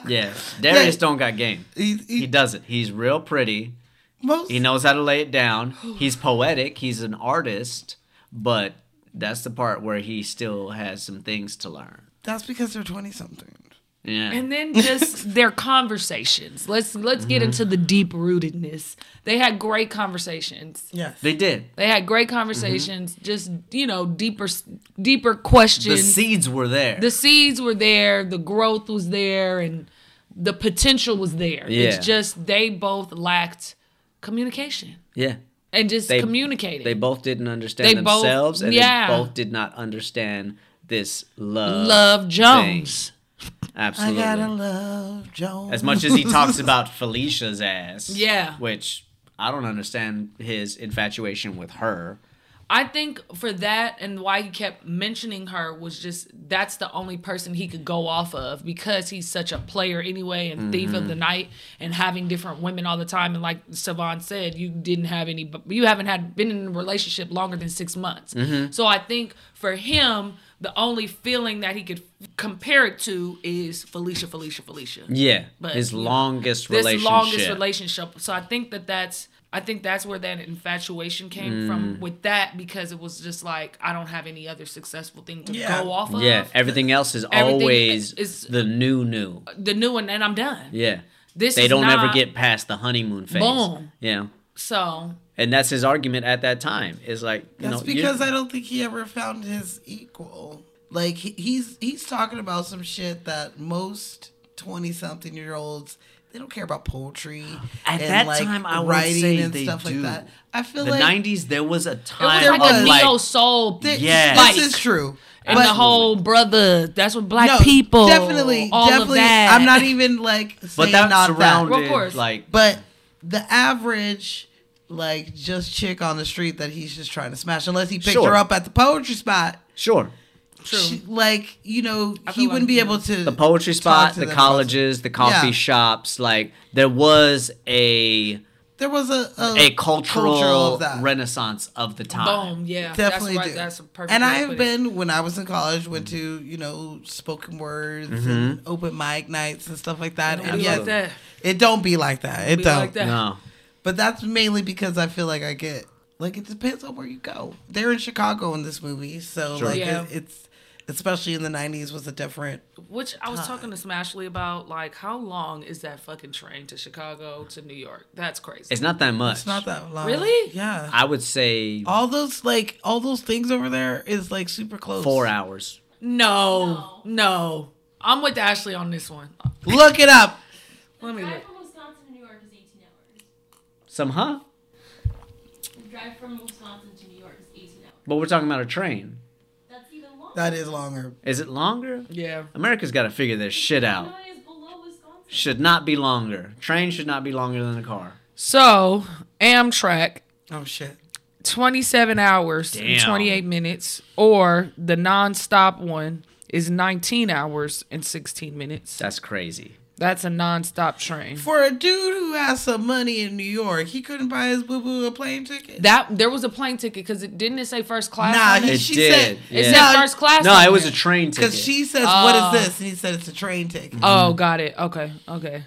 Speaker 1: Yeah, Darius don't got game. He,
Speaker 3: he-
Speaker 1: doesn't. He's real pretty.
Speaker 3: Most-
Speaker 1: He knows how to lay it down. He's poetic. He's an artist, but that's the part where he still has some things to learn.
Speaker 3: That's because they're twenty something.
Speaker 1: Yeah.
Speaker 2: And then just their conversations. Let's let's get into the deep rootedness. They had great conversations.
Speaker 3: Yes.
Speaker 1: they did.
Speaker 2: They had great
Speaker 1: Mm-hmm.
Speaker 2: conversations. Just you know, deeper deeper questions.
Speaker 1: The seeds were there.
Speaker 2: the seeds were there, the growth was there, and the potential was there.
Speaker 1: Yeah.
Speaker 2: It's just they both lacked communication
Speaker 1: yeah.
Speaker 2: and just
Speaker 1: They-
Speaker 2: communicating.
Speaker 1: They both didn't understand
Speaker 2: They both-
Speaker 1: themselves, and
Speaker 2: yeah.
Speaker 1: they both did not understand this love.
Speaker 2: Love
Speaker 1: thing.
Speaker 2: Jones.
Speaker 1: Absolutely.
Speaker 3: I gotta love Jones.
Speaker 1: As much as he talks about Felicia's ass.
Speaker 2: Yeah.
Speaker 1: Which I don't understand his infatuation with her.
Speaker 2: I think for that and why he kept mentioning her was just that's the only person he could go off of because he's such a player anyway and thief of the night and having different women all the time and like Savon said you didn't have any you haven't had been in a relationship longer than 6 months. So I think for him the only feeling that he could compare it to is Felicia Felicia Felicia
Speaker 1: Yeah.
Speaker 2: But,
Speaker 1: his
Speaker 2: you know,
Speaker 1: longest
Speaker 2: this
Speaker 1: relationship.
Speaker 2: longest relationship. So I think that that's I think that's where that infatuation came
Speaker 1: Mm.
Speaker 2: from with that because it was just like I don't have any other successful thing to
Speaker 3: Yeah.
Speaker 2: go off of.
Speaker 1: Yeah. Everything else is
Speaker 2: Everything
Speaker 1: always
Speaker 2: is-
Speaker 1: the new, new.
Speaker 2: the new one, and I'm done.
Speaker 1: Yeah.
Speaker 2: This
Speaker 1: They
Speaker 2: is
Speaker 1: don't
Speaker 2: not,
Speaker 1: ever get past the honeymoon phase.
Speaker 2: Boom.
Speaker 1: Yeah.
Speaker 2: so.
Speaker 1: And that's his argument at that time. Is like, you
Speaker 3: That's
Speaker 1: know, you're-
Speaker 3: because I don't think he ever found his equal. Like he- he's he's talking about some shit that most twenty something year olds they don't care about poetry
Speaker 1: At
Speaker 3: and,
Speaker 1: that
Speaker 3: like,
Speaker 1: time, I would
Speaker 3: writing
Speaker 1: say
Speaker 3: and
Speaker 1: they
Speaker 3: stuff
Speaker 1: do.
Speaker 3: like that. I feel
Speaker 1: the
Speaker 3: like
Speaker 1: 90s, there was a
Speaker 2: It was
Speaker 1: time
Speaker 2: like
Speaker 1: of
Speaker 2: a
Speaker 1: like,
Speaker 2: neo soul,
Speaker 3: th-
Speaker 1: Yeah.
Speaker 2: like,
Speaker 3: this is true.
Speaker 2: and
Speaker 3: But-
Speaker 2: the whole brother. That's what black
Speaker 3: No,
Speaker 2: people,
Speaker 3: definitely,
Speaker 2: all
Speaker 3: definitely.
Speaker 2: Of that.
Speaker 3: I'm not e- even like
Speaker 1: but
Speaker 3: saying
Speaker 1: that's
Speaker 3: not that.
Speaker 1: surrounded
Speaker 2: Of course.
Speaker 1: like
Speaker 3: But the average, like, just chick on the street that he's just trying to smash, unless he picked
Speaker 1: Sure.
Speaker 3: her up at the poetry spot,
Speaker 1: sure
Speaker 2: True.
Speaker 3: she- like, you know,
Speaker 2: I
Speaker 3: he
Speaker 2: feel
Speaker 3: wouldn't
Speaker 2: like,
Speaker 3: be
Speaker 2: yeah.
Speaker 3: able to.
Speaker 1: the poetry
Speaker 3: Talk
Speaker 1: spot
Speaker 3: to
Speaker 1: the
Speaker 3: them.
Speaker 1: colleges the coffee
Speaker 3: Yeah.
Speaker 1: shops like there was a
Speaker 3: There was a a,
Speaker 1: a cultural,
Speaker 3: culture of that.
Speaker 1: renaissance of the time
Speaker 2: Boom. Yeah.
Speaker 3: Definitely
Speaker 2: that's right.
Speaker 3: do.
Speaker 2: That's a perfect.
Speaker 3: and
Speaker 2: way
Speaker 3: I
Speaker 2: to
Speaker 3: have
Speaker 2: put it.
Speaker 3: been when I was in college, went to you know spoken words and
Speaker 1: Mm-hmm.
Speaker 3: open mic nights and stuff like that.
Speaker 2: Be
Speaker 3: And
Speaker 2: like
Speaker 3: yet-
Speaker 2: that.
Speaker 3: it don't be like that. It
Speaker 2: Be
Speaker 3: don't.
Speaker 2: like that.
Speaker 1: no
Speaker 3: But that's mainly because I feel like I get like it depends on where you go. They're in Chicago in this movie, so like
Speaker 2: Yeah.
Speaker 3: it, it's especially in the '90s was a different.
Speaker 2: Which I was talking to Smashley about, like, how long is that fucking train to Chicago to New York? That's crazy.
Speaker 1: it's not that much
Speaker 3: It's not that long.
Speaker 2: Really?
Speaker 3: Yeah.
Speaker 1: i would say
Speaker 3: all those like all those things over there is like super close.
Speaker 1: four hours
Speaker 2: no, no, I'm with Ashley on this one.
Speaker 3: Look it up.
Speaker 2: Let me look.
Speaker 4: Drive from Wisconsin to New York is 18 hours.
Speaker 1: some huh
Speaker 4: Drive from Wisconsin to New York is 18 hours.
Speaker 1: but we're talking about a train
Speaker 4: That's even longer.
Speaker 3: That is longer.
Speaker 1: is it longer
Speaker 2: Yeah.
Speaker 1: america's got to figure this shit out
Speaker 4: Illinois is below Wisconsin.
Speaker 1: should not be longer train should not be longer than a car
Speaker 2: So Amtrak,
Speaker 3: Oh shit.
Speaker 2: 27 hours and
Speaker 1: Damn.
Speaker 2: 28 minutes, or the nonstop one is 19 hours and 16 minutes.
Speaker 1: that's crazy
Speaker 2: That's a nonstop train.
Speaker 3: For a dude who has some money in New York, he couldn't buy his boo boo a plane ticket.
Speaker 2: That there was a plane ticket because it didn't it say first class.
Speaker 3: Nah,
Speaker 2: on
Speaker 3: he-
Speaker 2: it?
Speaker 1: it
Speaker 3: she
Speaker 1: did
Speaker 3: said-
Speaker 2: It
Speaker 1: yeah.
Speaker 2: said first class.
Speaker 1: no
Speaker 2: on
Speaker 1: it was
Speaker 2: there.
Speaker 1: a train ticket
Speaker 3: Because she says, "What is this?" and he said, "It's a train ticket."
Speaker 2: Oh, got it. Okay, okay.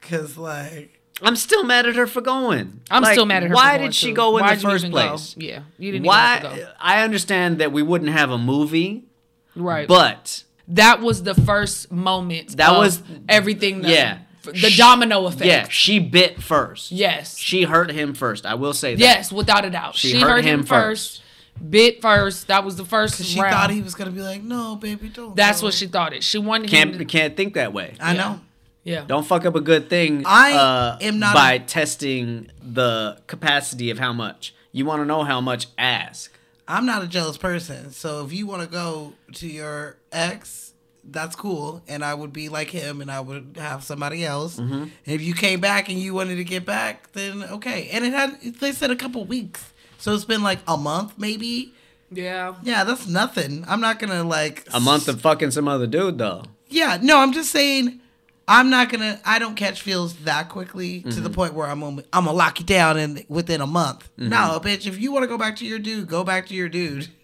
Speaker 3: Because like.
Speaker 1: I'm still mad at her for going.
Speaker 2: I'm
Speaker 1: Like,
Speaker 2: still mad at her.
Speaker 1: Why
Speaker 2: for
Speaker 1: did
Speaker 2: going,
Speaker 1: she
Speaker 2: too.
Speaker 1: go in
Speaker 2: Why'd
Speaker 1: the
Speaker 2: you
Speaker 1: first
Speaker 2: even go?
Speaker 1: place?
Speaker 2: Yeah, you didn't even have to
Speaker 1: Why?
Speaker 2: go.
Speaker 1: I understand that we wouldn't have a movie,
Speaker 2: Right,
Speaker 1: but
Speaker 2: that was the first moment.
Speaker 1: That
Speaker 2: of
Speaker 1: was-
Speaker 2: everything. That,
Speaker 1: yeah.
Speaker 2: f- the domino effect.
Speaker 1: Yeah, she bit first.
Speaker 2: Yes.
Speaker 1: She hurt him first. I will say that.
Speaker 2: Yes, without a doubt. She, hurt, him, first. Bit first. That was the first
Speaker 3: She
Speaker 2: round.
Speaker 3: thought he was gonna be like, "No, baby, don't."
Speaker 2: That's
Speaker 3: go."
Speaker 2: what she thought it. She wanted him.
Speaker 1: Can't
Speaker 2: To,
Speaker 1: can't think that way.
Speaker 3: I know.
Speaker 2: yeah.
Speaker 1: Don't fuck up a good thing.
Speaker 3: I
Speaker 1: uh,
Speaker 3: am not
Speaker 1: by testing the capacity of how much you want to know. How much? Ask.
Speaker 3: I'm not a jealous person, so if you want to go to your ex, that's cool, and I would be like him, and I would have somebody else.
Speaker 2: Mm-hmm.
Speaker 3: And if you came back and you wanted to get back, then okay. And it had they said a couple weeks, so it's been like a month maybe.
Speaker 2: Yeah.
Speaker 3: Yeah, that's nothing. I'm not gonna like
Speaker 1: A month of fucking some other dude though.
Speaker 3: Yeah, no, I'm just saying I'm not gonna I don't catch feels that quickly to
Speaker 1: Mm-hmm.
Speaker 3: the point where I'm gonna I'm gonna lock you down in within a month. No, bitch, if you wanna go back to your dude, go back to your dude.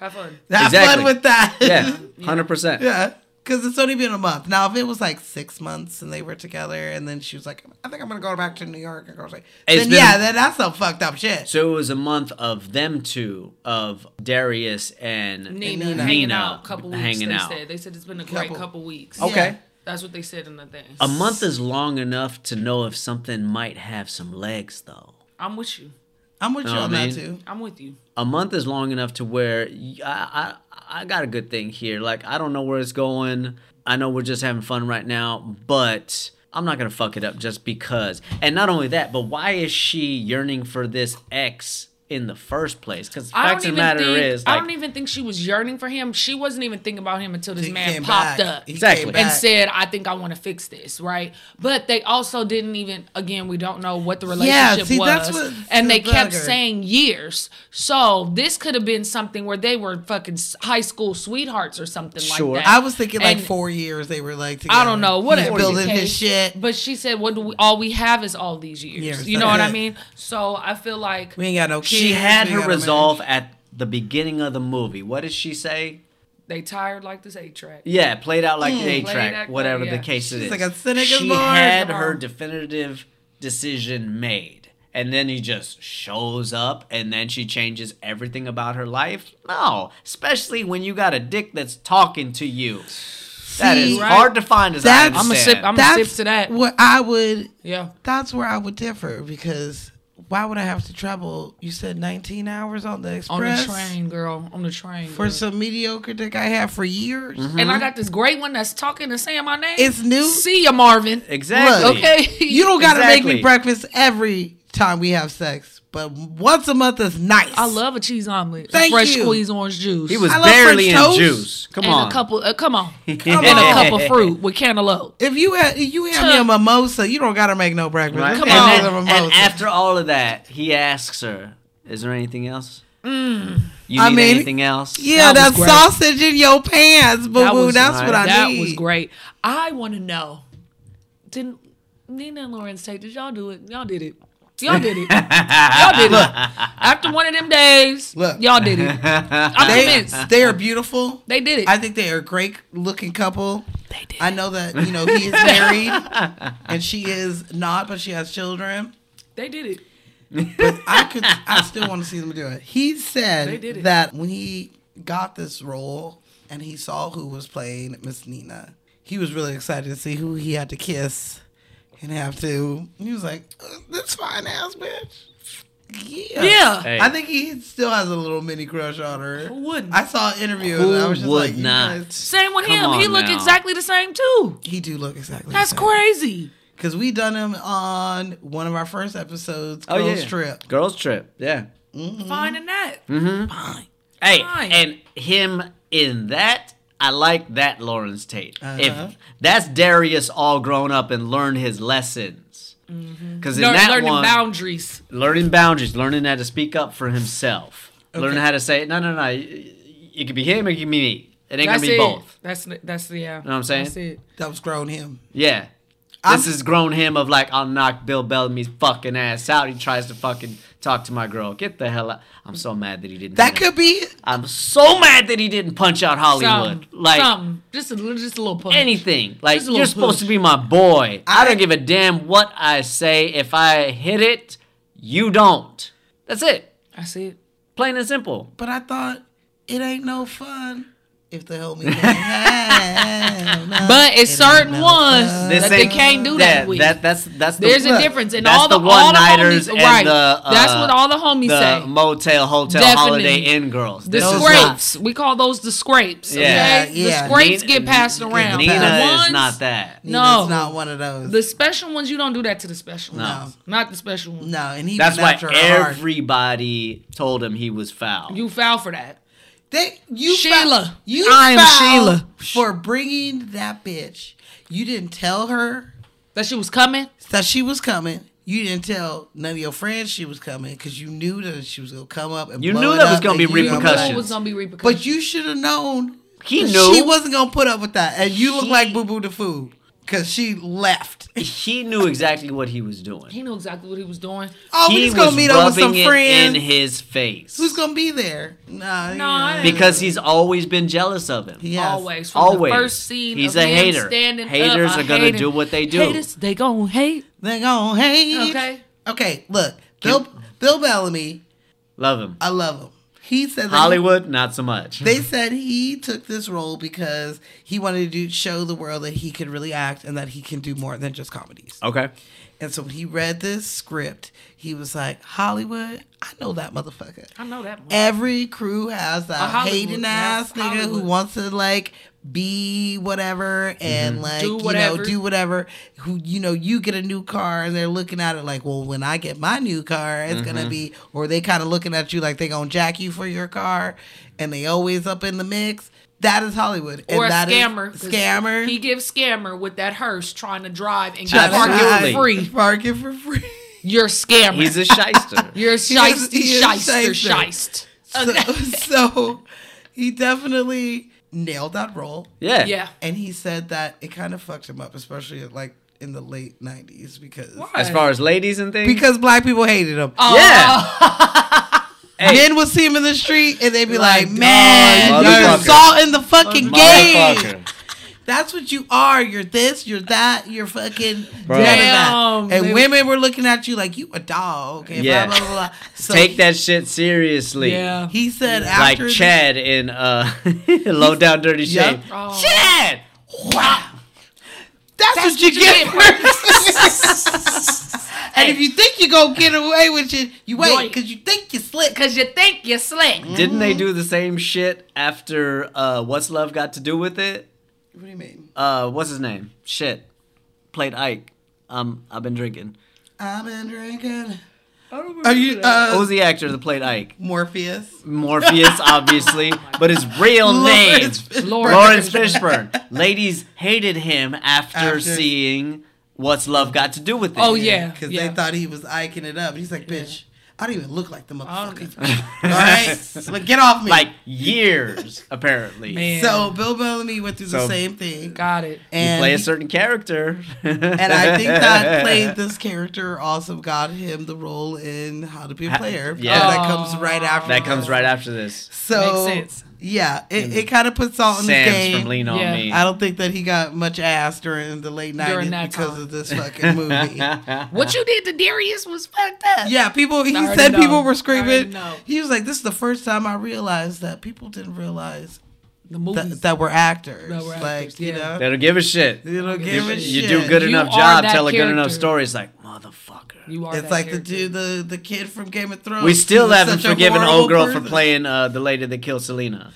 Speaker 2: Have fun.
Speaker 3: Have
Speaker 1: Exactly.
Speaker 3: fun with that.
Speaker 1: Yeah, hundred percent.
Speaker 3: yeah. Cause it's only been a month. Now if it was like six months and they were together and then she was like, I think I'm gonna go back to New York and go like
Speaker 1: It's
Speaker 3: then
Speaker 1: been-
Speaker 3: yeah, then that's some fucked up shit.
Speaker 1: So it was a month of them two, of Darius and
Speaker 2: Nina,
Speaker 1: Nina
Speaker 2: hanging out. Couple weeks.
Speaker 1: hanging
Speaker 2: they
Speaker 1: out.
Speaker 2: said they said it's been a
Speaker 3: Couple.
Speaker 2: great couple weeks.
Speaker 1: Okay. Yeah.
Speaker 2: That's what they said in the thing.
Speaker 1: A month is long enough to know if something might have some legs, though.
Speaker 2: I'm with you.
Speaker 3: I'm with you
Speaker 1: Know
Speaker 3: on
Speaker 1: what I
Speaker 3: that
Speaker 1: mean?
Speaker 3: too.
Speaker 2: I'm with you.
Speaker 1: A month is long enough to where y- I, I, I got a good thing here. Like I don't know where it's going. I know we're just having fun right now, but I'm not gonna fuck it up just because. And not only that, but why is she yearning for this ex in the first place? Because fact
Speaker 2: I don't
Speaker 1: of the
Speaker 2: even
Speaker 1: matter
Speaker 2: think
Speaker 1: is,
Speaker 2: I
Speaker 1: like,
Speaker 2: don't even think she was yearning for him. She wasn't even thinking about him until this
Speaker 3: He
Speaker 2: man
Speaker 3: came
Speaker 2: popped
Speaker 3: back.
Speaker 2: up.
Speaker 3: He
Speaker 1: Exactly.
Speaker 3: came
Speaker 2: and
Speaker 3: back.
Speaker 2: said, "I think I want to fix this," right? But they also didn't even. Again, we don't know what the
Speaker 3: Yeah,
Speaker 2: relationship
Speaker 3: see,
Speaker 2: was,
Speaker 3: that's what-
Speaker 2: and they
Speaker 3: the
Speaker 2: kept
Speaker 3: bugger.
Speaker 2: saying years. So this could have been something where they were fucking s- high school sweethearts or something
Speaker 1: Sure.
Speaker 2: like that.
Speaker 3: I was thinking like
Speaker 2: And-
Speaker 3: four years they were like together.
Speaker 2: I don't know what
Speaker 3: He's building his shit.
Speaker 2: But she said, "What do we? All we have is all these years.
Speaker 3: Years,
Speaker 2: you know what I
Speaker 3: that's it.
Speaker 2: mean? So I feel like
Speaker 3: We ain't got no kids.
Speaker 1: she had
Speaker 3: we
Speaker 1: her
Speaker 3: got no
Speaker 1: resolve at the beginning of the movie. What did she say?
Speaker 2: they tired like this eight track.
Speaker 1: Yeah, it played out like
Speaker 3: Hmm.
Speaker 1: the A
Speaker 2: Played
Speaker 1: track,
Speaker 2: out,
Speaker 1: whatever
Speaker 2: yeah.
Speaker 1: the case it is.
Speaker 3: She's like a cynic as Uh-huh.
Speaker 1: she
Speaker 3: Lord.
Speaker 1: had
Speaker 3: Come
Speaker 1: her
Speaker 3: on.
Speaker 1: definitive decision made, and then he just shows up, and then she changes everything about her life. No, especially when you got a dick that's talking to you. that is
Speaker 3: See,
Speaker 1: hard to find. As I
Speaker 3: That's-
Speaker 2: I'ma
Speaker 1: understand.
Speaker 2: sip- I'ma-
Speaker 3: That's
Speaker 2: sip to that.
Speaker 3: What I would.
Speaker 2: Yeah.
Speaker 3: That's where I would differ because why would I have to travel? You said 19 hours on the
Speaker 2: On the
Speaker 3: express
Speaker 2: train, girl. On the train.
Speaker 3: for
Speaker 2: girl.
Speaker 3: some mediocre dick I had for years.
Speaker 2: and I got this great one that's talking and saying my name.
Speaker 3: It's new.
Speaker 2: Mm-hmm. See ya, Marvin.
Speaker 1: exactly.
Speaker 3: Look,
Speaker 2: Okay.
Speaker 3: You don't gotta make
Speaker 1: Exactly.
Speaker 3: me breakfast every time we have sex, but once a month is nice.
Speaker 2: I love a cheese omelet.
Speaker 3: Thank
Speaker 2: Fresh
Speaker 3: you.
Speaker 2: squeezed orange juice.
Speaker 1: He was
Speaker 3: I love
Speaker 1: barely in
Speaker 3: French toast.
Speaker 1: juice. Come
Speaker 2: and
Speaker 1: on.
Speaker 2: a couple. Uh, come on.
Speaker 1: Come on.
Speaker 2: and a cup of fruit with cantaloupe.
Speaker 3: If you had if you had me a mimosa, you don't gotta make no breakfast.
Speaker 1: Right?
Speaker 3: Come
Speaker 1: and,
Speaker 3: on,
Speaker 1: then-
Speaker 3: with a
Speaker 1: and
Speaker 3: mimosa.
Speaker 1: after all of that, he asks her, "Is there anything else? You need
Speaker 3: Mm. I mean,
Speaker 1: anything else?
Speaker 3: yeah,
Speaker 2: That
Speaker 3: that,
Speaker 2: was great.
Speaker 3: sausage in your pants, boo boo.
Speaker 2: was-
Speaker 3: That's what I
Speaker 2: that
Speaker 3: need.
Speaker 2: was great. I want to know. Didn't Nina and Lauren say? Did y'all do it? Y'all did it. Y'all did it. Y'all did it. After one of them days,
Speaker 3: Look.
Speaker 2: y'all did it. I'm convinced.
Speaker 3: They are beautiful.
Speaker 2: They did it.
Speaker 3: I think they are a great looking couple.
Speaker 2: they did.
Speaker 3: I know that, you know, he is married and she is not, but she has children.
Speaker 2: They did it.
Speaker 3: I could I still want to see them do it. He
Speaker 2: They
Speaker 3: said
Speaker 2: did it.
Speaker 3: that when he got this role and he saw who was playing Miss Nina, he was really excited to see who he had to kiss and have to. He was like, "Uh, "This fine ass bitch." Yeah.
Speaker 2: Yeah.
Speaker 1: Hey.
Speaker 3: I think he still has a little mini crush on her.
Speaker 2: Who wouldn't?
Speaker 3: I saw an interview
Speaker 1: Who
Speaker 3: and I was just
Speaker 1: would
Speaker 3: like, you
Speaker 1: not?
Speaker 3: guys-
Speaker 2: Same with
Speaker 1: Come
Speaker 2: him. He
Speaker 1: on
Speaker 2: looked
Speaker 1: now.
Speaker 2: exactly the same too.
Speaker 3: he do look exactly.
Speaker 2: That's crazy.
Speaker 1: Mm-hmm.
Speaker 3: Because we done him on one of our first episodes,
Speaker 1: Oh,
Speaker 3: Girls
Speaker 1: yeah.
Speaker 3: Trip.
Speaker 1: Girls trip. Yeah.
Speaker 2: Finding that.
Speaker 1: Hey,
Speaker 2: Fine.
Speaker 1: and him in that, I like that Lawrence Tate. If that's Darius all grown up and learned his lessons, because in
Speaker 2: Learn-
Speaker 1: that
Speaker 2: learning
Speaker 1: one,
Speaker 2: boundaries.
Speaker 1: learning boundaries, learning how to speak up for himself, learning
Speaker 3: Okay.
Speaker 1: how to say, no, no, no, it could be him, it could be me. It ain't
Speaker 2: That's
Speaker 1: gonna be
Speaker 2: it.
Speaker 1: both.
Speaker 2: That's that's the yeah. You
Speaker 1: know what I'm saying?
Speaker 2: That's it.
Speaker 3: That was grown him.
Speaker 1: Yeah.
Speaker 3: I'm-
Speaker 1: This is grown him of like, I'll knock Bill Bellamy's fucking ass out. He tries to fucking talk to my girl. Get the hell out. I'm so mad that he didn't. do
Speaker 3: That could be
Speaker 1: I'm so mad that he didn't punch out Hollywood.
Speaker 2: Something,
Speaker 1: like
Speaker 2: something. Just a little, just a little punch.
Speaker 1: anything. Like
Speaker 2: Just a
Speaker 1: you're
Speaker 2: little
Speaker 1: supposed
Speaker 2: push.
Speaker 1: to be my boy. I,
Speaker 3: I-
Speaker 1: don't give a damn what I say. If I hit it, you don't. That's it.
Speaker 2: That's it.
Speaker 1: Plain and simple.
Speaker 3: But I thought it ain't no fun if the homie can't have none.
Speaker 2: Uh, But it's
Speaker 3: It
Speaker 2: certain
Speaker 3: ain't no
Speaker 2: ones
Speaker 3: fun.
Speaker 2: that they can't do that with.
Speaker 1: That, that's that's
Speaker 2: There's
Speaker 1: the,
Speaker 2: a difference in
Speaker 1: that's
Speaker 2: all the, all the
Speaker 1: one-nighters
Speaker 2: homies.
Speaker 1: and
Speaker 2: Right.
Speaker 1: the, uh,
Speaker 2: That's what all the homies
Speaker 1: the
Speaker 2: say.
Speaker 1: Motel, hotel,
Speaker 2: Definitely.
Speaker 1: holiday inn girls.
Speaker 2: The
Speaker 1: This is not.
Speaker 2: scrapes. We call those the scrapes.
Speaker 1: Yeah.
Speaker 2: Okay?
Speaker 1: Yeah, yeah.
Speaker 2: The scrapes
Speaker 1: Nina-
Speaker 2: get passed around.
Speaker 1: Nina
Speaker 2: The
Speaker 1: is
Speaker 2: ones-
Speaker 1: not that.
Speaker 2: No.
Speaker 3: Nina's not one of those.
Speaker 2: The special ones, you don't do that to the special
Speaker 1: No.
Speaker 2: ones. Not the special ones.
Speaker 3: No, and he
Speaker 1: That's
Speaker 3: been
Speaker 1: why
Speaker 3: after her hard.
Speaker 1: everybody told him he was foul.
Speaker 2: You foul for that.
Speaker 3: They you
Speaker 2: Sheila.
Speaker 3: foul- you
Speaker 2: I am
Speaker 3: foul
Speaker 2: Sheila.
Speaker 3: for bringing that bitch. You didn't tell her
Speaker 2: that she was coming.
Speaker 3: That she was coming. You didn't tell none of your friends she was coming because you knew that she was gonna come up and
Speaker 1: You
Speaker 3: blow
Speaker 1: knew
Speaker 3: it
Speaker 1: that was
Speaker 3: up
Speaker 1: gonna
Speaker 3: and
Speaker 1: be
Speaker 3: you knew
Speaker 1: repercussions.
Speaker 2: It was gonna be repercussions.
Speaker 3: But you should have known
Speaker 1: He
Speaker 3: that
Speaker 1: knew.
Speaker 3: she wasn't gonna put up with that, and you look like Boo Boo the fool because she left.
Speaker 1: He knew exactly what he was doing.
Speaker 2: He knew exactly what he was doing.
Speaker 3: Oh,
Speaker 1: he
Speaker 3: we just gonna
Speaker 1: was
Speaker 3: meet up with some
Speaker 1: rubbing it
Speaker 3: friends.
Speaker 1: in his face
Speaker 3: Who's gonna be there? Nah,
Speaker 2: No, I didn't.
Speaker 1: because he's always been jealous of him.
Speaker 3: Yes.
Speaker 2: Always, from the first scene
Speaker 1: he's
Speaker 2: of
Speaker 1: a
Speaker 2: him
Speaker 1: hater.
Speaker 2: standing up,
Speaker 1: Haters
Speaker 2: I
Speaker 1: are gonna
Speaker 2: hate him.
Speaker 1: do what they do.
Speaker 2: Haters, they gonna hate.
Speaker 3: They gonna hate.
Speaker 2: Okay.
Speaker 3: Okay. Look, Bill Bill Bellamy.
Speaker 1: Love him.
Speaker 3: I love him. He said that he-
Speaker 1: Hollywood, not so much.
Speaker 3: They said he took this role because he wanted to do, show the world that he could really act and that he can do more than just comedies.
Speaker 1: okay.
Speaker 3: And so when he read this script, he was like, Hollywood, I know that motherfucker.
Speaker 2: I know that. One.
Speaker 3: Every crew has
Speaker 2: A
Speaker 3: that
Speaker 2: Hollywood,
Speaker 3: hating ass
Speaker 2: yes,
Speaker 3: nigga
Speaker 2: Hollywood.
Speaker 3: who wants to like be whatever and like
Speaker 2: Do
Speaker 3: you
Speaker 2: whatever.
Speaker 3: know do whatever. Who you know you get a new car and they're looking at it like, well, when I get my new car, it's gonna
Speaker 2: Mm-hmm.
Speaker 1: Mhm.
Speaker 3: be. Or they kind of looking at you like they gonna jack you for your car, and they always up in the mix. That is Hollywood, and
Speaker 2: or a
Speaker 3: that is
Speaker 2: scammer. 'cause
Speaker 3: scammer.
Speaker 2: He gives scammer with that hearse trying to drive and
Speaker 3: Trying
Speaker 2: get
Speaker 3: to
Speaker 2: parking
Speaker 3: drive.
Speaker 2: for free.
Speaker 3: Parking for free.
Speaker 2: You're a scammer.
Speaker 1: He's a shyster.
Speaker 2: You're a
Speaker 3: is-
Speaker 2: shyster,
Speaker 3: he is
Speaker 2: shyster,
Speaker 3: shyster.
Speaker 2: shyster.
Speaker 3: So, so he definitely nailed that role.
Speaker 1: Yeah.
Speaker 2: Yeah.
Speaker 3: And he said that it kind of fucked him up, especially like in the late nineties because
Speaker 1: As far as ladies and things,
Speaker 3: because black people hated him.
Speaker 1: Uh, yeah,
Speaker 3: Men would see him in the street and they'd be like,
Speaker 2: Like,
Speaker 3: "Man,
Speaker 1: oh,
Speaker 3: you're
Speaker 1: motherfucker.
Speaker 3: salt in the fucking game.
Speaker 1: motherfucker.
Speaker 3: That's what you are. You're this. You're that. You're fucking
Speaker 1: Bro.
Speaker 3: none of
Speaker 2: Damn,
Speaker 3: that." And
Speaker 2: they-
Speaker 3: women were looking at you like you a dog. And
Speaker 1: Yeah.
Speaker 3: blah blah blah. So
Speaker 1: Take that shit seriously.
Speaker 2: Yeah.
Speaker 3: He said
Speaker 1: Like
Speaker 3: after the-
Speaker 1: Chad in uh, Low Down Dirty
Speaker 3: Yup.
Speaker 1: Shame.
Speaker 2: Oh.
Speaker 1: Chad! Wow.
Speaker 3: That's, what you, get. and if you think you're gonna get away with it, you wait
Speaker 2: Wait.
Speaker 3: because you think you're slick.
Speaker 2: Cause you think you're slick.
Speaker 1: Didn't they do the same shit after uh, What's Love Got to Do with It?
Speaker 3: What do you mean?
Speaker 1: Uh, what's his name? Shit. Played Ike. Um, I've been drinking.
Speaker 3: I've been drinking. Are you uh,
Speaker 1: Who's the actor that played Ike?
Speaker 3: Morpheus?
Speaker 1: Morpheus, obviously, but his real name,
Speaker 3: Oh Lawrence Fishburne.
Speaker 1: Lawrence Fishburne. Ladies hated him after,
Speaker 3: After-
Speaker 1: seeing what's love got to do with it.
Speaker 2: Oh yeah,
Speaker 3: Because
Speaker 2: yeah.
Speaker 3: they thought he was eyeing it up. He's like, bitch, I don't even look like the motherfucker. All right,
Speaker 1: right?
Speaker 3: like get off me.
Speaker 1: like years, apparently.
Speaker 2: Man.
Speaker 3: so, Bill Bellamy went through the
Speaker 1: So-
Speaker 3: same thing.
Speaker 2: got it.
Speaker 1: You play a
Speaker 3: And
Speaker 1: certain character,
Speaker 3: and I think that played this character also got him the role in How to Be a
Speaker 1: Ha-
Speaker 3: Player.
Speaker 1: yeah.
Speaker 3: because that comes right after.
Speaker 1: that comes
Speaker 3: this.
Speaker 1: right after this.
Speaker 3: So
Speaker 2: Makes sense.
Speaker 3: yeah, it, it kind of puts salt in the
Speaker 1: Sam's
Speaker 3: game.
Speaker 1: from Lean on
Speaker 2: Yeah.
Speaker 1: Me.
Speaker 3: I don't think that he got much ass during the late
Speaker 2: During
Speaker 3: nineties
Speaker 2: that
Speaker 3: because
Speaker 2: time.
Speaker 3: of this fucking movie.
Speaker 2: What you did to Darius was fucked up.
Speaker 3: yeah, people. He
Speaker 2: I already
Speaker 3: said
Speaker 2: know.
Speaker 3: people were
Speaker 2: I already
Speaker 3: screaming.
Speaker 2: know.
Speaker 3: He was like, "This is the first time I realized that people didn't realize
Speaker 2: The
Speaker 3: that,
Speaker 2: movies.
Speaker 3: that we're actors.
Speaker 2: That we're actors,
Speaker 3: like you
Speaker 2: yeah.
Speaker 3: know,
Speaker 1: They don't give a shit.
Speaker 3: you don't
Speaker 1: You,
Speaker 3: give a
Speaker 1: you
Speaker 3: shit.
Speaker 1: do good
Speaker 2: You
Speaker 1: enough
Speaker 2: are
Speaker 1: job,
Speaker 2: that
Speaker 1: tell a good enough
Speaker 2: character.
Speaker 1: story. It's like motherfucker.
Speaker 2: you are.
Speaker 3: It's
Speaker 2: that
Speaker 3: like the
Speaker 2: character.
Speaker 3: dude, the the kid from Game of Thrones.
Speaker 1: We still
Speaker 3: He was
Speaker 1: haven't
Speaker 3: such a
Speaker 1: forgiven
Speaker 3: horrible
Speaker 1: old girl for
Speaker 3: person.
Speaker 1: playing uh, the lady that killed Selena.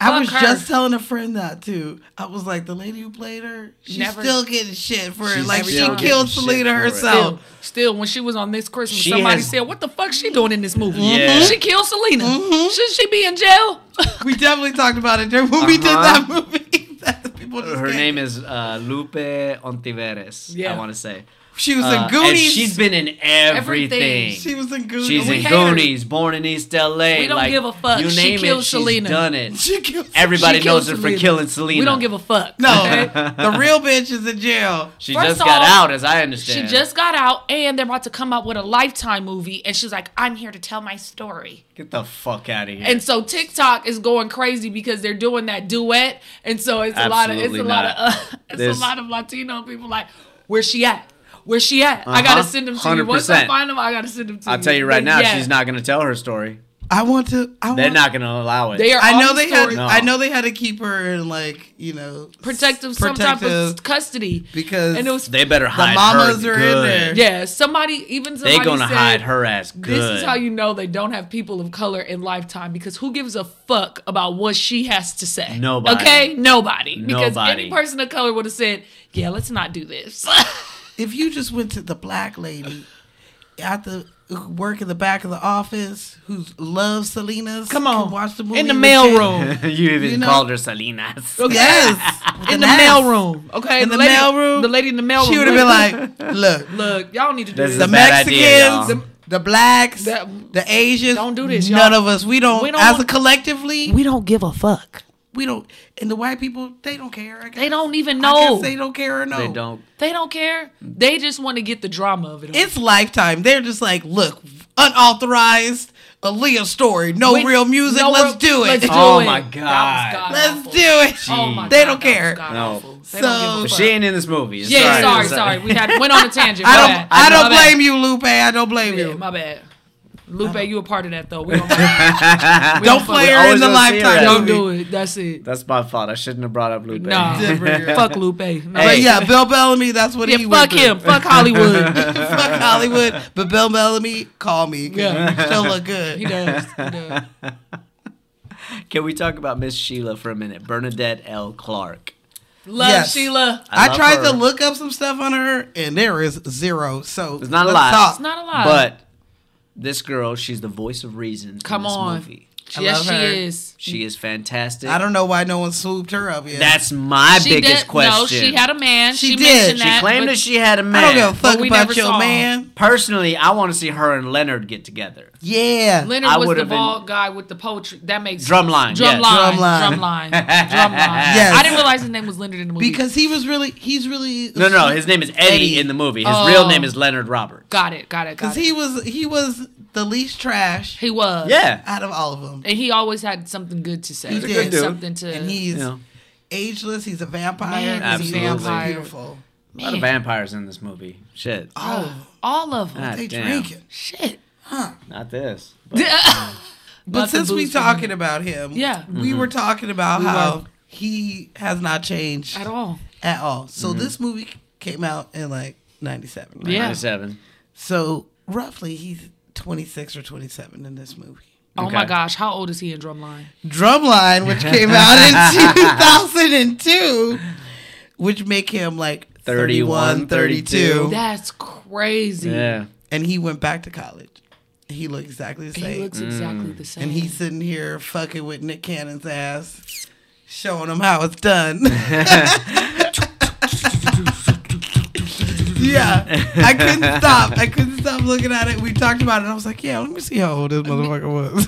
Speaker 3: I was
Speaker 2: Fuck her.
Speaker 3: just telling a friend that too. I was like, the lady who played her, she's
Speaker 2: Never-
Speaker 3: still getting shit for it.
Speaker 1: She's
Speaker 3: Like she
Speaker 1: still getting
Speaker 3: killed
Speaker 1: shit
Speaker 3: Selena
Speaker 1: for it.
Speaker 3: herself.
Speaker 2: Still, still, when she was on this Christmas,
Speaker 1: She
Speaker 2: somebody
Speaker 1: has-
Speaker 2: said, "What the fuck she doing in this movie?
Speaker 1: Yeah. Mm-hmm.
Speaker 2: She killed Selena. Should she be in jail?"
Speaker 3: We definitely talked about it during when we did
Speaker 1: Uh-huh.
Speaker 3: that movie. that the people just
Speaker 1: Her
Speaker 3: can't-
Speaker 1: name is uh, Lupe Ontiveros.
Speaker 2: Yeah.
Speaker 1: I want to say.
Speaker 3: She was
Speaker 1: Uh,
Speaker 3: in
Speaker 1: and
Speaker 3: Goonies.
Speaker 1: she's been in everything.
Speaker 2: Everything.
Speaker 3: she was in Goonies.
Speaker 1: She's
Speaker 2: We
Speaker 1: in
Speaker 2: hate her.
Speaker 1: Goonies, born in East LA.
Speaker 2: We don't
Speaker 1: like,
Speaker 2: give a fuck.
Speaker 1: You
Speaker 2: She
Speaker 1: name
Speaker 2: killed
Speaker 1: it, she's
Speaker 2: Selena.
Speaker 1: done it.
Speaker 3: She killed.
Speaker 1: Everybody knows
Speaker 2: She killed
Speaker 1: her
Speaker 2: Selena.
Speaker 1: for killing Selena.
Speaker 2: We don't give a fuck.
Speaker 3: No,
Speaker 2: okay?
Speaker 3: the real bitch is in jail.
Speaker 1: She
Speaker 2: First
Speaker 1: just got
Speaker 2: off,
Speaker 1: out, as I
Speaker 2: She
Speaker 1: understand.
Speaker 2: just got out, and they're about to come out with a Lifetime movie, and she's like, "I'm here to tell my story."
Speaker 1: get the fuck out of here.
Speaker 2: And so TikTok is going crazy because they're doing that duet, and so it's a lot of it's
Speaker 1: Absolutely
Speaker 2: a lot of
Speaker 1: not.
Speaker 2: uh, it's
Speaker 1: This-
Speaker 2: a lot of Latino people like, "Where's she at? Where's she at? I gotta
Speaker 1: Uh-huh.
Speaker 2: send them to you. Once I
Speaker 1: 100%.
Speaker 2: find them, I gotta send them to you."
Speaker 1: I'll tell you right
Speaker 2: But
Speaker 1: now,
Speaker 2: yeah.
Speaker 1: she's not gonna tell her story.
Speaker 3: I want to. I
Speaker 1: They're
Speaker 3: want-
Speaker 1: not gonna allow it.
Speaker 2: They are
Speaker 3: I
Speaker 2: on
Speaker 3: know
Speaker 2: the
Speaker 3: they had.
Speaker 2: story.
Speaker 3: I know they had to keep her in like you know
Speaker 2: protective, some type
Speaker 3: protective
Speaker 2: of custody.
Speaker 3: because
Speaker 2: And it was
Speaker 1: They better
Speaker 3: The
Speaker 1: hide
Speaker 3: mamas
Speaker 1: her
Speaker 3: are in
Speaker 1: good.
Speaker 3: there.
Speaker 2: Yeah, somebody even somebody
Speaker 1: They gonna
Speaker 2: said,
Speaker 1: hide her ass good.
Speaker 2: This is how you know they don't have people of color in lifetime because who gives a fuck about what she has to say?
Speaker 1: Nobody.
Speaker 2: Okay, nobody. Because
Speaker 1: Nobody.
Speaker 2: any person of color would have said, "Yeah, let's not do this."
Speaker 3: if you just went to the black lady at the who work in the back of the office who loves Selena's. Come on, watch the movie
Speaker 2: the
Speaker 3: with
Speaker 2: mail
Speaker 3: Jay-
Speaker 2: room.
Speaker 1: you even
Speaker 3: know?
Speaker 1: called her Salinas.
Speaker 3: Yes, with
Speaker 2: in
Speaker 3: an
Speaker 2: the
Speaker 3: ass.
Speaker 2: mail room. Okay,
Speaker 3: In the
Speaker 2: lady-
Speaker 3: mail room,
Speaker 2: The lady in the mail
Speaker 3: She
Speaker 2: room.
Speaker 3: would have been like, "Look,
Speaker 2: "Look, y'all need to do
Speaker 1: This
Speaker 2: this."
Speaker 1: is
Speaker 3: the
Speaker 1: a bad idea,
Speaker 3: Mexicans,
Speaker 1: y'all.
Speaker 3: the blacks,
Speaker 2: That-
Speaker 3: the Asians,
Speaker 2: Don't do this,
Speaker 3: None
Speaker 2: y'all.
Speaker 3: of us. We don't.
Speaker 2: We don't
Speaker 3: as a
Speaker 2: want-
Speaker 3: collectively,
Speaker 2: we don't give a fuck.
Speaker 3: we don't. And the white people, they don't care. I guess.
Speaker 2: They don't even
Speaker 3: I
Speaker 2: know.
Speaker 3: guess they don't care or no.
Speaker 1: They don't.
Speaker 2: They don't care. They just want to get the drama of it. all.
Speaker 3: It's lifetime. They're just like, look, unauthorized Aaliyah story, no
Speaker 2: Wait,
Speaker 3: real music.
Speaker 2: no
Speaker 3: let's
Speaker 2: real-
Speaker 3: do
Speaker 2: let's
Speaker 3: it.
Speaker 2: do
Speaker 1: Oh
Speaker 2: it.
Speaker 1: my
Speaker 2: That was
Speaker 1: God.
Speaker 2: god-awful.
Speaker 3: Let's do it.
Speaker 2: Oh my
Speaker 3: They
Speaker 2: God,
Speaker 3: don't
Speaker 2: that was
Speaker 3: care.
Speaker 2: god-awful. They
Speaker 3: So-
Speaker 2: don't give a
Speaker 1: But
Speaker 2: fuck.
Speaker 1: she ain't in this movie.
Speaker 2: Yeah, sorry, sorry. We had went on a tangent. My
Speaker 3: I
Speaker 2: bad.
Speaker 3: don't. I
Speaker 2: My
Speaker 3: don't
Speaker 2: bad.
Speaker 3: blame you, Lupe. I don't blame
Speaker 2: Yeah,
Speaker 3: you.
Speaker 2: my bad. Lupe, you a part of that though. We don't, we
Speaker 3: Don't play her in
Speaker 1: always
Speaker 3: the
Speaker 1: gonna see her
Speaker 3: lifetime.
Speaker 1: as-
Speaker 2: don't
Speaker 3: movie.
Speaker 2: do it. That's it.
Speaker 1: That's my fault. I shouldn't have brought up Lupe.
Speaker 2: Nah, fuck Lupe. No,
Speaker 1: Hey.
Speaker 3: But yeah, Bill Bellamy. That's what
Speaker 2: yeah,
Speaker 3: he went
Speaker 2: fuck
Speaker 3: through.
Speaker 2: him. Fuck Hollywood.
Speaker 3: fuck Hollywood. But Bill Bellamy, call me. Yeah,
Speaker 2: Yeah.
Speaker 3: you still look good.
Speaker 2: he does. He does.
Speaker 1: Can we talk about Miss Sheila for a minute? Bernadette L. Clark.
Speaker 2: Love
Speaker 3: Yes.
Speaker 2: Sheila.
Speaker 1: I
Speaker 3: I,
Speaker 1: love
Speaker 3: tried
Speaker 1: her.
Speaker 3: to look up some stuff on her, and there is zero. So
Speaker 1: It's not a
Speaker 3: let's
Speaker 1: lot.
Speaker 3: talk.
Speaker 2: It's not a lot.
Speaker 1: But this girl, she's the voice of reason.
Speaker 2: Come
Speaker 1: in this
Speaker 2: on.
Speaker 1: Movie.
Speaker 2: yes,
Speaker 3: love her.
Speaker 2: she is.
Speaker 1: She is fantastic.
Speaker 3: I don't know why no one swooped her up yet.
Speaker 1: That's my
Speaker 2: She
Speaker 1: biggest
Speaker 2: did-
Speaker 1: question.
Speaker 2: No, she had a man.
Speaker 3: She
Speaker 2: She,
Speaker 3: did.
Speaker 2: mentioned
Speaker 1: She
Speaker 2: that.
Speaker 1: claimed
Speaker 2: but-
Speaker 1: that she had a man.
Speaker 3: I don't give a
Speaker 2: But
Speaker 3: fuck
Speaker 2: we
Speaker 3: about
Speaker 2: never
Speaker 3: your
Speaker 2: saw
Speaker 3: man.
Speaker 1: Personally, I want to see her and Leonard get together.
Speaker 3: Yeah.
Speaker 2: Leonard
Speaker 1: I
Speaker 2: was the
Speaker 1: would've been-
Speaker 2: bald guy with the poetry. That makes
Speaker 1: Drumline,
Speaker 2: Sense.
Speaker 1: yes.
Speaker 2: Drumline.
Speaker 3: Drumline.
Speaker 2: Drumline. Drumline. Yes. I didn't realize his name was Leonard in the movie.
Speaker 3: because he was really, he's really
Speaker 1: No, no, his name is Eddie,
Speaker 3: Eddie.
Speaker 1: in the movie. His
Speaker 2: Oh.
Speaker 1: real name is Leonard Roberts.
Speaker 2: got it. Got it. Got
Speaker 3: because
Speaker 2: it.
Speaker 3: he was he was the least trash
Speaker 2: He was.
Speaker 1: Yeah.
Speaker 3: out of all of them.
Speaker 2: And he always had something good to say.
Speaker 3: He did.
Speaker 1: dude.
Speaker 2: Something to.
Speaker 3: And he's
Speaker 1: You know,
Speaker 3: ageless. He's a vampire.
Speaker 2: Man,
Speaker 3: he's
Speaker 1: he's a vampire.
Speaker 3: beautiful.
Speaker 1: a lot of
Speaker 2: man,
Speaker 1: vampires in this movie. Shit.
Speaker 3: Oh,
Speaker 2: all of them.
Speaker 1: God
Speaker 3: they
Speaker 1: damn.
Speaker 3: drink it.
Speaker 2: Shit.
Speaker 1: Not this. But
Speaker 3: But
Speaker 2: Not the
Speaker 3: since we
Speaker 2: booze for
Speaker 3: talking about him,
Speaker 2: Yeah.
Speaker 3: we were
Speaker 1: Mm-hmm.
Speaker 3: talking about
Speaker 2: We
Speaker 3: how
Speaker 2: were.
Speaker 3: he has not changed
Speaker 2: At all.
Speaker 3: at all. So
Speaker 1: Mm-hmm.
Speaker 3: this movie came out in like '97. right?
Speaker 2: Yeah.
Speaker 1: 97.
Speaker 3: So roughly, he's 26 or 27 in this movie.
Speaker 2: Oh
Speaker 1: Okay.
Speaker 2: my gosh, how old is he in Drumline?
Speaker 3: Drumline, which came out in 2002, which make him like
Speaker 1: 31,
Speaker 3: 31, 32.
Speaker 2: That's crazy.
Speaker 1: Yeah.
Speaker 3: And he went back to college. He looked exactly the
Speaker 2: He
Speaker 3: same.
Speaker 2: looks exactly
Speaker 1: Mm.
Speaker 2: the same.
Speaker 3: and he's sitting here fucking with Nick Cannon's ass, showing him how it's done. yeah, I couldn't stop. I couldn't stop looking at it. We talked about it. And I was like, yeah, let me see how old this motherfucker was.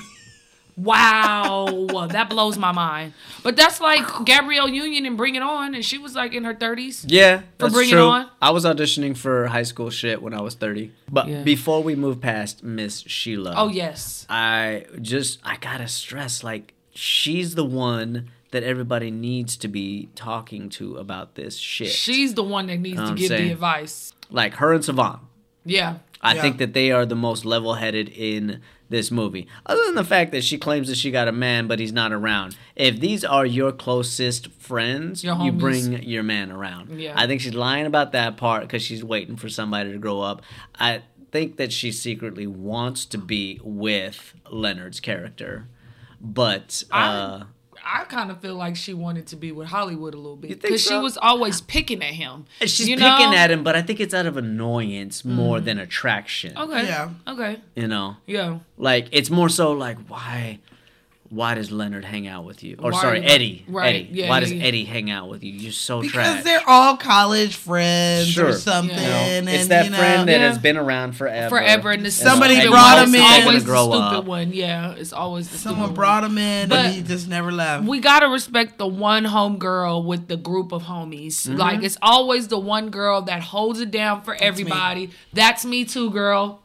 Speaker 2: Wow, that blows my mind. But that's like Gabrielle Union and Bring It On, and she was like in her thirties.
Speaker 1: Yeah. That's
Speaker 2: Bring It
Speaker 1: true.
Speaker 2: On?
Speaker 1: I was auditioning for high school shit when I was 30. But
Speaker 2: Yeah.
Speaker 1: before we move past Miss Sheila.
Speaker 2: Oh yes,
Speaker 1: I just I gotta stress like she's the one that everybody needs to be talking to about this shit.
Speaker 2: she's the one that needs
Speaker 1: Know what
Speaker 2: to
Speaker 1: I'm
Speaker 2: give
Speaker 1: saying?
Speaker 2: the advice.
Speaker 1: like her and Savant.
Speaker 2: Yeah,
Speaker 1: I
Speaker 3: Yeah.
Speaker 1: think that they are the most level headed in this movie. Other than the fact that she claims that she got a man, but he's not around. If these are your closest friends,
Speaker 2: Your
Speaker 1: you
Speaker 2: homies.
Speaker 1: bring your man around.
Speaker 2: Yeah.
Speaker 1: I think she's lying about that part because she's waiting for somebody to grow up. I think that she secretly wants to be with Leonard's character, but uh,
Speaker 2: I kind of feel like she wanted to be with Hollywood a little bit
Speaker 1: think
Speaker 2: because
Speaker 1: so?
Speaker 2: she was always picking at him.
Speaker 1: she's
Speaker 2: you
Speaker 1: picking
Speaker 2: know? Mm.
Speaker 1: at him. But I think it's out of annoyance more than attraction.
Speaker 2: Okay.
Speaker 3: Yeah.
Speaker 2: Yeah. Okay.
Speaker 1: You know.
Speaker 2: Yeah.
Speaker 1: Like it's more so like why why does Leonard hang out with you? Or
Speaker 2: Why-
Speaker 1: sorry, Eddie.
Speaker 2: right,
Speaker 1: Eddie.
Speaker 2: yeah,
Speaker 1: why
Speaker 2: yeah,
Speaker 1: does
Speaker 2: yeah.
Speaker 1: Eddie hang out with you? You're so
Speaker 3: because
Speaker 1: trash.
Speaker 3: they're all college friends
Speaker 1: Sure.
Speaker 3: or something.
Speaker 2: You know,
Speaker 3: And,
Speaker 1: it's that
Speaker 3: you know,
Speaker 1: friend that
Speaker 2: Yeah.
Speaker 1: has been around forever.
Speaker 2: Forever and this
Speaker 3: Somebody
Speaker 2: stupid
Speaker 3: brought
Speaker 2: one.
Speaker 3: him
Speaker 2: It's
Speaker 3: in.
Speaker 2: Always the
Speaker 1: Grow
Speaker 2: stupid
Speaker 1: up.
Speaker 2: one. Yeah. It's always the
Speaker 3: someone
Speaker 2: stupid
Speaker 3: brought him in
Speaker 2: But-
Speaker 3: and he just never left.
Speaker 2: we gotta respect the one homegirl with the group of homies.
Speaker 1: Mm-hmm.
Speaker 2: Like it's always the one girl that holds it down for everybody. That's me too, girl.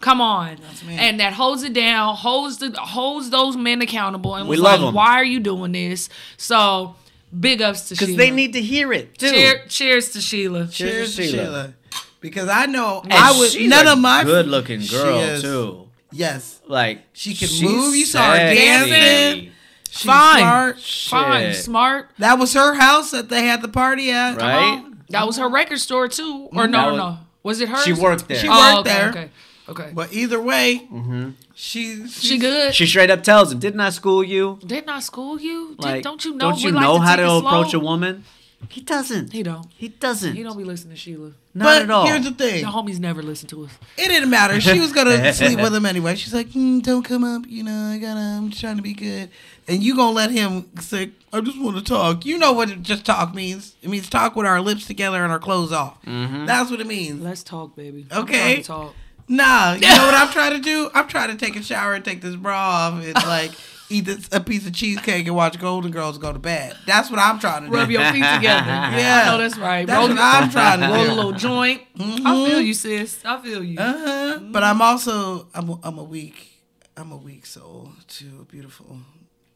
Speaker 2: Come on,
Speaker 3: me.
Speaker 2: and that holds it down, holds the holds those men accountable, and
Speaker 1: We
Speaker 2: was
Speaker 1: love
Speaker 2: like,
Speaker 1: 'em.
Speaker 2: why are you doing this? So big ups to
Speaker 1: Because
Speaker 2: Sheila.
Speaker 1: they need to hear it too.
Speaker 2: Cheer, cheers to Sheila.
Speaker 3: Cheers to
Speaker 1: Sheila.
Speaker 3: Sheila. Because I know
Speaker 1: And
Speaker 3: I would
Speaker 1: she's
Speaker 3: none
Speaker 1: a
Speaker 3: of my
Speaker 1: good looking
Speaker 3: She
Speaker 1: girl
Speaker 3: is.
Speaker 1: too.
Speaker 3: Yes.
Speaker 1: Like
Speaker 3: she could
Speaker 1: she's
Speaker 3: move. You saw her
Speaker 1: sexy.
Speaker 3: dancing. She's
Speaker 2: Fine.
Speaker 3: smart.
Speaker 2: Fine,
Speaker 1: Shit.
Speaker 2: smart,
Speaker 3: That was her house that they had the party at.
Speaker 1: Right?
Speaker 2: Come on. That was her record store too, or
Speaker 1: Mhm.
Speaker 2: no,
Speaker 1: That was-
Speaker 2: no, was it her?
Speaker 1: She worked there.
Speaker 3: She
Speaker 2: Oh,
Speaker 3: worked
Speaker 2: okay,
Speaker 3: there.
Speaker 2: okay, okay.
Speaker 3: But either way,
Speaker 1: hmm
Speaker 3: she
Speaker 2: She good.
Speaker 1: She straight up tells him, "Didn't I school you?
Speaker 2: Didn't I school you? Did,
Speaker 1: Like,
Speaker 2: don't you know?
Speaker 1: Don't you
Speaker 2: we
Speaker 1: know
Speaker 2: like to
Speaker 1: how
Speaker 2: take
Speaker 1: to
Speaker 2: it
Speaker 1: approach
Speaker 2: slow?
Speaker 1: a woman? He doesn't.
Speaker 2: He don't.
Speaker 1: He doesn't.
Speaker 2: He don't be listening to Sheila.
Speaker 1: Not
Speaker 3: but
Speaker 1: at all.
Speaker 3: here's the thing.
Speaker 2: The homies never listen to us.
Speaker 3: It didn't matter. She was gonna sleep with him anyway. She's like, mm, "Don't come up, you know. I gotta. I'm trying to be good." And you gonna let him say, "I just want to talk." You know what just talk means? It means talk with our lips together and our clothes off. That's what it means.
Speaker 2: Let's talk, baby. I'm
Speaker 3: Okay.
Speaker 2: trying to talk.
Speaker 3: Nah, you know what I'm trying to do? I'm trying to take a shower and take this bra off and like eat this, a piece of cheesecake and watch Golden Girls go to bed. That's what I'm trying to do.
Speaker 2: Rub your feet together.
Speaker 3: Yeah.
Speaker 2: I know that's right.
Speaker 3: That's
Speaker 2: roll,
Speaker 3: what I'm trying to
Speaker 2: roll
Speaker 3: do.
Speaker 2: a little joint.
Speaker 1: Mm-hmm.
Speaker 2: I feel you, sis. I feel you.
Speaker 3: Uh-huh. But I'm also I'm a, I'm a weak I'm a weak soul too. Beautiful.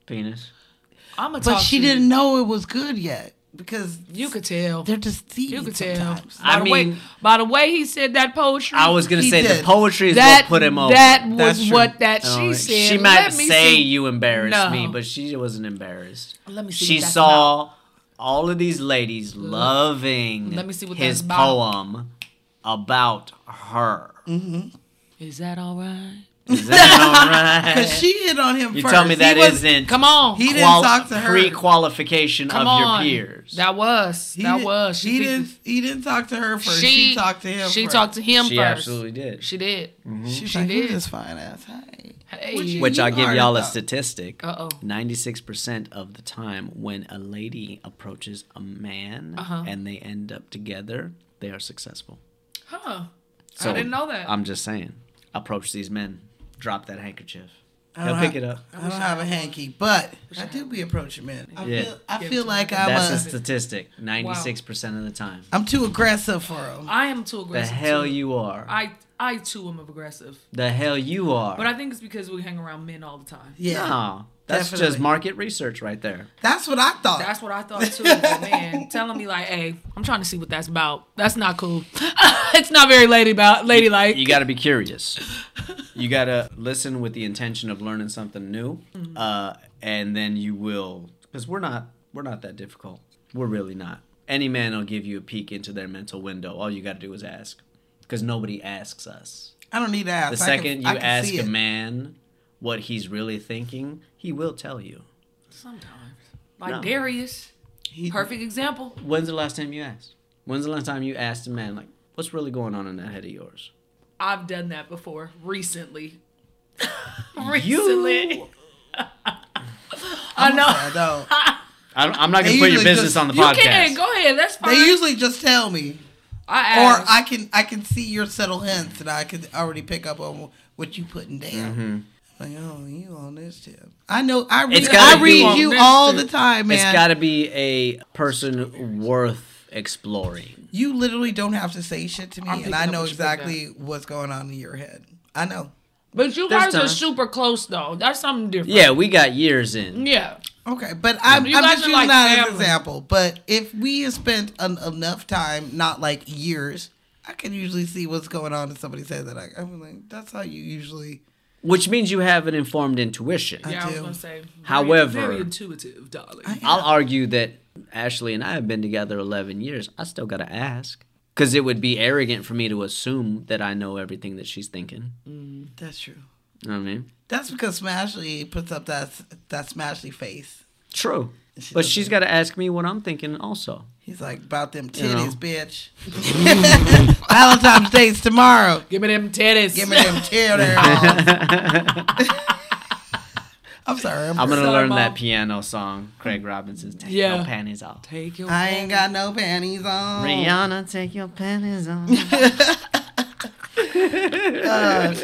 Speaker 1: Penis.
Speaker 2: I'm gonna
Speaker 3: But
Speaker 2: talk
Speaker 3: she
Speaker 2: to you.
Speaker 3: didn't know it was good yet because
Speaker 2: You could tell.
Speaker 3: they're just thieves.
Speaker 2: You could tell. By
Speaker 3: sometimes.
Speaker 1: I
Speaker 2: the way,
Speaker 1: mean-
Speaker 2: by the way, he said that poetry.
Speaker 1: I was gonna
Speaker 3: He
Speaker 1: say
Speaker 3: did.
Speaker 1: the poetry is
Speaker 2: that
Speaker 1: what put him over.
Speaker 2: That
Speaker 3: That's
Speaker 2: was
Speaker 3: true.
Speaker 2: what that
Speaker 1: Oh,
Speaker 2: she said.
Speaker 1: She might
Speaker 2: Let me
Speaker 1: say
Speaker 2: see.
Speaker 1: you embarrassed
Speaker 2: No.
Speaker 1: me, but she wasn't embarrassed.
Speaker 2: Let me see.
Speaker 1: She
Speaker 2: what that's
Speaker 1: saw all of these ladies loving
Speaker 2: Let me see what
Speaker 1: his
Speaker 2: that's about. Mm.
Speaker 1: poem about her.
Speaker 2: about. Is that all right?
Speaker 1: Is that all right?
Speaker 3: Because she hit on him
Speaker 1: you
Speaker 3: first.
Speaker 1: tell me that
Speaker 3: he was-
Speaker 1: not
Speaker 2: Come on.
Speaker 3: He didn't talk to her.
Speaker 1: pre-qualification
Speaker 2: Come
Speaker 1: of
Speaker 2: on.
Speaker 1: your peers.
Speaker 2: That was.
Speaker 3: He
Speaker 2: that
Speaker 3: didn't-
Speaker 2: was.
Speaker 3: he
Speaker 2: picked
Speaker 3: didn't.
Speaker 2: the-
Speaker 3: He didn't talk to her first. She,
Speaker 2: She,
Speaker 3: talked to him.
Speaker 2: She
Speaker 3: first.
Speaker 2: talked to him
Speaker 1: she
Speaker 2: first.
Speaker 1: absolutely did.
Speaker 2: She did.
Speaker 3: She's
Speaker 2: She
Speaker 3: like, "You
Speaker 2: did.
Speaker 3: this fine ass. Hey.
Speaker 2: Hey.
Speaker 1: Which
Speaker 3: You
Speaker 1: I'll give
Speaker 3: are
Speaker 1: y'all a
Speaker 3: about-
Speaker 1: statistic.
Speaker 2: Uh-oh.
Speaker 1: 96% of the time when a lady approaches a man
Speaker 2: Uh-huh.
Speaker 1: and they end up together, they are successful.
Speaker 2: Huh.
Speaker 1: So,
Speaker 2: I didn't know that.
Speaker 1: I'm just saying. Approach these men. Drop that handkerchief.
Speaker 3: I
Speaker 1: He'll
Speaker 3: don't
Speaker 1: pick
Speaker 3: have-
Speaker 1: it up.
Speaker 3: I don't have a hanky, but I do be approaching men. I
Speaker 1: Yeah.
Speaker 3: feel, I
Speaker 2: Give
Speaker 3: feel
Speaker 2: it to
Speaker 3: like
Speaker 2: him.
Speaker 3: I'm
Speaker 1: That's a
Speaker 3: a,
Speaker 1: statistic. 96% of the time.
Speaker 3: I'm too aggressive for him.
Speaker 2: I am too
Speaker 1: The
Speaker 2: aggressive.
Speaker 1: hell
Speaker 2: too.
Speaker 1: you are.
Speaker 2: I I too am aggressive,
Speaker 1: The hell you
Speaker 2: but I
Speaker 1: are.
Speaker 2: think it's because we hang around men all the time.
Speaker 3: Yeah,
Speaker 1: No. That's just
Speaker 3: Definitely.
Speaker 1: market research right there.
Speaker 3: that's what I thought.
Speaker 2: That's what I thought too. but man, telling me like, "Hey, I'm trying to see what that's about. That's not cool. it's not very lady about ladylike."
Speaker 1: you got to be curious. You got to listen with the intention of learning something new,
Speaker 3: Mm-hmm.
Speaker 1: uh, and then you will. Because we're not we're not that difficult. We're really not. Any man will give you a peek into their mental window. All you got to do is ask, because nobody asks us.
Speaker 3: I don't need to ask.
Speaker 1: The
Speaker 3: I can-
Speaker 1: second
Speaker 3: I
Speaker 1: you
Speaker 3: can
Speaker 1: ask
Speaker 3: see
Speaker 1: a
Speaker 3: it.
Speaker 1: man what he's really thinking, he will tell you.
Speaker 2: Sometimes, like
Speaker 1: No.
Speaker 2: Darius,
Speaker 3: He-
Speaker 2: perfect example.
Speaker 1: When's the last time you asked? When's the last time you asked a man like, what's really going on in that head of yours?
Speaker 2: I've done that before recently. recently,
Speaker 1: You-
Speaker 2: I know.
Speaker 3: I don't.
Speaker 1: I don't, I'm not
Speaker 3: They
Speaker 1: gonna put your
Speaker 3: usually
Speaker 1: business
Speaker 3: just-
Speaker 1: on the
Speaker 2: You
Speaker 1: podcast.
Speaker 2: can go ahead. That's fine.
Speaker 3: They usually just tell me,
Speaker 2: I
Speaker 3: or
Speaker 2: asked.
Speaker 3: I can I can see your subtle hints, and I can already pick up on what you putting down. Like, oh, you on this tip? I know. I read.
Speaker 1: It's gotta
Speaker 3: I
Speaker 1: be-
Speaker 3: read
Speaker 1: on
Speaker 3: you
Speaker 2: this
Speaker 3: all
Speaker 2: tip.
Speaker 3: the time, man.
Speaker 1: It's got to be a person worth exploring.
Speaker 3: you literally don't have to say shit to me,
Speaker 2: I'm
Speaker 3: and
Speaker 2: picking
Speaker 3: I
Speaker 2: up
Speaker 3: know
Speaker 2: what you put down.
Speaker 3: exactly what's going on in your head. I know.
Speaker 2: but you
Speaker 1: There's
Speaker 2: guys are
Speaker 1: times.
Speaker 2: super close though. That's something different.
Speaker 1: Yeah, we got years in.
Speaker 2: Yeah.
Speaker 3: Okay, but I'm,
Speaker 2: You
Speaker 3: I'm
Speaker 2: guys
Speaker 3: just
Speaker 2: are
Speaker 3: using
Speaker 2: like
Speaker 3: that as an
Speaker 2: family.
Speaker 3: example. But if we have spent en- enough time, not like years, I can usually see what's going on if somebody says that. I, I'm like, that's how you usually.
Speaker 1: Which means you have an informed intuition.
Speaker 2: Yeah, I, was
Speaker 3: do.
Speaker 2: gonna say. very-
Speaker 1: However-
Speaker 2: very intuitive, darling.
Speaker 1: I'll argue that Ashley and I have been together 11 years. I still got to ask. Because it would be arrogant for me to assume that I know everything that she's thinking.
Speaker 3: That's true.
Speaker 1: You know what I mean?
Speaker 3: That's because Smashley puts up that that Smashley face.
Speaker 1: True. but she's got to ask me what I'm thinking also.
Speaker 3: He's like about them titties,
Speaker 1: You know.
Speaker 3: bitch. Valentine's Day's tomorrow.
Speaker 2: Give me them titties.
Speaker 3: Give me them titties. I'm sorry. I'm
Speaker 1: I'm going to
Speaker 2: Sorry,
Speaker 1: learn that
Speaker 2: Mom.
Speaker 1: piano song, Craig Robinson's Take
Speaker 2: Yeah.
Speaker 1: Your Panties Off.
Speaker 2: Take your.
Speaker 3: I ain't got no panties on.
Speaker 1: Rihanna, take your panties off.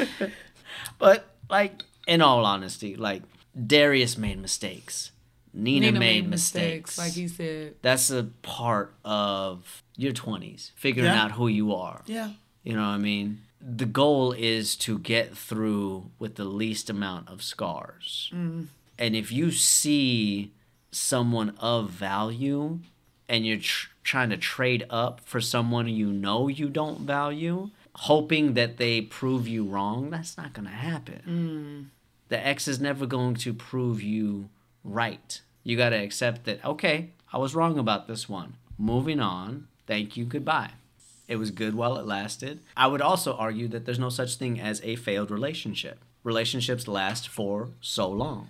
Speaker 1: but like, in all honesty, like Darius made mistakes. Nina,
Speaker 2: Nina
Speaker 1: made, mistakes.
Speaker 2: like he said.
Speaker 1: That's a part of your twenties, figuring
Speaker 3: Yeah.
Speaker 1: out who you are.
Speaker 3: Yeah.
Speaker 1: You know what I mean? The goal is to get through with the least amount of scars. And if you see someone of value and you're tr- trying to trade up for someone you know you don't value, hoping that they prove you wrong, that's not going to happen. Mm. The ex is never going to prove you right. You got to accept that, okay, I was wrong about this one. Moving on. Thank you. Goodbye. It was good while it lasted. I would also argue that there's no such thing as a failed relationship. Relationships last for so long.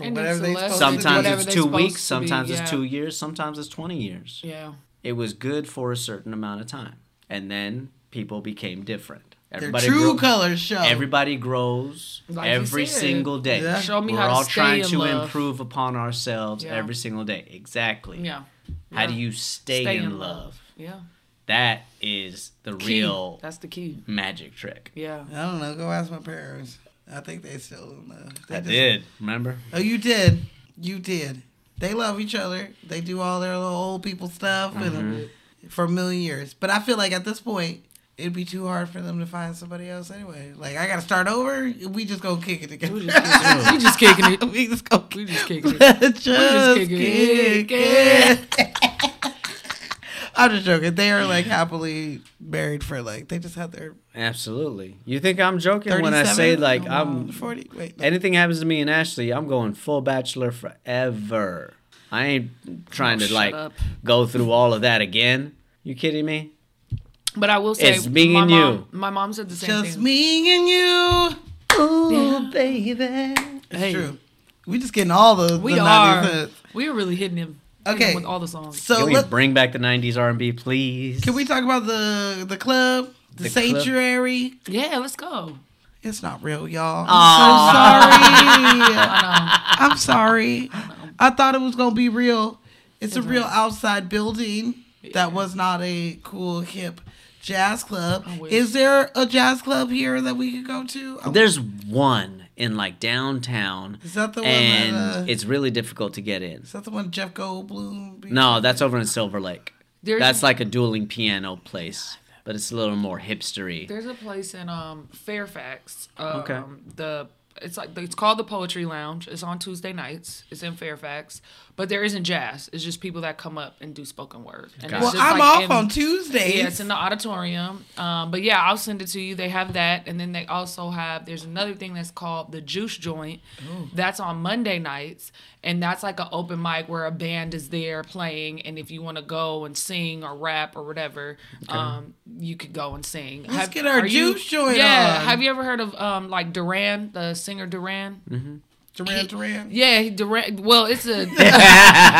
Speaker 2: And it's a lesson.
Speaker 1: Sometimes
Speaker 2: Oh, Whatever
Speaker 1: it's
Speaker 2: they're
Speaker 1: two
Speaker 2: supposed
Speaker 1: weeks,
Speaker 2: to be,
Speaker 1: sometimes
Speaker 2: yeah.
Speaker 1: it's two years, sometimes it's 20 years.
Speaker 2: Yeah.
Speaker 1: It was good for a certain amount of time. And then people became different.
Speaker 3: true colors show.
Speaker 1: Everybody grows
Speaker 3: Like you
Speaker 1: every
Speaker 3: said.
Speaker 1: single day.
Speaker 3: Yeah. Show me
Speaker 1: We're
Speaker 3: how to
Speaker 1: all
Speaker 3: stay
Speaker 1: trying
Speaker 3: in
Speaker 1: to
Speaker 3: love.
Speaker 1: improve upon ourselves
Speaker 2: Yeah.
Speaker 1: every single day. Exactly.
Speaker 2: Yeah.
Speaker 1: How
Speaker 2: Yeah.
Speaker 1: do you stay, in, love?
Speaker 2: Yeah.
Speaker 1: That is the
Speaker 2: Key.
Speaker 1: real
Speaker 2: That's the key.
Speaker 1: magic trick.
Speaker 2: Yeah.
Speaker 3: I don't know. Go ask my parents. I think they still know. They
Speaker 1: I
Speaker 3: just-
Speaker 1: did. Remember?
Speaker 3: Oh, you did. You did. They love each other. They do all their little old people stuff and
Speaker 1: Mm-hmm.
Speaker 3: for a million years. But I feel like at this point, it'd be too hard for them to find somebody else anyway. Like I gotta start over. We just gonna kick it together. We
Speaker 2: just, we just kicking it.
Speaker 3: we just go.
Speaker 2: We just kicking it.
Speaker 3: Let's
Speaker 2: We just
Speaker 3: just
Speaker 2: kicking
Speaker 3: kick
Speaker 2: it.
Speaker 3: it. I'm just joking. They are like happily married for like they just had their
Speaker 1: Absolutely. You think I'm joking when I say
Speaker 3: 37?
Speaker 1: like
Speaker 3: No,
Speaker 1: I'm
Speaker 3: 40. Wait,
Speaker 1: anything happens to me and Ashley, I'm going full bachelor forever. I ain't trying
Speaker 2: Oh,
Speaker 1: to
Speaker 2: shut
Speaker 1: like
Speaker 2: up.
Speaker 1: go through all of that again. You kidding me?
Speaker 2: But I will say,
Speaker 1: It's me
Speaker 2: my
Speaker 1: and
Speaker 2: mom,
Speaker 1: you.
Speaker 2: My mom said the same
Speaker 3: just
Speaker 2: thing.
Speaker 3: me and you.
Speaker 1: Ooh, baby.
Speaker 3: It's true. We just getting all the,
Speaker 2: We
Speaker 3: the 90s
Speaker 2: are.
Speaker 3: hits.
Speaker 2: We are really hitting him. hitting
Speaker 3: Okay.
Speaker 2: him with all the songs.
Speaker 3: So
Speaker 1: Can we
Speaker 3: let,
Speaker 1: bring back the '90s R&B, please?
Speaker 3: can we talk about the the club, the,
Speaker 1: The club?
Speaker 3: sanctuary?
Speaker 2: yeah, let's go.
Speaker 3: It's not real, y'all. I'm so sorry.
Speaker 2: I
Speaker 3: I'm sorry. I thought it was gonna be real. It's a real outside building that was not a cool hip jazz club. Is there a jazz club here that we could go to? I-
Speaker 1: There's one in like downtown,
Speaker 3: Is that the one
Speaker 1: and
Speaker 3: that, uh,
Speaker 1: it's really difficult to get in.
Speaker 3: Is that the one Jeff Goldblum? be-
Speaker 1: No, that's over in Silver Lake.
Speaker 2: There's-
Speaker 1: that's like a dueling piano place, but it's a little more hipstery.
Speaker 2: know. There's a place in um Fairfax. Um,
Speaker 1: Okay.
Speaker 2: The it's like it's called the Poetry Lounge. It's on Tuesday nights. It's in Fairfax, but there isn't jazz. It's just people that come up and do spoken word. And
Speaker 3: Well,
Speaker 2: it's just
Speaker 3: I'm
Speaker 2: like
Speaker 3: off
Speaker 2: in-
Speaker 3: on Tuesdays.
Speaker 2: Yeah, it's in the auditorium. Um, but yeah, I'll send it to you. They have that, and then they also have there's another thing that's called the Juice Joint. That's on Monday nights, and that's like an open mic where a band is there playing, and if you want to go and sing or rap or whatever, um, you could go and sing.
Speaker 3: Let's get our
Speaker 2: are you-
Speaker 3: Juice Joint
Speaker 2: Yeah,
Speaker 3: on.
Speaker 2: have you ever heard of um like Duran, the singer Duran?
Speaker 3: Duran Duran.
Speaker 2: Yeah, he- Duran. Well, it's a not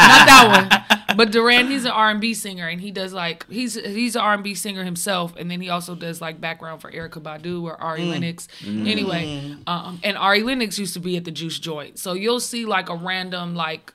Speaker 2: that one, but Duran. He's an R and B singer, and he does like he's he's an R and B singer himself, and then he also does like background for Erica Badu or Ari Lennox. Anyway, um, and Ari Lennox used to be at the Juice Joint, so you'll see like a random like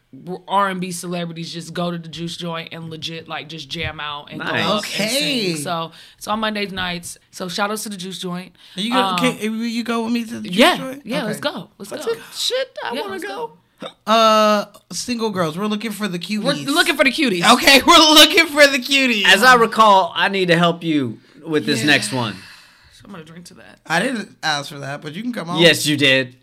Speaker 2: R and B celebrities just go to the Juice Joint and legit like just jam out and
Speaker 1: Nice.
Speaker 2: go up
Speaker 3: Okay.
Speaker 2: and sing. So it's on Monday nights. So shout outs to the Juice Joint.
Speaker 3: Are you gonna,
Speaker 2: Um,
Speaker 3: can, will you go with me to the Juice
Speaker 2: yeah,
Speaker 3: Joint?
Speaker 2: yeah. Let's
Speaker 3: Okay.
Speaker 2: go. Let's go.
Speaker 1: Shit, I
Speaker 2: Yeah,
Speaker 1: want
Speaker 2: let's
Speaker 1: to
Speaker 2: go.
Speaker 1: go.
Speaker 3: Uh, single girls. We're looking for the cuties.
Speaker 2: We're looking for the cuties.
Speaker 3: Okay, we're looking for the cuties.
Speaker 1: As I recall, I need to help you with this next one.
Speaker 2: I'm gonna drink to that.
Speaker 3: I didn't ask for that, but you can come on.
Speaker 1: Yes, you did.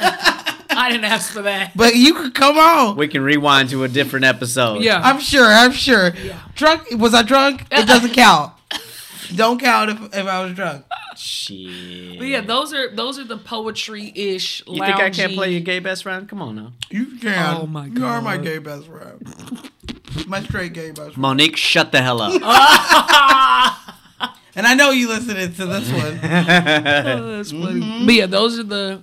Speaker 2: I didn't ask for that.
Speaker 3: but you could come on.
Speaker 1: We can rewind to a different episode.
Speaker 2: Yeah.
Speaker 3: I'm sure. I'm sure. Drunk? Was I drunk? It doesn't count. Don't count if, if I was drunk.
Speaker 1: Shit.
Speaker 2: But yeah, those are those are the poetry ish.
Speaker 1: You think I can't play your gay best friend? Come on now.
Speaker 3: You can.
Speaker 2: Oh my
Speaker 3: You are my
Speaker 2: God.
Speaker 3: gay best friend. my straight gay best friend.
Speaker 1: Monique, shut the hell up.
Speaker 3: And I know you listening to this one.
Speaker 2: That's funny. But yeah, those are the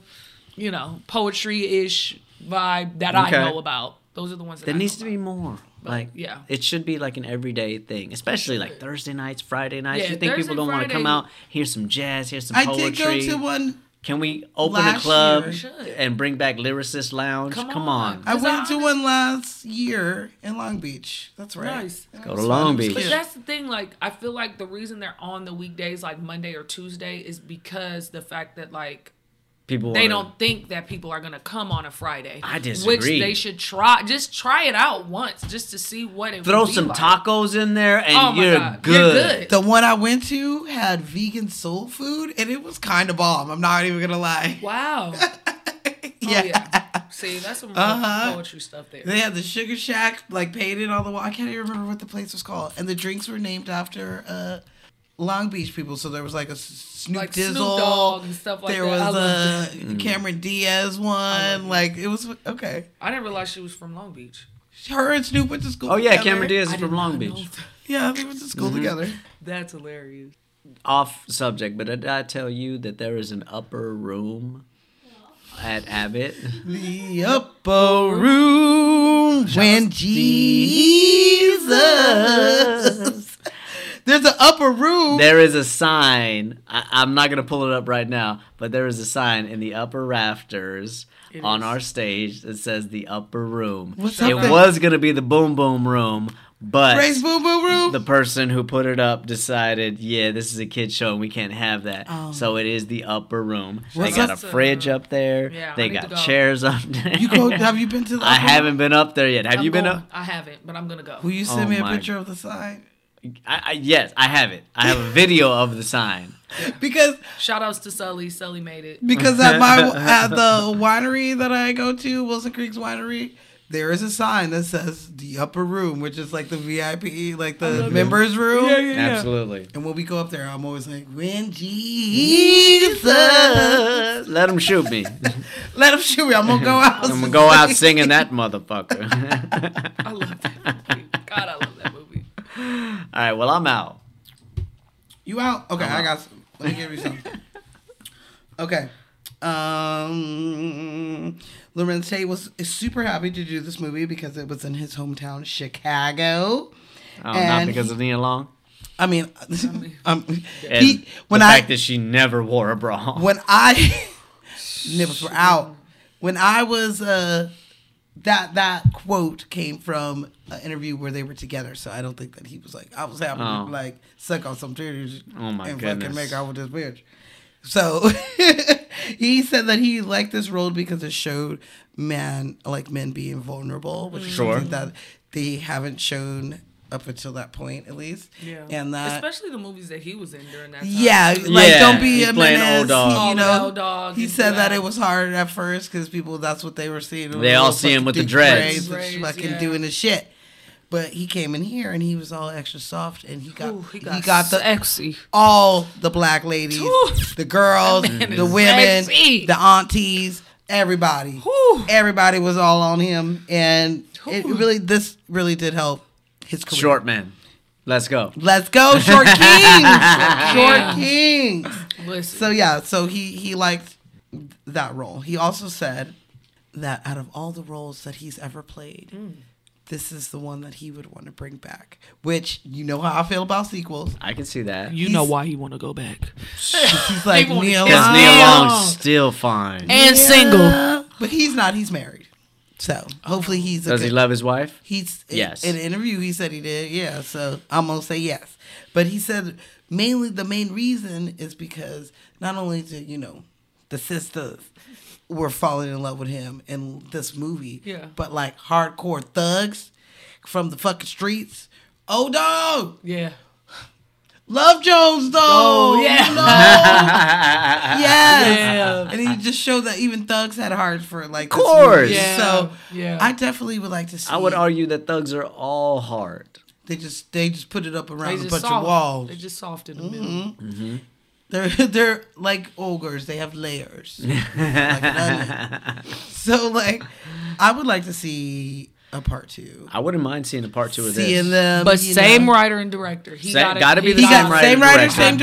Speaker 2: you know poetry ish vibe that
Speaker 1: Okay.
Speaker 2: I know about. Those are the ones that
Speaker 1: There
Speaker 2: I
Speaker 1: needs to
Speaker 2: know
Speaker 1: be more. Like,
Speaker 2: yeah.
Speaker 1: it should be like an everyday thing, especially like Thursday nights, Friday nights.
Speaker 2: Yeah,
Speaker 1: you think
Speaker 2: Thursday,
Speaker 1: people don't want to come
Speaker 2: Friday.
Speaker 1: out, hear some jazz, hear some
Speaker 3: I
Speaker 1: poetry?
Speaker 3: did go to one.
Speaker 1: Can we open a
Speaker 3: Last
Speaker 1: club
Speaker 3: year.
Speaker 2: Should.
Speaker 1: and bring back Lyricist Lounge?
Speaker 2: Come
Speaker 1: Come,
Speaker 2: on.
Speaker 1: on.
Speaker 3: I
Speaker 2: Is that
Speaker 3: went to
Speaker 2: honest?
Speaker 3: one last year in Long Beach. That's right.
Speaker 2: Nice.
Speaker 3: That
Speaker 1: Go
Speaker 3: was
Speaker 1: to
Speaker 3: fun.
Speaker 1: Long
Speaker 3: It was
Speaker 1: Beach.
Speaker 2: But
Speaker 3: cute.
Speaker 2: that's the thing. Like, I feel like the reason they're on the weekdays, like Monday or Tuesday, is because the fact that like
Speaker 1: People
Speaker 2: they
Speaker 1: wanna-
Speaker 2: don't think that people are gonna come on a Friday.
Speaker 1: I
Speaker 2: Which
Speaker 1: disagree.
Speaker 2: they should try. Just try it out once, just to see what it
Speaker 1: throw
Speaker 2: would be
Speaker 1: some
Speaker 2: like.
Speaker 1: tacos in there and
Speaker 2: Oh my
Speaker 1: you're,
Speaker 2: God.
Speaker 1: good.
Speaker 2: You're good.
Speaker 3: The one I went to had vegan soul food, and it was kind of bomb. I'm not even gonna lie.
Speaker 2: Wow.
Speaker 3: yeah.
Speaker 2: Oh, yeah. See, that's some real
Speaker 3: Uh-huh.
Speaker 2: poetry stuff there.
Speaker 3: They had the Sugar Shack like painted on the wall. I can't even remember what the place was called, and the drinks were named after uh, Long Beach people. So there was like a Snoop
Speaker 2: Like
Speaker 3: Dizzle,
Speaker 2: Snoop Dogg and stuff like
Speaker 3: there
Speaker 2: that. I
Speaker 3: was
Speaker 2: loved
Speaker 3: a
Speaker 2: it. Mm.
Speaker 3: Cameron Diaz one. Like it was okay.
Speaker 2: I didn't realize she was from Long Beach.
Speaker 3: Her and Snoop went to school.
Speaker 1: Oh yeah,
Speaker 3: together.
Speaker 1: Cameron Diaz is
Speaker 2: I did
Speaker 1: from Long
Speaker 2: not know
Speaker 1: Beach.
Speaker 3: Yeah, they went to school
Speaker 1: Mhm.
Speaker 3: together.
Speaker 2: That's hilarious.
Speaker 1: Off subject, but did I tell you that there is an upper room at Abbott?
Speaker 3: The upper room when Jesus. There's an upper room.
Speaker 1: There is a sign. I, I'm not gonna pull it up right now, but there is a sign in the upper rafters
Speaker 2: It
Speaker 1: on
Speaker 2: is.
Speaker 1: our stage that says the upper room.
Speaker 3: What's
Speaker 1: it
Speaker 3: up there?
Speaker 1: was gonna be the boom boom room, but
Speaker 3: Raise boom boom room.
Speaker 1: the person who put it up decided, yeah, this is a kid show and we can't have that.
Speaker 3: Oh.
Speaker 1: So it is the upper room.
Speaker 3: What's
Speaker 1: they got
Speaker 3: up?
Speaker 1: a fridge up there.
Speaker 2: Yeah, I
Speaker 1: they
Speaker 2: need to
Speaker 1: got
Speaker 2: go.
Speaker 1: chairs up there.
Speaker 3: You go. Have you been to the?
Speaker 1: I
Speaker 3: upper room?
Speaker 1: haven't been up there yet. Have
Speaker 2: I'm
Speaker 1: you been
Speaker 2: going.
Speaker 1: up?
Speaker 2: I haven't, but I'm gonna go.
Speaker 3: Will you send
Speaker 1: Oh
Speaker 3: me a
Speaker 1: my-
Speaker 3: picture of the sign?
Speaker 1: I, I, yes, I have it. I have a video of the sign.
Speaker 3: Because
Speaker 2: Shout outs to Sully. Sully made it.
Speaker 3: because at my at the winery that I go to, Wilson Creek's winery, there is a sign that says the upper room, which is like the VIP, like the
Speaker 1: Mm-hmm.
Speaker 3: members room.
Speaker 1: Absolutely.
Speaker 3: And when we go up there, I'm always like, when Jesus,
Speaker 1: Let him shoot me.
Speaker 3: let him shoot me. I'm gonna go out.
Speaker 1: I'm gonna go out singing that motherfucker.
Speaker 2: I love that movie. God, I love that movie.
Speaker 1: All right, well I'm out.
Speaker 3: You out? Okay,
Speaker 1: I'm
Speaker 3: I
Speaker 1: out.
Speaker 3: got some. Let me give you some. okay. Um, Lorenzo was is super happy to do this movie because it was in his hometown,
Speaker 1: Oh,
Speaker 3: Chicago.
Speaker 1: not
Speaker 3: And
Speaker 1: because
Speaker 3: he-
Speaker 1: of Nia Long.
Speaker 3: I mean, um,
Speaker 1: And
Speaker 3: he, when
Speaker 1: the
Speaker 3: I
Speaker 1: fact that she never wore a bra.
Speaker 3: when I nipples were out. When I was uh that that quote came from an interview where they were together, so I don't think that he was like I was having
Speaker 1: Oh.
Speaker 3: to like suck on some titties
Speaker 1: Oh my
Speaker 3: and
Speaker 1: goodness.
Speaker 3: fucking make out with this bitch. So he said that he liked this role because it showed man like men being vulnerable, which is
Speaker 1: Sure.
Speaker 3: something that they haven't shown up until that point at least.
Speaker 2: Yeah.
Speaker 3: And that
Speaker 2: especially the movies that he was in during that time.
Speaker 3: yeah, like
Speaker 1: Yeah,
Speaker 3: don't be
Speaker 1: he's
Speaker 3: a
Speaker 1: playing
Speaker 3: menace.
Speaker 1: old dog.
Speaker 3: You
Speaker 2: All
Speaker 3: know,
Speaker 2: old dog
Speaker 3: he
Speaker 2: and
Speaker 3: said that
Speaker 2: black.
Speaker 3: it was hard at first because people that's what they were seeing.
Speaker 1: They all see him with the dreads.
Speaker 3: and
Speaker 2: Dreads,
Speaker 3: fucking
Speaker 2: yeah.
Speaker 3: doing the shit. But he came in here and he was all extra soft and he got
Speaker 2: Ooh,
Speaker 3: he
Speaker 2: he
Speaker 3: got,
Speaker 2: got
Speaker 3: the
Speaker 2: sexy.
Speaker 3: all the black ladies, the girls,
Speaker 2: man is
Speaker 3: the women,
Speaker 2: sexy.
Speaker 3: the aunties, everybody.
Speaker 2: Whew.
Speaker 3: Everybody was all on him, and it
Speaker 2: Whew.
Speaker 3: really this really did help his career.
Speaker 1: Short man. Let's go.
Speaker 3: Let's go, short kings, short kings.
Speaker 2: Listen,
Speaker 3: So yeah, so he he liked that role. He also said that out of all the roles that he's ever played, this is the one that he would want to bring back. Which you know how I feel about sequels.
Speaker 1: I can see that.
Speaker 2: you know why he want to go back
Speaker 3: He's like
Speaker 2: won't
Speaker 3: Neil,
Speaker 1: Because
Speaker 3: Long-
Speaker 1: Nia Long's still fine.
Speaker 2: and single.
Speaker 3: but he's not. He's married. So hopefully he's. A
Speaker 1: Does he
Speaker 3: good-
Speaker 1: love his wife?
Speaker 3: He's in-
Speaker 1: Yes.
Speaker 3: In an interview, he said he did. Yeah, so I'm gonna say yes. But he said mainly the main reason is because not only did you know the sisters were falling in love with him in this movie,
Speaker 2: Yeah.
Speaker 3: but like hardcore thugs from the fucking streets. Oh dog,
Speaker 2: Yeah,
Speaker 3: love Jones though.
Speaker 2: Oh, yeah.
Speaker 3: you know? yes.
Speaker 2: yeah.
Speaker 3: And he just showed that even thugs had heart for like of
Speaker 1: course.
Speaker 2: Yeah.
Speaker 3: So
Speaker 2: Yeah.
Speaker 3: I definitely would like to see.
Speaker 1: I would argue that thugs are all hard.
Speaker 3: They just they just put it up
Speaker 2: They
Speaker 3: around a
Speaker 2: just
Speaker 3: bunch
Speaker 2: soft.
Speaker 3: of walls.
Speaker 2: They just soft in the middle.
Speaker 3: They're they're like ogres. They have layers. like an onion. So like, I would like to see a part two.
Speaker 1: I wouldn't mind seeing a part two of
Speaker 3: Seeing
Speaker 1: this.
Speaker 3: them,
Speaker 2: But
Speaker 3: you
Speaker 2: same
Speaker 3: know.
Speaker 2: writer and director. He
Speaker 1: Same-
Speaker 2: gotta,
Speaker 1: gotta be
Speaker 2: he
Speaker 1: the
Speaker 3: He got
Speaker 1: Same writer,
Speaker 3: same writer,
Speaker 1: director.
Speaker 3: same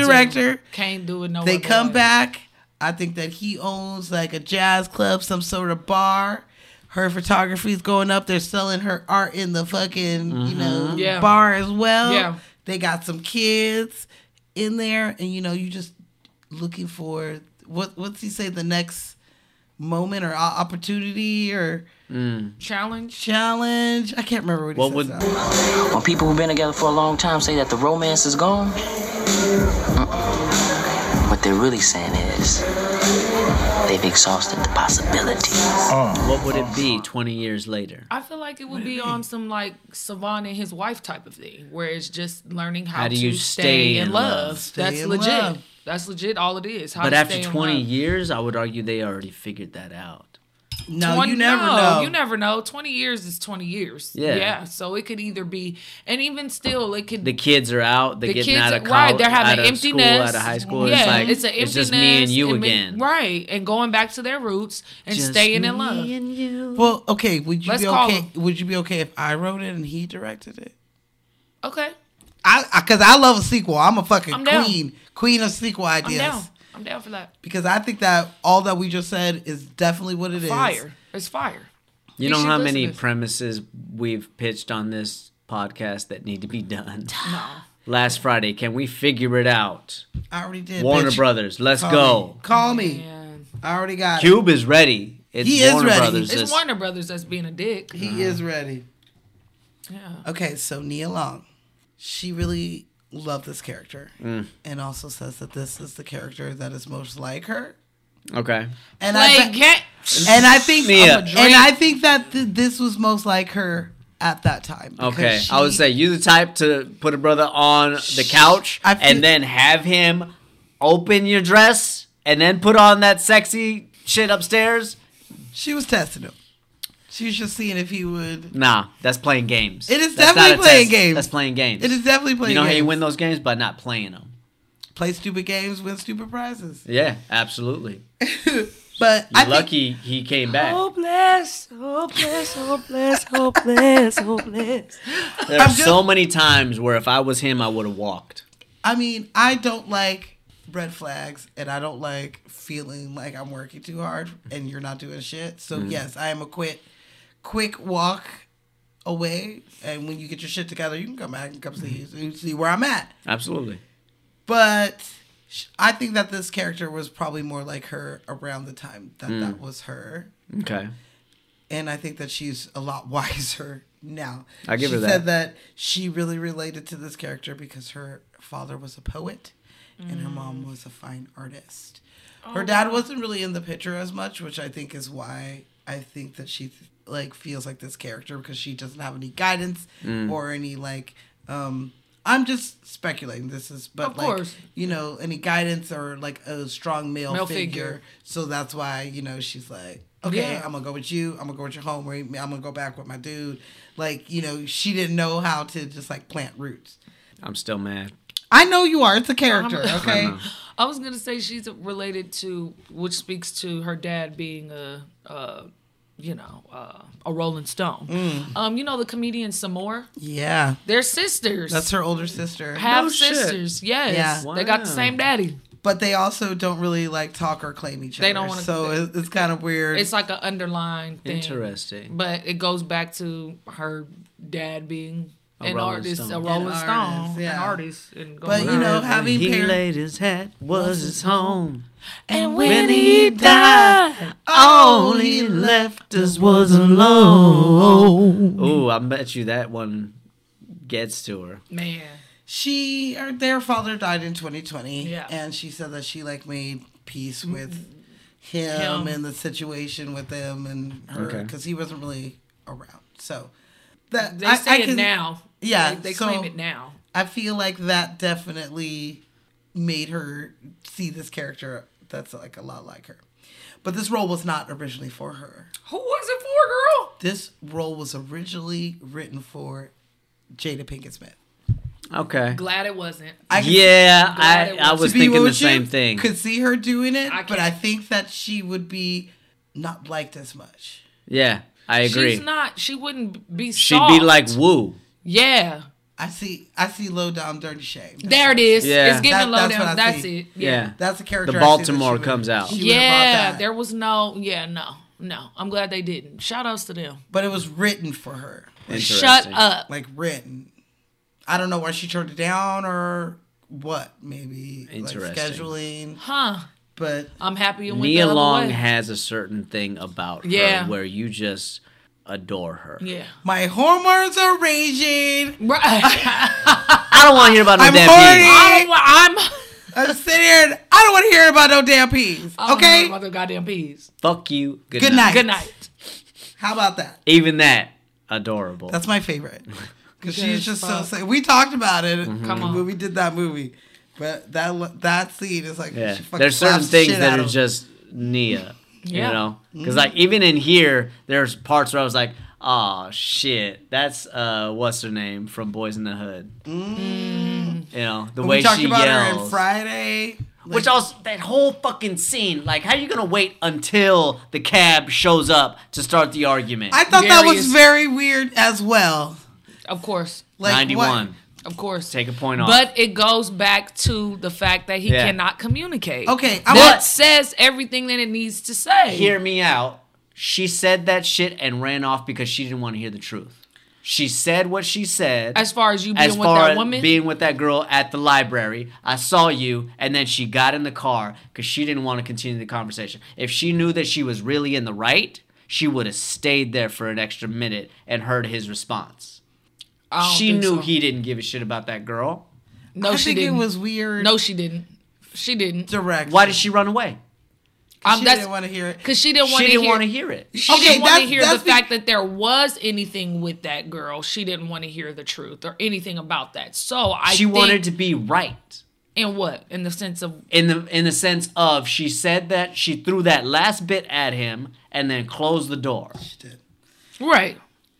Speaker 3: director.
Speaker 2: Can't do it no.
Speaker 3: They
Speaker 2: other
Speaker 3: come
Speaker 2: way.
Speaker 3: back. I think that he owns like a jazz club, some sort of bar. Her photography is going up. They're selling her art in the fucking you know
Speaker 2: Yeah.
Speaker 3: bar as well.
Speaker 2: Yeah.
Speaker 3: They got some kids in there, and you know you just looking for what what's he say the next moment or o- opportunity or
Speaker 2: Challenge.
Speaker 3: challenge? I can't remember what he
Speaker 1: What
Speaker 3: says
Speaker 1: would-
Speaker 3: now.
Speaker 7: When people who've been together for a long time say that the romance is gone, mm-mm. what they're really saying is they've exhausted the possibilities.
Speaker 1: What would it be 20 years later?
Speaker 2: I feel like it would be on some like Savant and his wife type of thing, where it's just learning how,
Speaker 1: How do
Speaker 2: to
Speaker 1: you
Speaker 2: stay,
Speaker 1: stay
Speaker 2: in
Speaker 1: in
Speaker 2: love.
Speaker 1: love?
Speaker 3: Stay
Speaker 2: That's
Speaker 3: in
Speaker 2: legit.
Speaker 3: love.
Speaker 2: That's legit. All it is. How
Speaker 1: But
Speaker 2: to
Speaker 1: after
Speaker 2: stay in
Speaker 1: 20
Speaker 2: love.
Speaker 1: years, I would argue they already figured that out.
Speaker 3: No,
Speaker 2: 20
Speaker 3: you never know.
Speaker 2: You never know. Twenty years is twenty years.
Speaker 1: Yeah.
Speaker 2: Yeah. So it could either be, and even still, it could
Speaker 1: The kids are out. They're
Speaker 2: The
Speaker 1: getting
Speaker 2: kids
Speaker 1: out
Speaker 2: are-
Speaker 1: of college.
Speaker 2: right, they're having
Speaker 1: out of
Speaker 2: empty
Speaker 1: school, Out
Speaker 2: nests.
Speaker 1: of high school.
Speaker 2: Yeah,
Speaker 1: it's like it's,
Speaker 2: it's an empty
Speaker 1: just me and
Speaker 2: nest
Speaker 1: you
Speaker 2: and me-
Speaker 1: again.
Speaker 2: right, and going back to their roots and
Speaker 1: Just
Speaker 2: staying in love.
Speaker 3: Well, okay. Would you
Speaker 2: Let's
Speaker 3: be
Speaker 2: call
Speaker 3: okay? Would you be okay if I wrote it and he directed it?
Speaker 2: Okay,
Speaker 3: I because I, love a sequel. I'm a fucking
Speaker 2: I'm down.
Speaker 3: queen, queen of sequel
Speaker 2: I'm
Speaker 3: ideas.
Speaker 2: down. I'm down for that.
Speaker 3: Because I think that all that we just said is definitely what it is.
Speaker 2: Fire. It's fire.
Speaker 1: You
Speaker 2: We
Speaker 1: know
Speaker 2: should
Speaker 1: how
Speaker 2: listen
Speaker 1: many
Speaker 2: to this.
Speaker 1: premises we've pitched on this podcast that need to be done.
Speaker 2: No.
Speaker 1: Last Friday, can we figure it out?
Speaker 3: I already did.
Speaker 1: Warner
Speaker 3: bitch.
Speaker 1: Brothers, let's
Speaker 3: Call
Speaker 1: go.
Speaker 3: Me. Call me. I already got it.
Speaker 1: Cube is ready. It's
Speaker 3: He is
Speaker 1: Warner
Speaker 3: ready.
Speaker 1: Brothers.
Speaker 2: It's
Speaker 1: It's-
Speaker 2: Warner Brothers that's being a dick.
Speaker 3: He is ready.
Speaker 2: Yeah.
Speaker 3: Okay, so Nia Long, she really loved this character,
Speaker 1: Mm.
Speaker 3: and also says that this is the character that is most like her.
Speaker 1: okay.
Speaker 3: And I
Speaker 2: Like,
Speaker 3: thi-
Speaker 2: get-
Speaker 3: and I think
Speaker 1: Nia.
Speaker 3: and I think that th- this was most like her at that time. because
Speaker 1: Okay,
Speaker 3: she-
Speaker 1: I would say you the type to put a brother on the couch
Speaker 3: I feel-
Speaker 1: and then have him open your dress and then put on that sexy shit upstairs.
Speaker 3: she was testing him. She was just seeing if he would.
Speaker 1: Nah, that's playing games.
Speaker 3: It is
Speaker 1: That's
Speaker 3: definitely
Speaker 1: not a
Speaker 3: playing
Speaker 1: test.
Speaker 3: games.
Speaker 1: That's playing games.
Speaker 3: It is definitely
Speaker 1: You
Speaker 3: playing
Speaker 1: know how you
Speaker 3: games.
Speaker 1: win those games by not playing them.
Speaker 3: Play stupid games, win stupid prizes.
Speaker 1: Yeah, absolutely.
Speaker 3: But
Speaker 1: You're lucky he came back.
Speaker 2: Hopeless, hopeless, hopeless, hopeless, hopeless.
Speaker 1: There are so many times where if I was him, I would have walked.
Speaker 3: I mean, I don't like red flags and I don't like feeling like I'm working too hard and you're not doing shit. So
Speaker 1: Mhm.
Speaker 3: yes, I am a quit quick walk away and when you get your shit together, you can come back and come see
Speaker 1: Mm-hmm.
Speaker 3: and see where I'm at.
Speaker 1: Absolutely.
Speaker 3: But sh- I think that this character was probably more like her around the time that
Speaker 1: Mm.
Speaker 3: that was her.
Speaker 1: Okay.
Speaker 3: And I think that she's a lot wiser now.
Speaker 1: I give
Speaker 3: she
Speaker 1: her that.
Speaker 3: said that she really related to this character because her father was a poet and her mom was a fine artist. Her
Speaker 2: Mm. Oh,
Speaker 3: dad
Speaker 2: wow.
Speaker 3: wasn't really in the picture as much, which I think is why I think that she like feels like this character because she doesn't have any guidance
Speaker 1: Mm.
Speaker 3: or any like um I'm just speculating this is but
Speaker 2: Of
Speaker 3: like
Speaker 2: course.
Speaker 3: you know any guidance or like a strong male,
Speaker 2: Male
Speaker 3: figure.
Speaker 2: figure.
Speaker 3: So that's why, you know, she's like okay,
Speaker 2: Yeah.
Speaker 3: I'm gonna go with you. I'm gonna go with your home. I'm gonna go back with my dude. Like, you know, she didn't know how to just like plant roots.
Speaker 1: I'm still mad.
Speaker 3: I know you are. It's a character,
Speaker 2: I'm-
Speaker 3: okay?
Speaker 2: I was gonna say she's related to, which speaks to her dad being a, a you know, uh, a Rolling Stone.
Speaker 3: Mm.
Speaker 2: Um, you know the comedian Samore.
Speaker 3: Yeah.
Speaker 2: They're sisters.
Speaker 3: That's her older sister.
Speaker 2: Half sisters. Yes.
Speaker 3: Yeah.
Speaker 2: They got the
Speaker 3: Wow.
Speaker 2: same daddy.
Speaker 3: But they also don't really like talk or claim each other.
Speaker 2: They don't wanna-
Speaker 3: So it- it's kind of weird.
Speaker 2: It's like an underlying thing.
Speaker 1: Interesting.
Speaker 2: But it goes back to her dad being
Speaker 1: A
Speaker 2: an
Speaker 1: Rolling
Speaker 2: artist,
Speaker 1: Stone.
Speaker 2: a
Speaker 1: An
Speaker 2: Rolling
Speaker 3: artist,
Speaker 2: Stone, an
Speaker 3: yeah.
Speaker 2: artist, and
Speaker 3: But,
Speaker 2: going
Speaker 3: you know,
Speaker 2: on.
Speaker 3: having
Speaker 1: he
Speaker 3: parents-
Speaker 1: laid his hat was his home.
Speaker 2: and
Speaker 1: When he died, all he left us was alone. Ooh, I bet you that one gets to her.
Speaker 2: man,
Speaker 3: she or their father died in 2020
Speaker 2: Yeah. Mm-hmm.
Speaker 3: and she said that she like made peace with him,
Speaker 2: Him.
Speaker 3: and the situation with him and her
Speaker 1: Okay.
Speaker 3: because he wasn't really around so that
Speaker 2: they
Speaker 3: I-
Speaker 2: say
Speaker 3: I
Speaker 2: it
Speaker 3: can-
Speaker 2: now.
Speaker 3: yeah
Speaker 2: they, they
Speaker 3: so
Speaker 2: claim it now.
Speaker 3: i feel like that definitely made her see this character that's like a lot like her but this role was not originally for her
Speaker 2: Who was it for, girl?
Speaker 3: this role was originally written for jada pinkett smith
Speaker 1: Okay.
Speaker 2: Glad it wasn't.
Speaker 3: I can-
Speaker 1: yeah,
Speaker 2: Glad
Speaker 1: I,
Speaker 2: it
Speaker 1: I
Speaker 2: was-
Speaker 1: was
Speaker 3: to be
Speaker 1: thinking the
Speaker 3: with you,
Speaker 1: same thing.
Speaker 3: Could see her doing it,
Speaker 2: I
Speaker 3: but I think that she would be not liked as much.
Speaker 1: Yeah, I agree.
Speaker 2: She's not. She wouldn't be.
Speaker 1: She'd
Speaker 2: Soft.
Speaker 1: be like, woo.
Speaker 2: yeah.
Speaker 3: I see. I see low down, dirty shame.
Speaker 2: There it is.
Speaker 1: Yeah.
Speaker 2: It's giving
Speaker 3: That-
Speaker 2: low
Speaker 3: that's what I
Speaker 2: down. That's
Speaker 3: see.
Speaker 2: it.
Speaker 1: Yeah.
Speaker 3: That's the character.
Speaker 1: The
Speaker 3: I see that
Speaker 1: Baltimore
Speaker 3: she would-
Speaker 1: comes out.
Speaker 3: she would have bought
Speaker 2: Yeah.
Speaker 3: that.
Speaker 2: There was no. Yeah. No. No. I'm glad they didn't. Shout outs to them.
Speaker 3: but it was written for her,
Speaker 2: Shut up.
Speaker 3: like written. I don't know why she turned it down or what. Maybe like
Speaker 1: Interesting.
Speaker 3: scheduling,
Speaker 2: Huh.
Speaker 3: but
Speaker 2: I'm happy it went the
Speaker 1: Nia
Speaker 2: other
Speaker 1: Long
Speaker 2: way.
Speaker 1: has a certain thing about
Speaker 2: Yeah.
Speaker 1: her where you just adore her.
Speaker 2: yeah.
Speaker 3: my hormones are raging.
Speaker 2: Right.
Speaker 1: I don't want to hear about no
Speaker 3: I'm
Speaker 1: damn
Speaker 3: horny.
Speaker 1: peas.
Speaker 2: I don't want. I'm.
Speaker 3: I'm sitting here. And I don't want to hear about no damn peas.
Speaker 2: I don't
Speaker 3: Okay.
Speaker 2: know about the goddamn peas.
Speaker 1: Fuck you. Good,
Speaker 3: Good
Speaker 1: night.
Speaker 3: night.
Speaker 2: Good night.
Speaker 3: How about that?
Speaker 1: Even that, adorable.
Speaker 3: That's my favorite. Because
Speaker 2: Because
Speaker 3: she's just
Speaker 2: fuck.
Speaker 3: so. Sick. We talked about it
Speaker 1: Mm-hmm.
Speaker 2: Come
Speaker 3: when
Speaker 2: on.
Speaker 3: we did that movie, but that that scene is like
Speaker 1: yeah.
Speaker 3: she fucking
Speaker 1: There's certain
Speaker 3: slaps the
Speaker 1: things
Speaker 3: shit
Speaker 1: that
Speaker 3: out Mm.
Speaker 1: are
Speaker 3: of-
Speaker 1: just Nia. You
Speaker 2: Yeah.
Speaker 1: know, because
Speaker 2: Mhm.
Speaker 1: like even in here, there's parts where I was like, "Oh shit, that's uh, what's her name from Boys in the Hood." You know, the
Speaker 3: Mm. When
Speaker 1: way
Speaker 3: we talked
Speaker 1: she
Speaker 3: about her in
Speaker 1: yells.
Speaker 3: Friday.
Speaker 1: Which also that whole fucking scene, like, how you gonna wait until the cab shows up to start the argument?
Speaker 3: I thought that was very weird as well.
Speaker 2: Of course.
Speaker 1: ninety-one.
Speaker 2: Of course,
Speaker 1: take a point off.
Speaker 2: But it goes back to the fact that he
Speaker 1: Yeah.
Speaker 2: cannot communicate.
Speaker 1: Okay,
Speaker 2: I
Speaker 1: I
Speaker 2: that
Speaker 1: want-
Speaker 2: says everything that it needs to say.
Speaker 1: hear me out. She said that shit and ran off because she didn't want to hear the truth. She said what she said.
Speaker 2: As far as you being
Speaker 1: as
Speaker 2: with
Speaker 1: far
Speaker 2: that
Speaker 1: as
Speaker 2: woman,
Speaker 1: being with that girl at the library, I saw you, and then she got in the car because she didn't want to continue the conversation. If she knew that she was really in the right, she would have stayed there for an extra minute and heard his response.
Speaker 2: I don't
Speaker 1: She
Speaker 2: think
Speaker 1: knew
Speaker 2: so.
Speaker 1: he didn't give a shit about that girl.
Speaker 2: no,
Speaker 3: I
Speaker 2: she
Speaker 3: think it
Speaker 2: didn't.
Speaker 3: was weird.
Speaker 2: No, she didn't. She didn't.
Speaker 3: Direct.
Speaker 1: Why did she run away?
Speaker 2: Um,
Speaker 3: she
Speaker 2: that's-
Speaker 3: didn't want to hear it.
Speaker 2: Because she didn't
Speaker 1: She
Speaker 2: want to
Speaker 1: didn't
Speaker 2: hear.
Speaker 1: wanna hear it.
Speaker 2: She
Speaker 3: Okay,
Speaker 2: didn't want to
Speaker 3: that's-
Speaker 2: hear the
Speaker 3: that's be-
Speaker 2: fact that there was anything with that girl. She didn't want to hear the truth or anything about that. So I
Speaker 1: she
Speaker 2: think-
Speaker 1: wanted to be right.
Speaker 2: in what in the sense of
Speaker 1: in the in the sense of she said that she threw that last bit at him and then closed the door.
Speaker 2: right.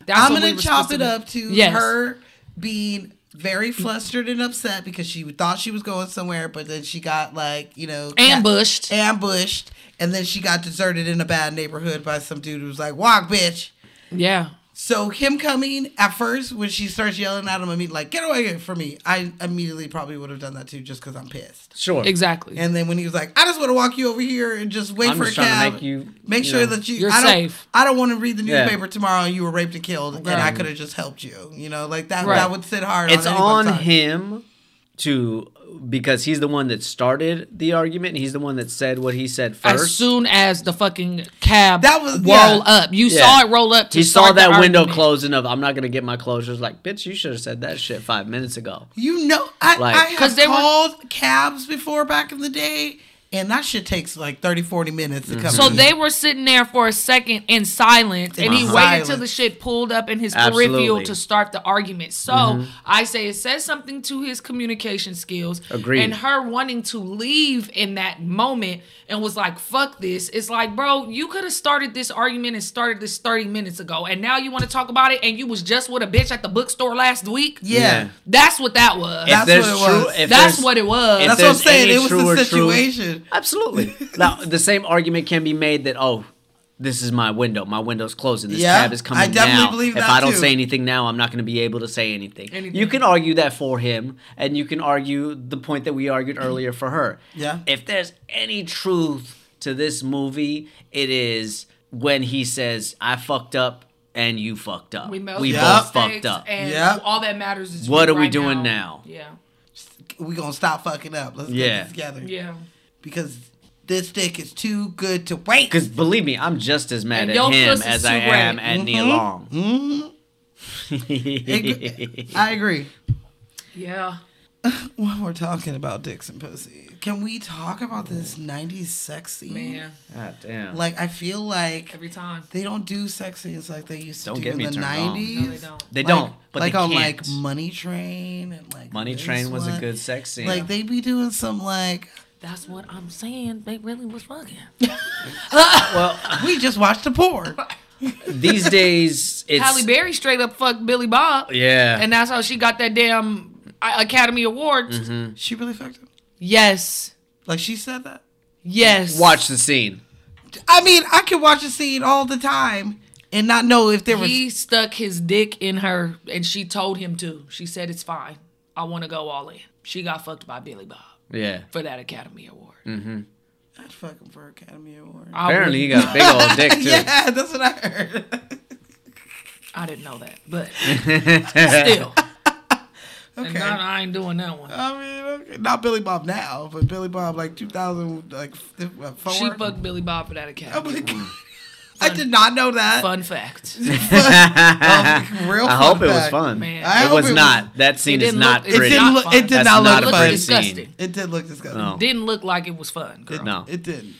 Speaker 3: I'm
Speaker 2: what we
Speaker 3: gonna
Speaker 2: were
Speaker 3: chop it
Speaker 2: supposed do.
Speaker 3: up to
Speaker 2: Yes.
Speaker 3: her being very flustered and upset because she thought she was going somewhere, but then she got like you know ca-
Speaker 2: Ambushed.
Speaker 3: ambushed, and then she got deserted in a bad neighborhood by some dude who was like, "Walk, bitch."
Speaker 2: Yeah.
Speaker 3: So him coming at first when she starts yelling at him, I mean, like, "Get away here from me!" I immediately probably would have done that too, just because I'm pissed.
Speaker 1: Sure.
Speaker 2: Exactly.
Speaker 3: And then when he was like, "I just want to walk you over here and just wait
Speaker 1: I'm
Speaker 3: for
Speaker 1: just
Speaker 3: a
Speaker 1: trying to
Speaker 3: cab,"
Speaker 1: make you-
Speaker 3: make
Speaker 1: you
Speaker 3: sure
Speaker 1: know,
Speaker 3: that you
Speaker 1: You're
Speaker 3: I don't,
Speaker 1: safe.
Speaker 3: I don't want to read the
Speaker 1: Yeah.
Speaker 3: newspaper tomorrow. You were raped and killed, and I
Speaker 1: Right.
Speaker 3: could have just helped you. You know, like that.
Speaker 1: Right.
Speaker 3: That would sit hard.
Speaker 1: It's
Speaker 3: anyone's
Speaker 1: on
Speaker 3: side.
Speaker 1: him to because he's the one that started the argument. He's the one that said what he said first.
Speaker 2: As soon as the fucking cab
Speaker 3: That was-
Speaker 2: roll
Speaker 3: yeah.
Speaker 2: up, you
Speaker 1: Yeah.
Speaker 2: saw it roll up. To
Speaker 1: He saw
Speaker 2: start the
Speaker 1: that window
Speaker 2: argument.
Speaker 1: closing of I'm not gonna get my closures. Like, bitch, you should have said that shit five minutes ago.
Speaker 3: You know, I,
Speaker 1: Like-
Speaker 3: I have
Speaker 2: 'Cause they were-
Speaker 3: called cabs before back in the day, and that shit takes like 30, 40 minutes
Speaker 1: Mm-hmm.
Speaker 3: to come.
Speaker 2: So
Speaker 3: in.
Speaker 2: they were sitting there for a second in silence, and he
Speaker 3: Uh-huh.
Speaker 2: waited till
Speaker 3: Silence.
Speaker 2: the shit pulled up in his peripheral
Speaker 1: Absolutely.
Speaker 2: to start the argument. So
Speaker 1: Mhm.
Speaker 2: I say it says something to his communication skills.
Speaker 1: Agreed.
Speaker 2: And her wanting to leave in that moment and was like, "Fuck this!" It's like, bro, you could have started this argument and started this thirty minutes ago, and now you want to talk about it, and you was just with a bitch at the bookstore last week.
Speaker 1: Yeah.
Speaker 2: that's what that was.
Speaker 1: If there's true- if
Speaker 2: That's
Speaker 1: there's-
Speaker 2: what it was.
Speaker 1: if
Speaker 2: That's
Speaker 3: what I'm
Speaker 1: there's
Speaker 3: saying,
Speaker 1: any
Speaker 3: it was the
Speaker 1: true or true-
Speaker 3: situation.
Speaker 1: Absolutely. now the same argument can be made that oh, this is my window. My window's closing. This
Speaker 3: Yeah,
Speaker 1: cab is coming
Speaker 3: I definitely
Speaker 1: now.
Speaker 3: believe
Speaker 1: if
Speaker 3: that
Speaker 1: I don't
Speaker 3: too.
Speaker 1: say anything now, I'm not going to be able to say anything.
Speaker 3: Anything.
Speaker 1: You can argue that for him, and you can argue the point that we argued earlier for her.
Speaker 3: Yeah.
Speaker 1: If there's any truth to this movie, it is when he says, "I fucked up." And you fucked up.
Speaker 2: we, made
Speaker 1: both
Speaker 2: mistakes,
Speaker 1: fucked up.
Speaker 2: And
Speaker 3: Yep.
Speaker 2: all that matters is
Speaker 1: What
Speaker 2: you
Speaker 1: are we
Speaker 2: right
Speaker 1: doing now?
Speaker 2: Yeah.
Speaker 3: we gonna stop fucking up. Let's
Speaker 1: Yeah.
Speaker 3: get this together.
Speaker 2: Yeah.
Speaker 3: Because this dick is too good to wait.
Speaker 1: Because believe me, I'm just as mad
Speaker 2: And
Speaker 1: at
Speaker 2: your
Speaker 1: him
Speaker 2: pussy's
Speaker 1: as
Speaker 2: too
Speaker 1: I am
Speaker 2: red.
Speaker 1: at Neil
Speaker 3: Mhm.
Speaker 1: Long.
Speaker 3: Mhm. Mm-hmm. It- I agree.
Speaker 2: Yeah.
Speaker 3: When we're talking about dicks and pussy, can we talk about this '90s sex scene?
Speaker 2: Man.
Speaker 1: God damn.
Speaker 3: Like I feel like
Speaker 2: Every time.
Speaker 3: they don't do sex scenes like they used to
Speaker 1: Don't
Speaker 3: do
Speaker 1: get
Speaker 3: in
Speaker 1: me
Speaker 3: the
Speaker 1: turned on.
Speaker 3: '90s.
Speaker 2: No, they don't.
Speaker 1: They
Speaker 3: Like-
Speaker 1: don't, but
Speaker 3: like
Speaker 1: they
Speaker 3: on
Speaker 1: can't.
Speaker 3: like Money Train and like
Speaker 1: Money
Speaker 3: this
Speaker 1: Train was a
Speaker 3: one.
Speaker 1: good sex scene.
Speaker 3: Like they be doing some like
Speaker 2: That's what I'm saying. They really was fucking.
Speaker 1: well,
Speaker 3: we just watched the porn.
Speaker 1: these days it's
Speaker 2: Halle Berry straight up fucked Billy Bob.
Speaker 1: Yeah.
Speaker 2: And that's how she got that damn uh, Academy Award.
Speaker 1: Mm-hmm.
Speaker 3: she really fucked him.
Speaker 2: Yes.
Speaker 3: Like she said that.
Speaker 2: Yes.
Speaker 1: Watch the scene.
Speaker 3: I mean, I could watch a scene all the time and not know if there was.
Speaker 2: He stuck his dick in her and she told him to. She said, It's fine. I want to go all in. She got fucked by Billy Bob
Speaker 1: Yeah.
Speaker 2: for that Academy Award.
Speaker 3: I'd fuck him for Academy Award.
Speaker 2: I
Speaker 1: Apparently, he
Speaker 2: wouldn't-
Speaker 1: got a big old dick too.
Speaker 3: yeah, that's what I heard.
Speaker 2: I didn't know that, but still. And
Speaker 3: Okay.
Speaker 2: now I ain't doing that one.
Speaker 3: I mean, okay. not Billy Bob now, but Billy Bob like 2000, like f- uh, four.
Speaker 2: She fucked Billy Bob for that Academy.
Speaker 3: Oh my God. I did not know that.
Speaker 2: Fun fact.
Speaker 3: Um, real
Speaker 1: I
Speaker 3: fun
Speaker 1: hope it was
Speaker 3: fact.
Speaker 1: fun.
Speaker 2: Man.
Speaker 3: I
Speaker 1: It
Speaker 3: hope
Speaker 1: was
Speaker 3: it was-
Speaker 1: not. that scene is
Speaker 2: didn't
Speaker 1: not
Speaker 2: look- it
Speaker 3: It
Speaker 1: pretty.
Speaker 3: didn't look. It did
Speaker 1: That's
Speaker 3: not
Speaker 1: not
Speaker 3: look
Speaker 1: a
Speaker 3: fun.
Speaker 1: pretty
Speaker 2: disgusting.
Speaker 1: scene.
Speaker 3: It did look disgusting.
Speaker 1: No.
Speaker 2: Didn't look like it was fun. Girl.
Speaker 3: It,
Speaker 1: No.
Speaker 3: it didn't.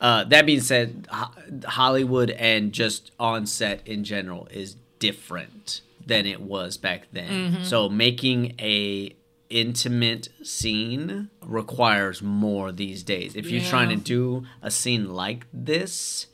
Speaker 1: Uh, that being said, Ho- Hollywood and just on set in
Speaker 3: Mm-hmm.
Speaker 1: general is different than it was back then. So making a intimate scene requires more these days. If you're trying to
Speaker 2: Yeah.
Speaker 1: do a scene like this,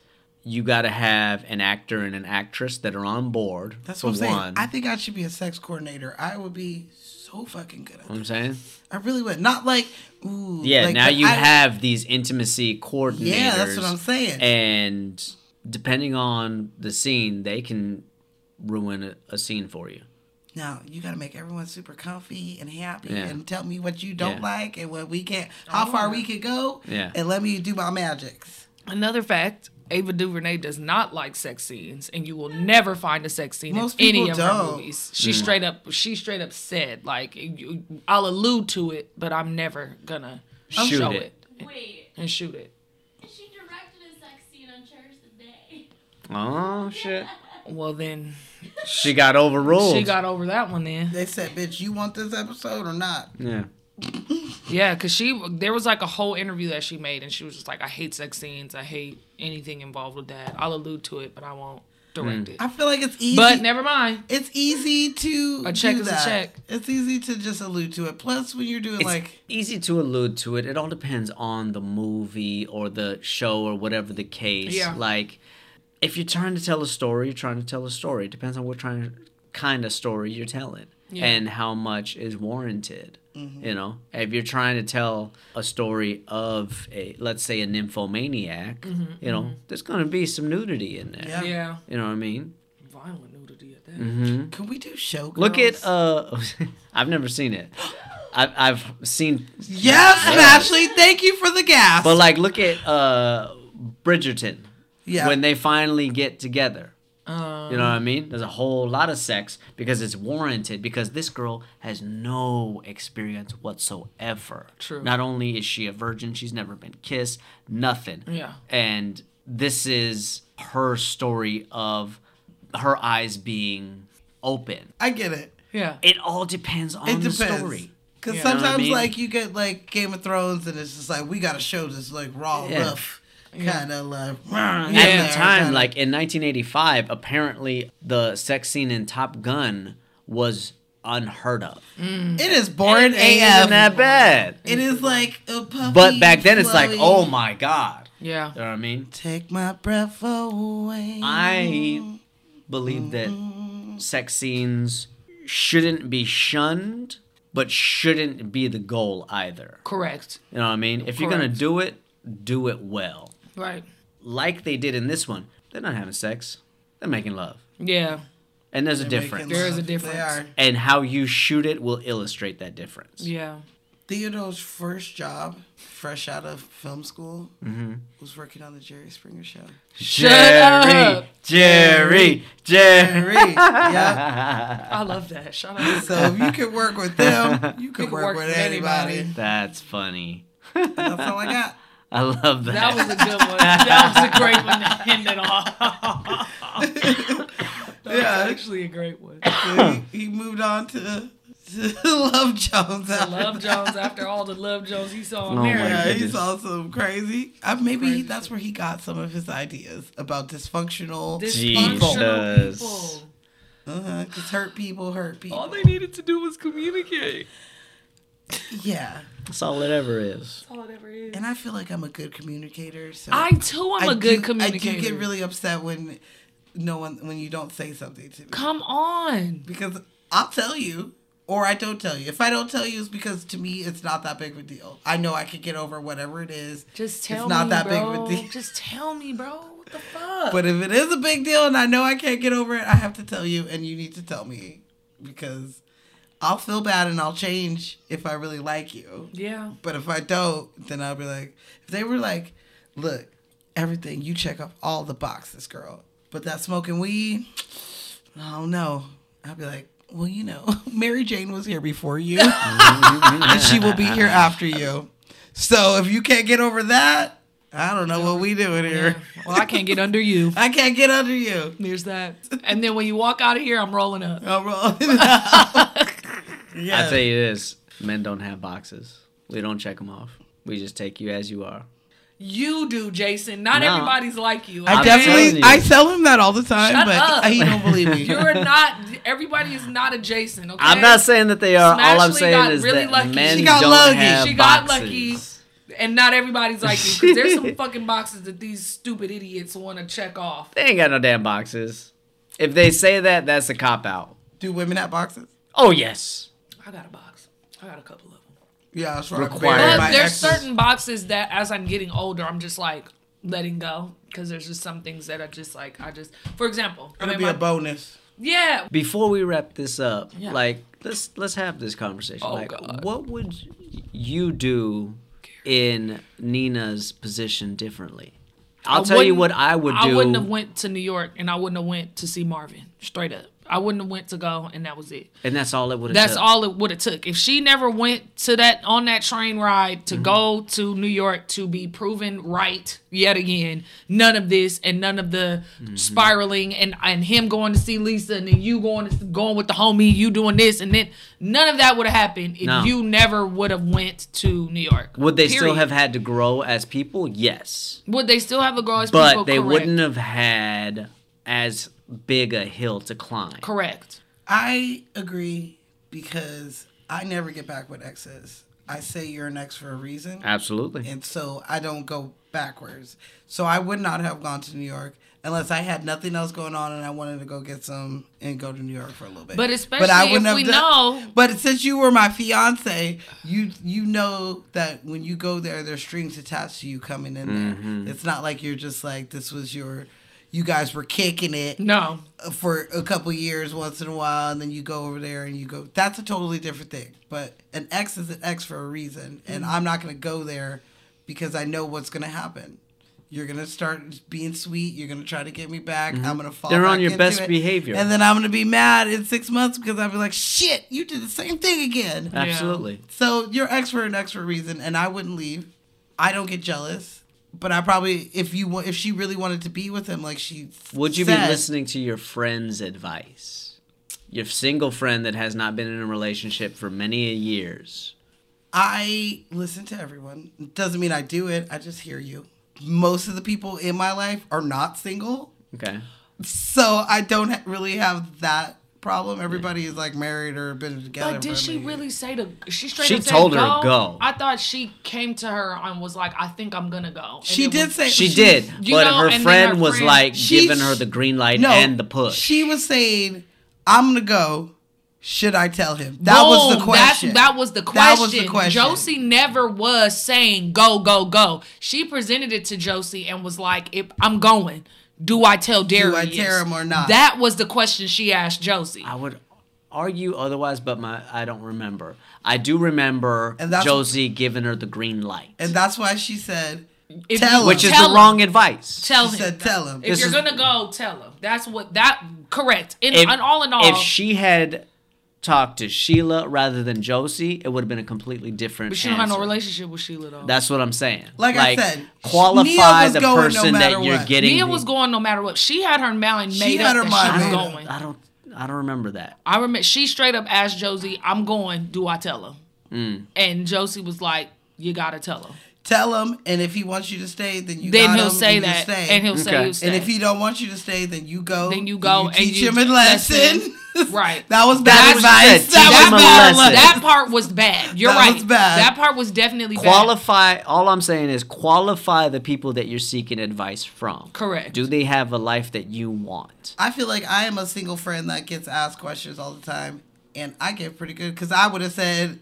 Speaker 1: you got to have an actor and an actress that are on board.
Speaker 3: That's
Speaker 1: for
Speaker 3: what I'm saying.
Speaker 1: one.
Speaker 3: I think I should be a sex coordinator. I would be so fucking good at
Speaker 1: what I'm saying.
Speaker 3: I really would. Not like, ooh.
Speaker 1: Yeah,
Speaker 3: like,
Speaker 1: now
Speaker 3: but
Speaker 1: you
Speaker 3: I-
Speaker 1: have these intimacy coordinators.
Speaker 3: Yeah, that's what I'm saying.
Speaker 1: And depending on the scene, they can ruin a, a scene for you.
Speaker 3: No, you got to make everyone super comfy and happy
Speaker 1: Yeah.
Speaker 3: and tell me what you don't
Speaker 1: Yeah.
Speaker 3: like and what we can't, how far we could go.
Speaker 1: Yeah.
Speaker 3: And let me do my magics.
Speaker 2: Another fact: Ava DuVernay does not like sex scenes, and you will never find a sex scene
Speaker 3: Most
Speaker 2: in any
Speaker 3: people
Speaker 2: of her
Speaker 3: don't.
Speaker 2: movies. She
Speaker 1: Mm.
Speaker 2: straight up, she straight up said, like, you- "I'll allude to it, but I'm never gonna
Speaker 1: Shoot
Speaker 2: show
Speaker 1: it.
Speaker 2: it.
Speaker 4: Wait,
Speaker 2: and shoot it."
Speaker 4: she directed a sex scene on Church Day.
Speaker 1: Oh shit!
Speaker 2: Well, then
Speaker 1: She got overruled.
Speaker 2: she got over that one. Then
Speaker 3: they said, "Bitch, you want this episode or not?"
Speaker 1: yeah.
Speaker 2: Yeah, cause she there was like a whole interview that she made, and she was just like, "I hate sex scenes. I hate anything involved with that. I'll allude to it, but I won't direct it."
Speaker 3: I feel like it's easy.
Speaker 2: But never mind.
Speaker 3: It's easy to
Speaker 2: A check
Speaker 3: do
Speaker 2: is a
Speaker 3: that.
Speaker 2: check.
Speaker 3: It's easy to just allude to it. Plus, when you're doing
Speaker 1: It's
Speaker 3: like
Speaker 1: easy to allude to it. It all depends on the movie or the show or whatever the case.
Speaker 2: Yeah.
Speaker 1: Like, if you're trying to tell a story, you're trying to tell a story. It depends on what trying, kind of story you're telling
Speaker 2: Yeah. Mm-hmm.
Speaker 1: and how much is warranted. You know, if you're trying to tell a story of a, let's say, a nymphomaniac,
Speaker 2: Mhm,
Speaker 1: you know, there's going to be some nudity in there.
Speaker 2: Yeah. Yeah.
Speaker 1: You know what I mean?
Speaker 2: Violent nudity at that.
Speaker 3: Mm-hmm.
Speaker 1: Mhm.
Speaker 3: Can we do show?
Speaker 1: Look at, uh, I've never seen it. I've, I've seen.
Speaker 3: yes,
Speaker 1: Yeah.
Speaker 3: Ashley. Thank you for the gas.
Speaker 1: But like, look at uh Bridgerton.
Speaker 3: Yeah.
Speaker 1: When they finally get together,
Speaker 2: Um,
Speaker 1: you know what I mean? There's a whole lot of sex because it's warranted because this girl has no experience whatsoever.
Speaker 2: True.
Speaker 1: Not only is she a virgin, she's never been kissed, nothing.
Speaker 2: Yeah.
Speaker 1: And this is her story of her eyes being open.
Speaker 3: I get it.
Speaker 2: Yeah.
Speaker 1: It all depends on the story.
Speaker 3: Because
Speaker 1: You know what I
Speaker 3: sometimes,
Speaker 1: mean?
Speaker 3: like, you get like Game of Thrones, and it's just like we gotta show this like raw,
Speaker 1: Yeah.
Speaker 3: rough kind of like.
Speaker 1: At the
Speaker 3: kinda-
Speaker 1: time, like in 1985, apparently the sex scene in Top Gun was unheard of.
Speaker 3: it is boring
Speaker 1: It
Speaker 3: AF.
Speaker 1: Isn't that bad?
Speaker 3: It is like a puppy.
Speaker 1: But back then, it's like,
Speaker 3: flowy.
Speaker 1: oh my god.
Speaker 2: Yeah.
Speaker 1: You know what I mean?
Speaker 3: Take my breath away.
Speaker 1: I believe that sex scenes shouldn't be shunned, but shouldn't be the goal either.
Speaker 2: Correct.
Speaker 1: You know what I mean? If you're gonna
Speaker 2: Correct.
Speaker 1: do it, do it well,
Speaker 2: Right.
Speaker 1: like they did in this one. They're not having sex; they're making love,
Speaker 2: Yeah.
Speaker 1: and there's a
Speaker 3: They're making
Speaker 1: difference.
Speaker 2: There is a
Speaker 3: love. They
Speaker 2: difference.
Speaker 3: are.
Speaker 1: and how you shoot it will illustrate that difference.
Speaker 2: Yeah.
Speaker 3: Theodore's first job, fresh out of film school,
Speaker 1: Mm-hmm.
Speaker 3: was working on the Jerry Springer show.
Speaker 1: Jerry,
Speaker 2: up.
Speaker 1: Jerry, Jerry.
Speaker 3: Jerry, yeah.
Speaker 2: I love that. Shout out.
Speaker 3: So if you could work with them, you could work, with anybody.
Speaker 1: That's funny.
Speaker 3: That's all I got.
Speaker 1: I love that.
Speaker 2: That was a good one. That was a great one to end it off. That
Speaker 3: Yeah.
Speaker 2: was actually a great one.
Speaker 3: So he, he moved on to, to Love Jones.
Speaker 2: The Love Jones, after all the Love Jones he saw on
Speaker 1: Oh my
Speaker 2: there.
Speaker 3: Yeah, he
Speaker 1: goodness.
Speaker 3: saw some crazy. Uh, maybe
Speaker 2: Crazy
Speaker 3: that's where he got some of his ideas about dysfunctional.
Speaker 2: Dysfunctional
Speaker 1: Jesus.
Speaker 2: people.
Speaker 3: uh hurt people hurt people.
Speaker 2: All they needed to do was communicate.
Speaker 3: yeah.
Speaker 1: That's all it ever is.
Speaker 2: That's all it ever is.
Speaker 3: And I feel like I'm a good communicator. So
Speaker 2: I too am a
Speaker 3: I
Speaker 2: good
Speaker 3: do-
Speaker 2: communicator.
Speaker 3: I do get really upset when no one when you don't say something to me
Speaker 2: Come on.
Speaker 3: because I'll tell you or I don't tell you. If I don't tell you, it's because to me it's not that big of a deal. I know I can get over whatever it is.
Speaker 2: Just tell
Speaker 3: it's not
Speaker 2: me,
Speaker 3: that
Speaker 2: bro.
Speaker 3: big of a deal.
Speaker 2: Just tell me, bro. What the fuck?
Speaker 3: But if it is a big deal and I know I can't get over it, I have to tell you, and you need to tell me because I'll feel bad and I'll change if I really like you.
Speaker 2: yeah.
Speaker 3: But if I don't, then I'll be like, if they were like, look, everything, you check off all the boxes, girl. But that smoking weed, I don't know. I'll be like, well, you know, Mary Jane was here before you, and she will be here after you. So if you can't get over that, I don't know what we doing here.
Speaker 2: Well, I can't get under you.
Speaker 3: I can't get under you.
Speaker 2: There's that. And then when you walk out of here, I'm rolling up.
Speaker 3: I'm rolling it out.
Speaker 1: I
Speaker 3: yeah.
Speaker 1: tell you this: men don't have boxes. We don't check them off. We just take you as you are.
Speaker 2: you do, Jason. Not
Speaker 3: No.
Speaker 2: everybody's like you.
Speaker 3: I
Speaker 2: okay?
Speaker 3: definitely I tell him that all the time,
Speaker 2: Shut
Speaker 3: but
Speaker 2: up.
Speaker 3: he don't believe me.
Speaker 2: You're not. Everybody is not a Jason. Okay.
Speaker 1: I'm not saying that they are. All I'm
Speaker 2: Smashley
Speaker 1: saying
Speaker 2: got
Speaker 1: is
Speaker 2: really
Speaker 1: that
Speaker 2: lucky.
Speaker 1: men
Speaker 2: She got
Speaker 1: don't
Speaker 2: lucky.
Speaker 1: have
Speaker 2: She got
Speaker 1: boxes.
Speaker 2: lucky. And not everybody's like you. 'cause there's some fucking boxes that these stupid idiots want to check off.
Speaker 1: They ain't got no damn boxes. If they say that, that's a cop out.
Speaker 3: Do women have boxes?
Speaker 1: Oh yes.
Speaker 2: I got a box. I got a couple of them.
Speaker 3: Yeah, that's
Speaker 1: Required.
Speaker 2: But
Speaker 1: My
Speaker 2: there's
Speaker 1: exes-
Speaker 2: certain boxes that, as I'm getting older, I'm just like letting go because there's just some things that are just like I just. For example, I'm
Speaker 3: It'll
Speaker 2: in
Speaker 3: be
Speaker 2: my-
Speaker 3: a bonus.
Speaker 2: Yeah.
Speaker 1: Before we wrap this up,
Speaker 2: Yeah.
Speaker 1: like let's let's have this conversation.
Speaker 2: Oh,
Speaker 1: like, what would you do in Nina's position differently? I'll
Speaker 2: I
Speaker 1: tell you what
Speaker 2: wouldn't-
Speaker 1: I would do.
Speaker 2: I wouldn't have went to New York and I wouldn't have went to see Marvin. Straight up. I wouldn't have went to go and that was it.
Speaker 1: and that's all it would have.
Speaker 2: That's all it would have took. If she never went to that on that train ride
Speaker 1: Mm-hmm.
Speaker 2: to go to New York to be proven right yet again, none of this and none of the
Speaker 1: Mm-hmm.
Speaker 2: spiraling and and him going to see Lisa and then you going to, going with the homie, you doing this and then none of that would have happened if
Speaker 1: No.
Speaker 2: you never would have went to New York.
Speaker 1: Would they still
Speaker 2: Period.
Speaker 1: have had to grow as people? Yes.
Speaker 2: Would they still have a girl as people?
Speaker 1: But they
Speaker 2: Correct.
Speaker 1: wouldn't have had as big a hill to climb.
Speaker 2: Correct.
Speaker 3: I agree because I never get back with exes. I say you're an ex for a reason.
Speaker 1: Absolutely.
Speaker 3: And so I don't go backwards. So I would not have gone to New York unless I had nothing else going on and I wanted to go get some and go to New York for a little bit.
Speaker 2: But especially if we know-
Speaker 3: But since you were my fiance, you you know that when you go there, there's strings attached to you coming in
Speaker 1: Mhm.
Speaker 3: there. It's not like you're just like this was your. You guys were kicking it.
Speaker 2: No.
Speaker 3: For a couple years, once in a while, and then you go over there and you go. That's a totally different thing. But an ex is an ex for a reason, and
Speaker 2: Mhm.
Speaker 1: Mm-hmm.
Speaker 3: I'm not going to go there because I know what's going to happen. You're going to start being sweet. You're going to try to get me back.
Speaker 1: Mhm.
Speaker 3: I'm going to fall.
Speaker 1: They're on
Speaker 3: back
Speaker 1: your
Speaker 3: into
Speaker 1: best
Speaker 3: it.
Speaker 1: behavior.
Speaker 3: and then I'm going to be mad in six months because I'll be like, "Shit, you did the same thing again."
Speaker 1: Uh. Absolutely.
Speaker 3: So you're ex for an ex for a reason, and I wouldn't leave. I don't get jealous, but I probably if you wa- if she really wanted to be with him, like she
Speaker 1: Would you
Speaker 3: said-
Speaker 1: be listening to your friend's advice? Your single friend that has not been in a relationship for many a years.
Speaker 3: I listen to everyone. Doesn't mean I do it. I just hear you. Most of the people in my life are not single.
Speaker 1: Okay.
Speaker 3: So I don't ha- really have that problem. Everybody is like married or been together.
Speaker 2: But did
Speaker 3: for
Speaker 2: she
Speaker 3: many-
Speaker 2: really say to? She straight
Speaker 3: She
Speaker 2: up said
Speaker 3: told her
Speaker 2: go?
Speaker 1: go.
Speaker 2: I thought she came to her and was like, "I think I'm gonna go." And
Speaker 3: She
Speaker 2: it
Speaker 3: did
Speaker 2: was-
Speaker 3: say
Speaker 1: She did,
Speaker 2: You
Speaker 1: but
Speaker 2: know,
Speaker 1: her
Speaker 2: and then
Speaker 1: friend
Speaker 2: her
Speaker 1: was
Speaker 2: friend-
Speaker 1: like
Speaker 2: She-
Speaker 1: giving her the green light
Speaker 3: No,
Speaker 1: and the push.
Speaker 3: She was saying, "I'm gonna go. Should I tell him?" That was the
Speaker 2: Boom. That's-
Speaker 3: question.
Speaker 2: that was the
Speaker 3: That
Speaker 2: question.
Speaker 3: was the question.
Speaker 2: Josie never was saying go, go, go. She presented it to Josie and was like, if I'm going, do I tell
Speaker 3: Do I
Speaker 2: Darius?
Speaker 3: tear him or not?
Speaker 2: That was the question she asked Josie.
Speaker 1: I would argue otherwise, but my I don't remember. I do remember
Speaker 3: And that's-
Speaker 1: Josie giving her the green light,
Speaker 3: and that's why she said,
Speaker 2: If
Speaker 3: "Tell him."
Speaker 1: which is the wrong advice.
Speaker 2: Tell
Speaker 3: She
Speaker 2: him.
Speaker 3: said, "Tell him."
Speaker 2: If
Speaker 1: This
Speaker 2: you're
Speaker 1: is-
Speaker 2: gonna go, tell him. That's what that correct. In,
Speaker 1: If-
Speaker 2: and all in all,
Speaker 1: if she had talked to Sheila rather than Josie, it would have been a completely different.
Speaker 2: but she don't have no
Speaker 1: answer.
Speaker 2: relationship with Sheila though.
Speaker 1: That's what I'm saying.
Speaker 2: Like I said,
Speaker 1: qualify
Speaker 3: Nia was
Speaker 1: the
Speaker 3: going no
Speaker 1: person
Speaker 3: matter
Speaker 1: that you're
Speaker 3: what.
Speaker 1: getting.
Speaker 2: Nia was going no matter what. She had her mind
Speaker 1: She
Speaker 2: made
Speaker 1: had
Speaker 2: up
Speaker 1: her
Speaker 2: that
Speaker 1: mind
Speaker 2: she was
Speaker 1: made up.
Speaker 2: going.
Speaker 1: I don't. I don't remember that.
Speaker 2: I remember she straight up asked Josie, "I'm going. Do I tell him?"
Speaker 1: Mm.
Speaker 2: And Josie was like, "You gotta tell him."
Speaker 3: Tell him, and if he wants you to stay, then you
Speaker 2: Then
Speaker 3: got
Speaker 2: he'll
Speaker 3: him,
Speaker 2: say
Speaker 3: and you
Speaker 2: that,
Speaker 3: stay.
Speaker 2: and he'll say Okay. you stay.
Speaker 3: And if he don't want you to stay, then you go.
Speaker 2: Then you go and
Speaker 3: teach
Speaker 2: you-
Speaker 3: him a lesson.
Speaker 2: right.
Speaker 3: that was bad advice.
Speaker 2: That,
Speaker 3: That
Speaker 2: was
Speaker 3: was
Speaker 2: bad.
Speaker 3: bad advice.
Speaker 2: That part was bad. You're
Speaker 3: That
Speaker 2: right.
Speaker 3: was bad.
Speaker 2: That part was definitely bad.
Speaker 1: Qualify. All I'm saying is qualify the people that you're seeking advice from.
Speaker 2: Correct.
Speaker 1: Do they have a life that you want?
Speaker 3: I feel like I am a single friend that gets asked questions all the time, and I get pretty good because I would have said,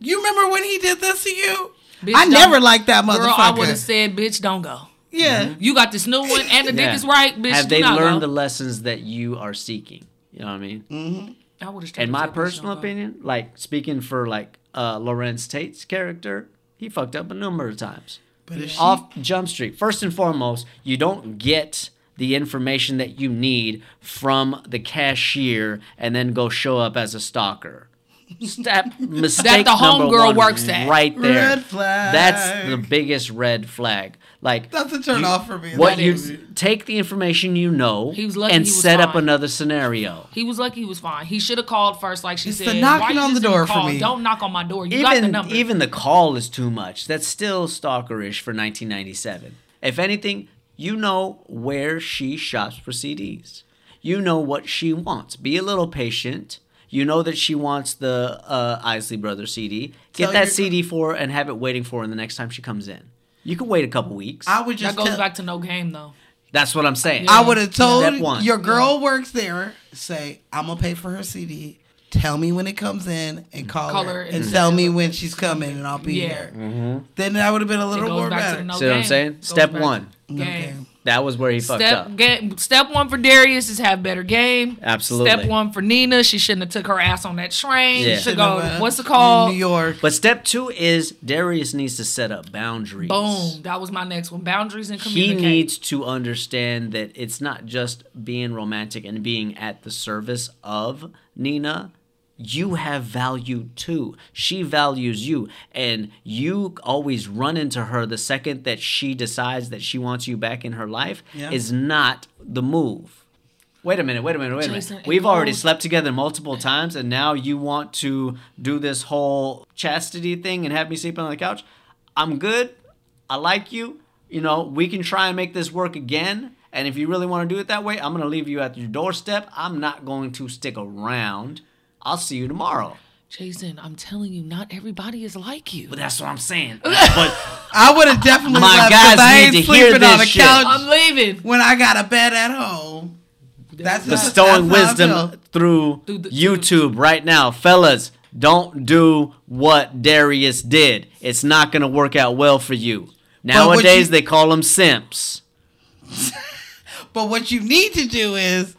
Speaker 3: "You remember when he did this to you?"
Speaker 2: Bitch,
Speaker 3: I
Speaker 2: don't-
Speaker 3: never liked that
Speaker 2: Girl,
Speaker 3: motherfucker.
Speaker 2: I would have said, Mm-hmm. "Bitch, don't go."
Speaker 3: Yeah.
Speaker 2: You got this new one, and the
Speaker 1: Yeah.
Speaker 2: dick is right, bitch.
Speaker 1: Have
Speaker 2: do
Speaker 1: they
Speaker 2: not
Speaker 1: learned
Speaker 2: go.
Speaker 1: the lessons that you are seeking? You know what I mean? Mm-hmm.
Speaker 2: I would have.
Speaker 1: In my personal opinion, like speaking for like uh Lorenz Tate's character, he fucked up a number of times.
Speaker 3: But if she-
Speaker 1: off Jump Street, first and foremost, you don't get the information that you need from the cashier and then go show up as a stalker.
Speaker 2: step
Speaker 1: mistake
Speaker 2: that the
Speaker 1: number
Speaker 2: homegirl
Speaker 1: one
Speaker 2: works at.
Speaker 1: right there.
Speaker 3: Red flag.
Speaker 1: That's the biggest red flag. Like
Speaker 3: That's a turn
Speaker 1: you-
Speaker 3: off for me.
Speaker 1: What
Speaker 3: That
Speaker 1: you
Speaker 3: is.
Speaker 1: take the information you know
Speaker 2: He was lucky
Speaker 1: and
Speaker 2: he was
Speaker 1: set up
Speaker 2: fine.
Speaker 1: another scenario.
Speaker 2: He was lucky he was fine. He should have called first, like she
Speaker 3: It's the
Speaker 2: said.
Speaker 3: knocking
Speaker 2: Why you
Speaker 3: on
Speaker 2: just
Speaker 3: the
Speaker 2: didn't
Speaker 3: door for
Speaker 2: call?
Speaker 3: me.
Speaker 2: Don't knock on my door. You got the
Speaker 1: even
Speaker 2: number.
Speaker 1: even the call is too much. That's still stalkerish for 1997. If anything, you know where she shops for CDs. You know what she wants. Be a little patient. You know that she wants the uh, Isley Brothers CD. Get
Speaker 3: Tell
Speaker 1: that
Speaker 3: your-
Speaker 1: CD for her and have it waiting for her the next time she comes in. You can wait a couple weeks.
Speaker 3: I would just
Speaker 2: that goes
Speaker 3: tell-
Speaker 2: back to no game though.
Speaker 1: That's what I'm saying.
Speaker 3: I would have told
Speaker 1: Step one.
Speaker 3: your girl works there. Say I'm gonna pay for her CD. Tell me when it comes in and call,
Speaker 2: Call
Speaker 3: her,
Speaker 2: her
Speaker 3: and
Speaker 2: and-
Speaker 3: tell me when she's coming and I'll be
Speaker 2: Yeah.
Speaker 3: here.
Speaker 1: Mm-hmm.
Speaker 3: Then that would have been a little
Speaker 2: goes
Speaker 3: more
Speaker 2: back to
Speaker 3: better.
Speaker 2: the no-
Speaker 1: See what I'm
Speaker 2: game.
Speaker 1: saying?
Speaker 2: Goes
Speaker 1: Step
Speaker 2: back
Speaker 1: one.
Speaker 3: No
Speaker 2: Game.
Speaker 3: game.
Speaker 1: That was where he fucked
Speaker 2: Step
Speaker 1: up.
Speaker 2: game. Step one for Darius is have better game.
Speaker 1: Absolutely.
Speaker 2: Step one for Nina. She shouldn't have took her ass on that train.
Speaker 1: Yeah.
Speaker 2: She should
Speaker 3: You know
Speaker 2: go.
Speaker 3: what?
Speaker 2: What's it called?
Speaker 3: New York.
Speaker 1: But step two is Darius needs to set up boundaries.
Speaker 2: Boom. That was my next one. Boundaries and
Speaker 1: he
Speaker 2: communicate.
Speaker 1: needs to understand that it's not just being romantic and being at the service of Nina. You have value too. She values you, and you always run into her the second that she decides that she wants you back in her life
Speaker 3: Yeah.
Speaker 1: is not the move. Wait a minute, wait a minute, wait a
Speaker 2: Jason,
Speaker 1: minute.
Speaker 2: it
Speaker 1: We've already
Speaker 2: goes-
Speaker 1: slept together multiple times, and now you want to do this whole chastity thing and have me sleep on the couch? I'm good. I like you. You know, we can try and make this work again. And if you really want to do it that way, I'm going to leave you at your doorstep. I'm not going to stick around. I'll see you tomorrow.
Speaker 2: Jason, I'm telling you, not everybody is like you.
Speaker 1: But that's what I'm saying. But
Speaker 3: I would have definitely
Speaker 1: My
Speaker 3: left
Speaker 1: guys
Speaker 3: because I
Speaker 1: need
Speaker 3: ain't
Speaker 1: to hear
Speaker 3: sleeping on
Speaker 1: this
Speaker 3: a
Speaker 1: shit.
Speaker 3: couch
Speaker 2: I'm leaving.
Speaker 3: when I got a bed at home. That's just-
Speaker 1: bestowing
Speaker 3: that's how I
Speaker 1: wisdom
Speaker 3: feel.
Speaker 1: through
Speaker 2: Through the-
Speaker 1: YouTube right now. Fellas, don't do what Darius did. It's not going to work out well for you.
Speaker 3: But what
Speaker 1: Nowadays,
Speaker 3: you-
Speaker 1: they call them simps.
Speaker 3: But what you need to do is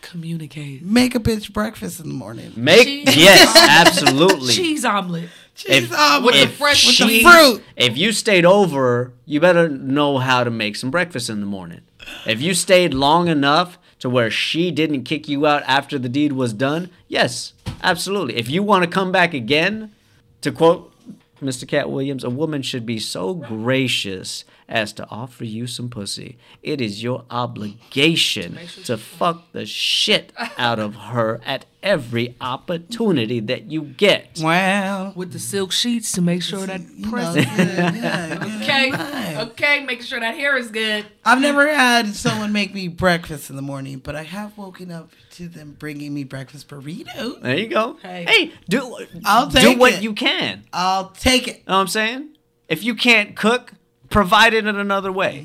Speaker 2: Communicate.
Speaker 3: make a bitch breakfast in the morning.
Speaker 1: Make
Speaker 2: Cheese.
Speaker 1: yes, absolutely.
Speaker 2: Cheese omelet.
Speaker 3: Cheese omelet.
Speaker 2: the fresh- with the
Speaker 1: she-
Speaker 3: fruit.
Speaker 1: If you stayed over, you better know how to make some breakfast in the morning. If you stayed long enough to where she didn't kick you out after the deed was done, yes, absolutely. If you want to come back again, to quote Mr. Cat Williams, a woman should be so gracious as to offer you some pussy. It is your obligation to fuck the shit out of her at every opportunity that you get.
Speaker 3: Wow.
Speaker 2: With
Speaker 1: Mm.
Speaker 2: the silk sheets to make sure that
Speaker 3: You know,
Speaker 2: press.
Speaker 3: yeah, yeah,
Speaker 2: Okay.
Speaker 3: yeah.
Speaker 2: Okay, making sure that hair is good.
Speaker 3: I've never had someone make me breakfast in the morning, but I have woken up to them bringing me breakfast burrito.
Speaker 1: There you go.
Speaker 2: Hey.
Speaker 1: Hey, do
Speaker 3: I'll
Speaker 1: do
Speaker 3: take
Speaker 1: what
Speaker 3: it.
Speaker 1: you can.
Speaker 3: I'll take it.
Speaker 1: You know what I'm saying? If you can't cook, provide it in another way,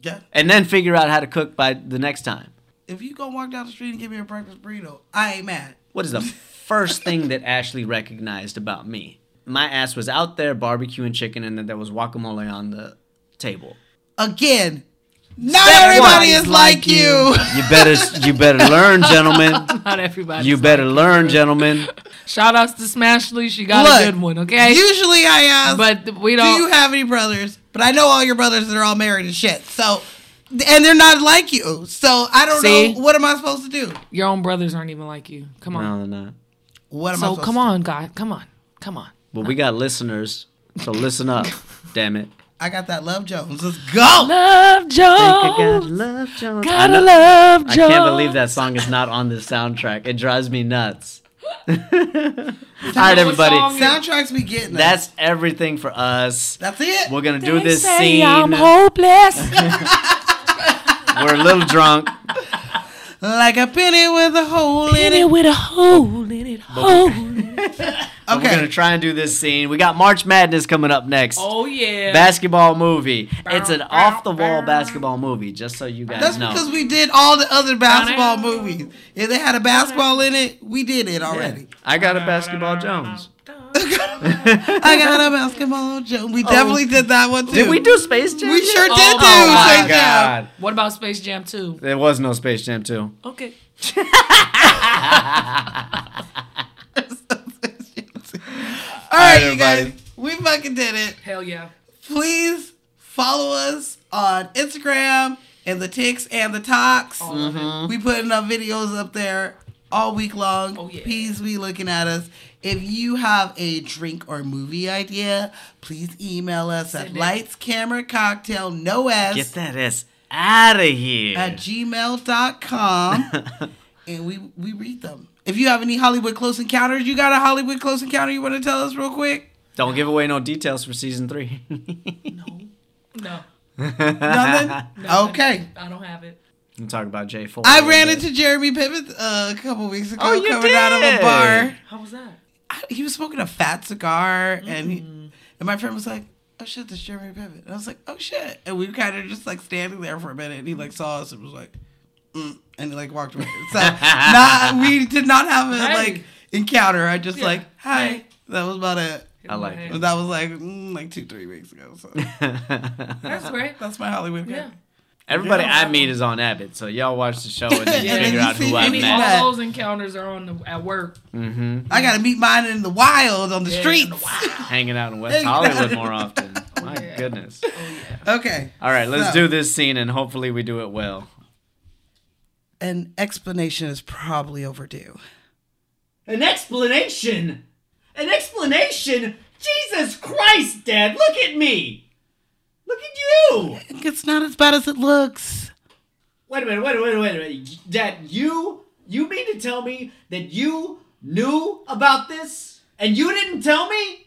Speaker 3: Yeah.
Speaker 1: and then figure out how to cook by the next time.
Speaker 3: If you go walk down the street and give me a breakfast burrito, I ain't mad.
Speaker 1: What is the first thing that Ashley recognized about me? My ass was out there barbecuing chicken, and then there was guacamole on the table.
Speaker 3: Again, not
Speaker 1: Step
Speaker 3: everybody
Speaker 1: one.
Speaker 3: is like you.
Speaker 1: You better, you better learn, gentlemen.
Speaker 2: Not everybody.
Speaker 1: You better learn, gentlemen.
Speaker 2: Shout outs to Smashly. She got
Speaker 3: Look,
Speaker 2: a good one, okay?
Speaker 3: Usually I ask,
Speaker 2: but we
Speaker 3: do
Speaker 2: don't.
Speaker 3: you have any brothers? But I know all your brothers that are all married and shit. So, and they're not like you. So I don't
Speaker 2: See?
Speaker 3: know. What am I supposed to do?
Speaker 2: your own brothers aren't even like you. Come on.
Speaker 1: No, they're not.
Speaker 3: What am I
Speaker 2: so
Speaker 3: supposed
Speaker 2: come
Speaker 3: to
Speaker 2: on, guy. Come on. Come on.
Speaker 1: But we got listeners, so listen up. Damn it.
Speaker 3: I got that Love Jones. Let's go.
Speaker 2: Love
Speaker 1: Think I got
Speaker 2: Jones.
Speaker 1: Oh. love, Jones. I
Speaker 2: Gotta
Speaker 1: know-
Speaker 2: love Jones.
Speaker 1: I can't believe that song is not on this soundtrack. It drives me nuts. All right,
Speaker 2: song
Speaker 1: everybody.
Speaker 2: it-
Speaker 3: Soundtracks be getting us.
Speaker 1: That's everything for us.
Speaker 3: That's it.
Speaker 1: We're going to
Speaker 2: They
Speaker 1: do this
Speaker 2: say
Speaker 1: scene.
Speaker 2: I'm
Speaker 1: We're
Speaker 2: hopeless.
Speaker 1: a little drunk.
Speaker 3: Like a penny with a hole in
Speaker 2: Hit it
Speaker 3: it.
Speaker 2: with a hole in it. Hole. in
Speaker 1: but
Speaker 2: it.
Speaker 1: We're going to
Speaker 3: Okay.
Speaker 1: try and do this scene. We got March Madness coming up next.
Speaker 2: Oh yeah.
Speaker 1: Basketball movie. It's an
Speaker 2: Bow, bow,
Speaker 1: off the wall
Speaker 2: bow.
Speaker 1: basketball movie, just so you guys
Speaker 3: That's
Speaker 1: know.
Speaker 3: because we did all the other basketball movies. If they had a basketball in it, we did it
Speaker 1: Yeah.
Speaker 3: already.
Speaker 1: I got a Basketball Jones.
Speaker 3: I got a basketball joke.
Speaker 1: Oh.
Speaker 3: We definitely did that one too.
Speaker 1: Did we do Space Jam?
Speaker 3: We
Speaker 1: yet?
Speaker 3: sure did
Speaker 2: Oh
Speaker 3: do.
Speaker 2: my
Speaker 3: Space Jam.
Speaker 2: what about Space Jam 2?
Speaker 1: There was no Space Jam 2.
Speaker 2: Okay.
Speaker 3: All right, you
Speaker 1: everybody.
Speaker 3: guys. We fucking did it.
Speaker 2: Hell yeah.
Speaker 3: Please follow us on
Speaker 1: Mm-hmm.
Speaker 3: Instagram and the ticks and the talks. We putting up videos up there all week long. Please be looking at us. If you have a drink or movie idea, please email us at lights camera cocktail no s
Speaker 1: Get that ass out of here.
Speaker 3: at gmail.com and we we read them. If you have any Hollywood close encounters, you got a Hollywood close encounter you want to tell us real quick?
Speaker 1: Don't give away no details for season three.
Speaker 2: No.
Speaker 3: Nothing? Okay.
Speaker 2: I don't have it.
Speaker 1: I'm talking about J Four.
Speaker 3: I ran into Jeremy Piven uh, a couple weeks ago
Speaker 2: Oh, you
Speaker 3: coming out of a
Speaker 1: did?
Speaker 3: bar.
Speaker 2: How was that?
Speaker 3: I, he was smoking a fat cigar and he, and my friend was like, "Oh shit, that's Jeremy Piven." And I was like, "Oh shit." And we were kind of just like standing there for a minute and he like saw us and was like, mm, and he like walked away. So not, we did not have a
Speaker 2: Hey.
Speaker 3: like encounter. I just
Speaker 2: Yeah.
Speaker 3: like, "Hi."
Speaker 2: Hey.
Speaker 3: That was about it.
Speaker 1: I like it.
Speaker 3: But That was like mm, like 2-3 weeks ago. So
Speaker 2: That's great.
Speaker 3: that's my Hollywood.
Speaker 2: Yeah.
Speaker 1: Everybody I meet is on Abbott, so y'all watch the show and then
Speaker 3: Yeah.
Speaker 1: figure out who I
Speaker 2: I
Speaker 3: Maybe
Speaker 2: mean,
Speaker 1: met.
Speaker 3: that.
Speaker 2: all those encounters are on the, at work.
Speaker 1: Mm-hmm.
Speaker 3: I got to meet mine in the wild on the
Speaker 2: Yeah, in
Speaker 3: streets.
Speaker 2: the
Speaker 1: Hanging out in West
Speaker 3: Hanging out.
Speaker 1: Hollywood more often. My goodness.
Speaker 3: Okay.
Speaker 1: All right, let's
Speaker 3: So-
Speaker 1: do this scene and hopefully we do it well.
Speaker 3: An explanation is probably overdue.
Speaker 12: An explanation? An explanation? Jesus Christ, Dad, look at me! Look at you!
Speaker 3: It's not as bad as it looks.
Speaker 12: Wait a minute, wait a minute, wait a minute. Dad, you. You mean to tell me that you knew about this? And you didn't tell me?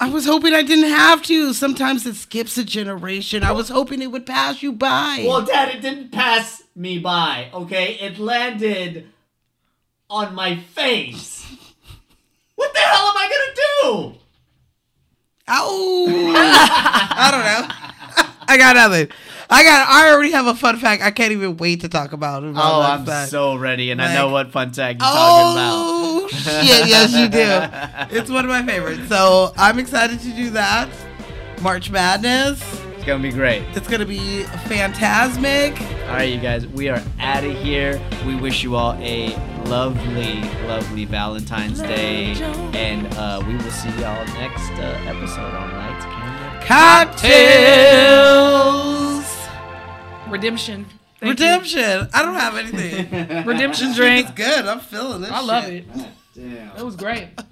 Speaker 3: I was hoping I didn't have to. Sometimes it skips a generation. I was hoping it would pass you by.
Speaker 12: Well, Dad, it didn't pass me by, okay? It landed on my face. What the hell am I gonna do?
Speaker 1: Oh,
Speaker 3: Ow. I don't know. I got nothing. I got. I already have a fun fact. I can't even wait to talk about. it.
Speaker 1: Oh,
Speaker 3: I love
Speaker 1: I'm
Speaker 3: that.
Speaker 1: so ready, and I know what fun tag you're
Speaker 3: Oh
Speaker 1: talking about.
Speaker 3: shit! Yes, you do. It's one of my favorites. So I'm excited to do that. March Madness.
Speaker 1: It's gonna be great.
Speaker 3: It's gonna be phantasmic.
Speaker 1: All right, you guys, we are out of here. We wish you all a lovely, lovely Valentine's Day, and uh, we will see y'all next uh, episode on Lights Camera
Speaker 3: Cocktails.
Speaker 2: Redemption. Thank you.
Speaker 3: Redemption. I don't have anything.
Speaker 2: Redemption
Speaker 3: This
Speaker 2: drink.
Speaker 3: shit is good. I'm feeling this.
Speaker 2: I love
Speaker 3: shit.
Speaker 2: it. It was great.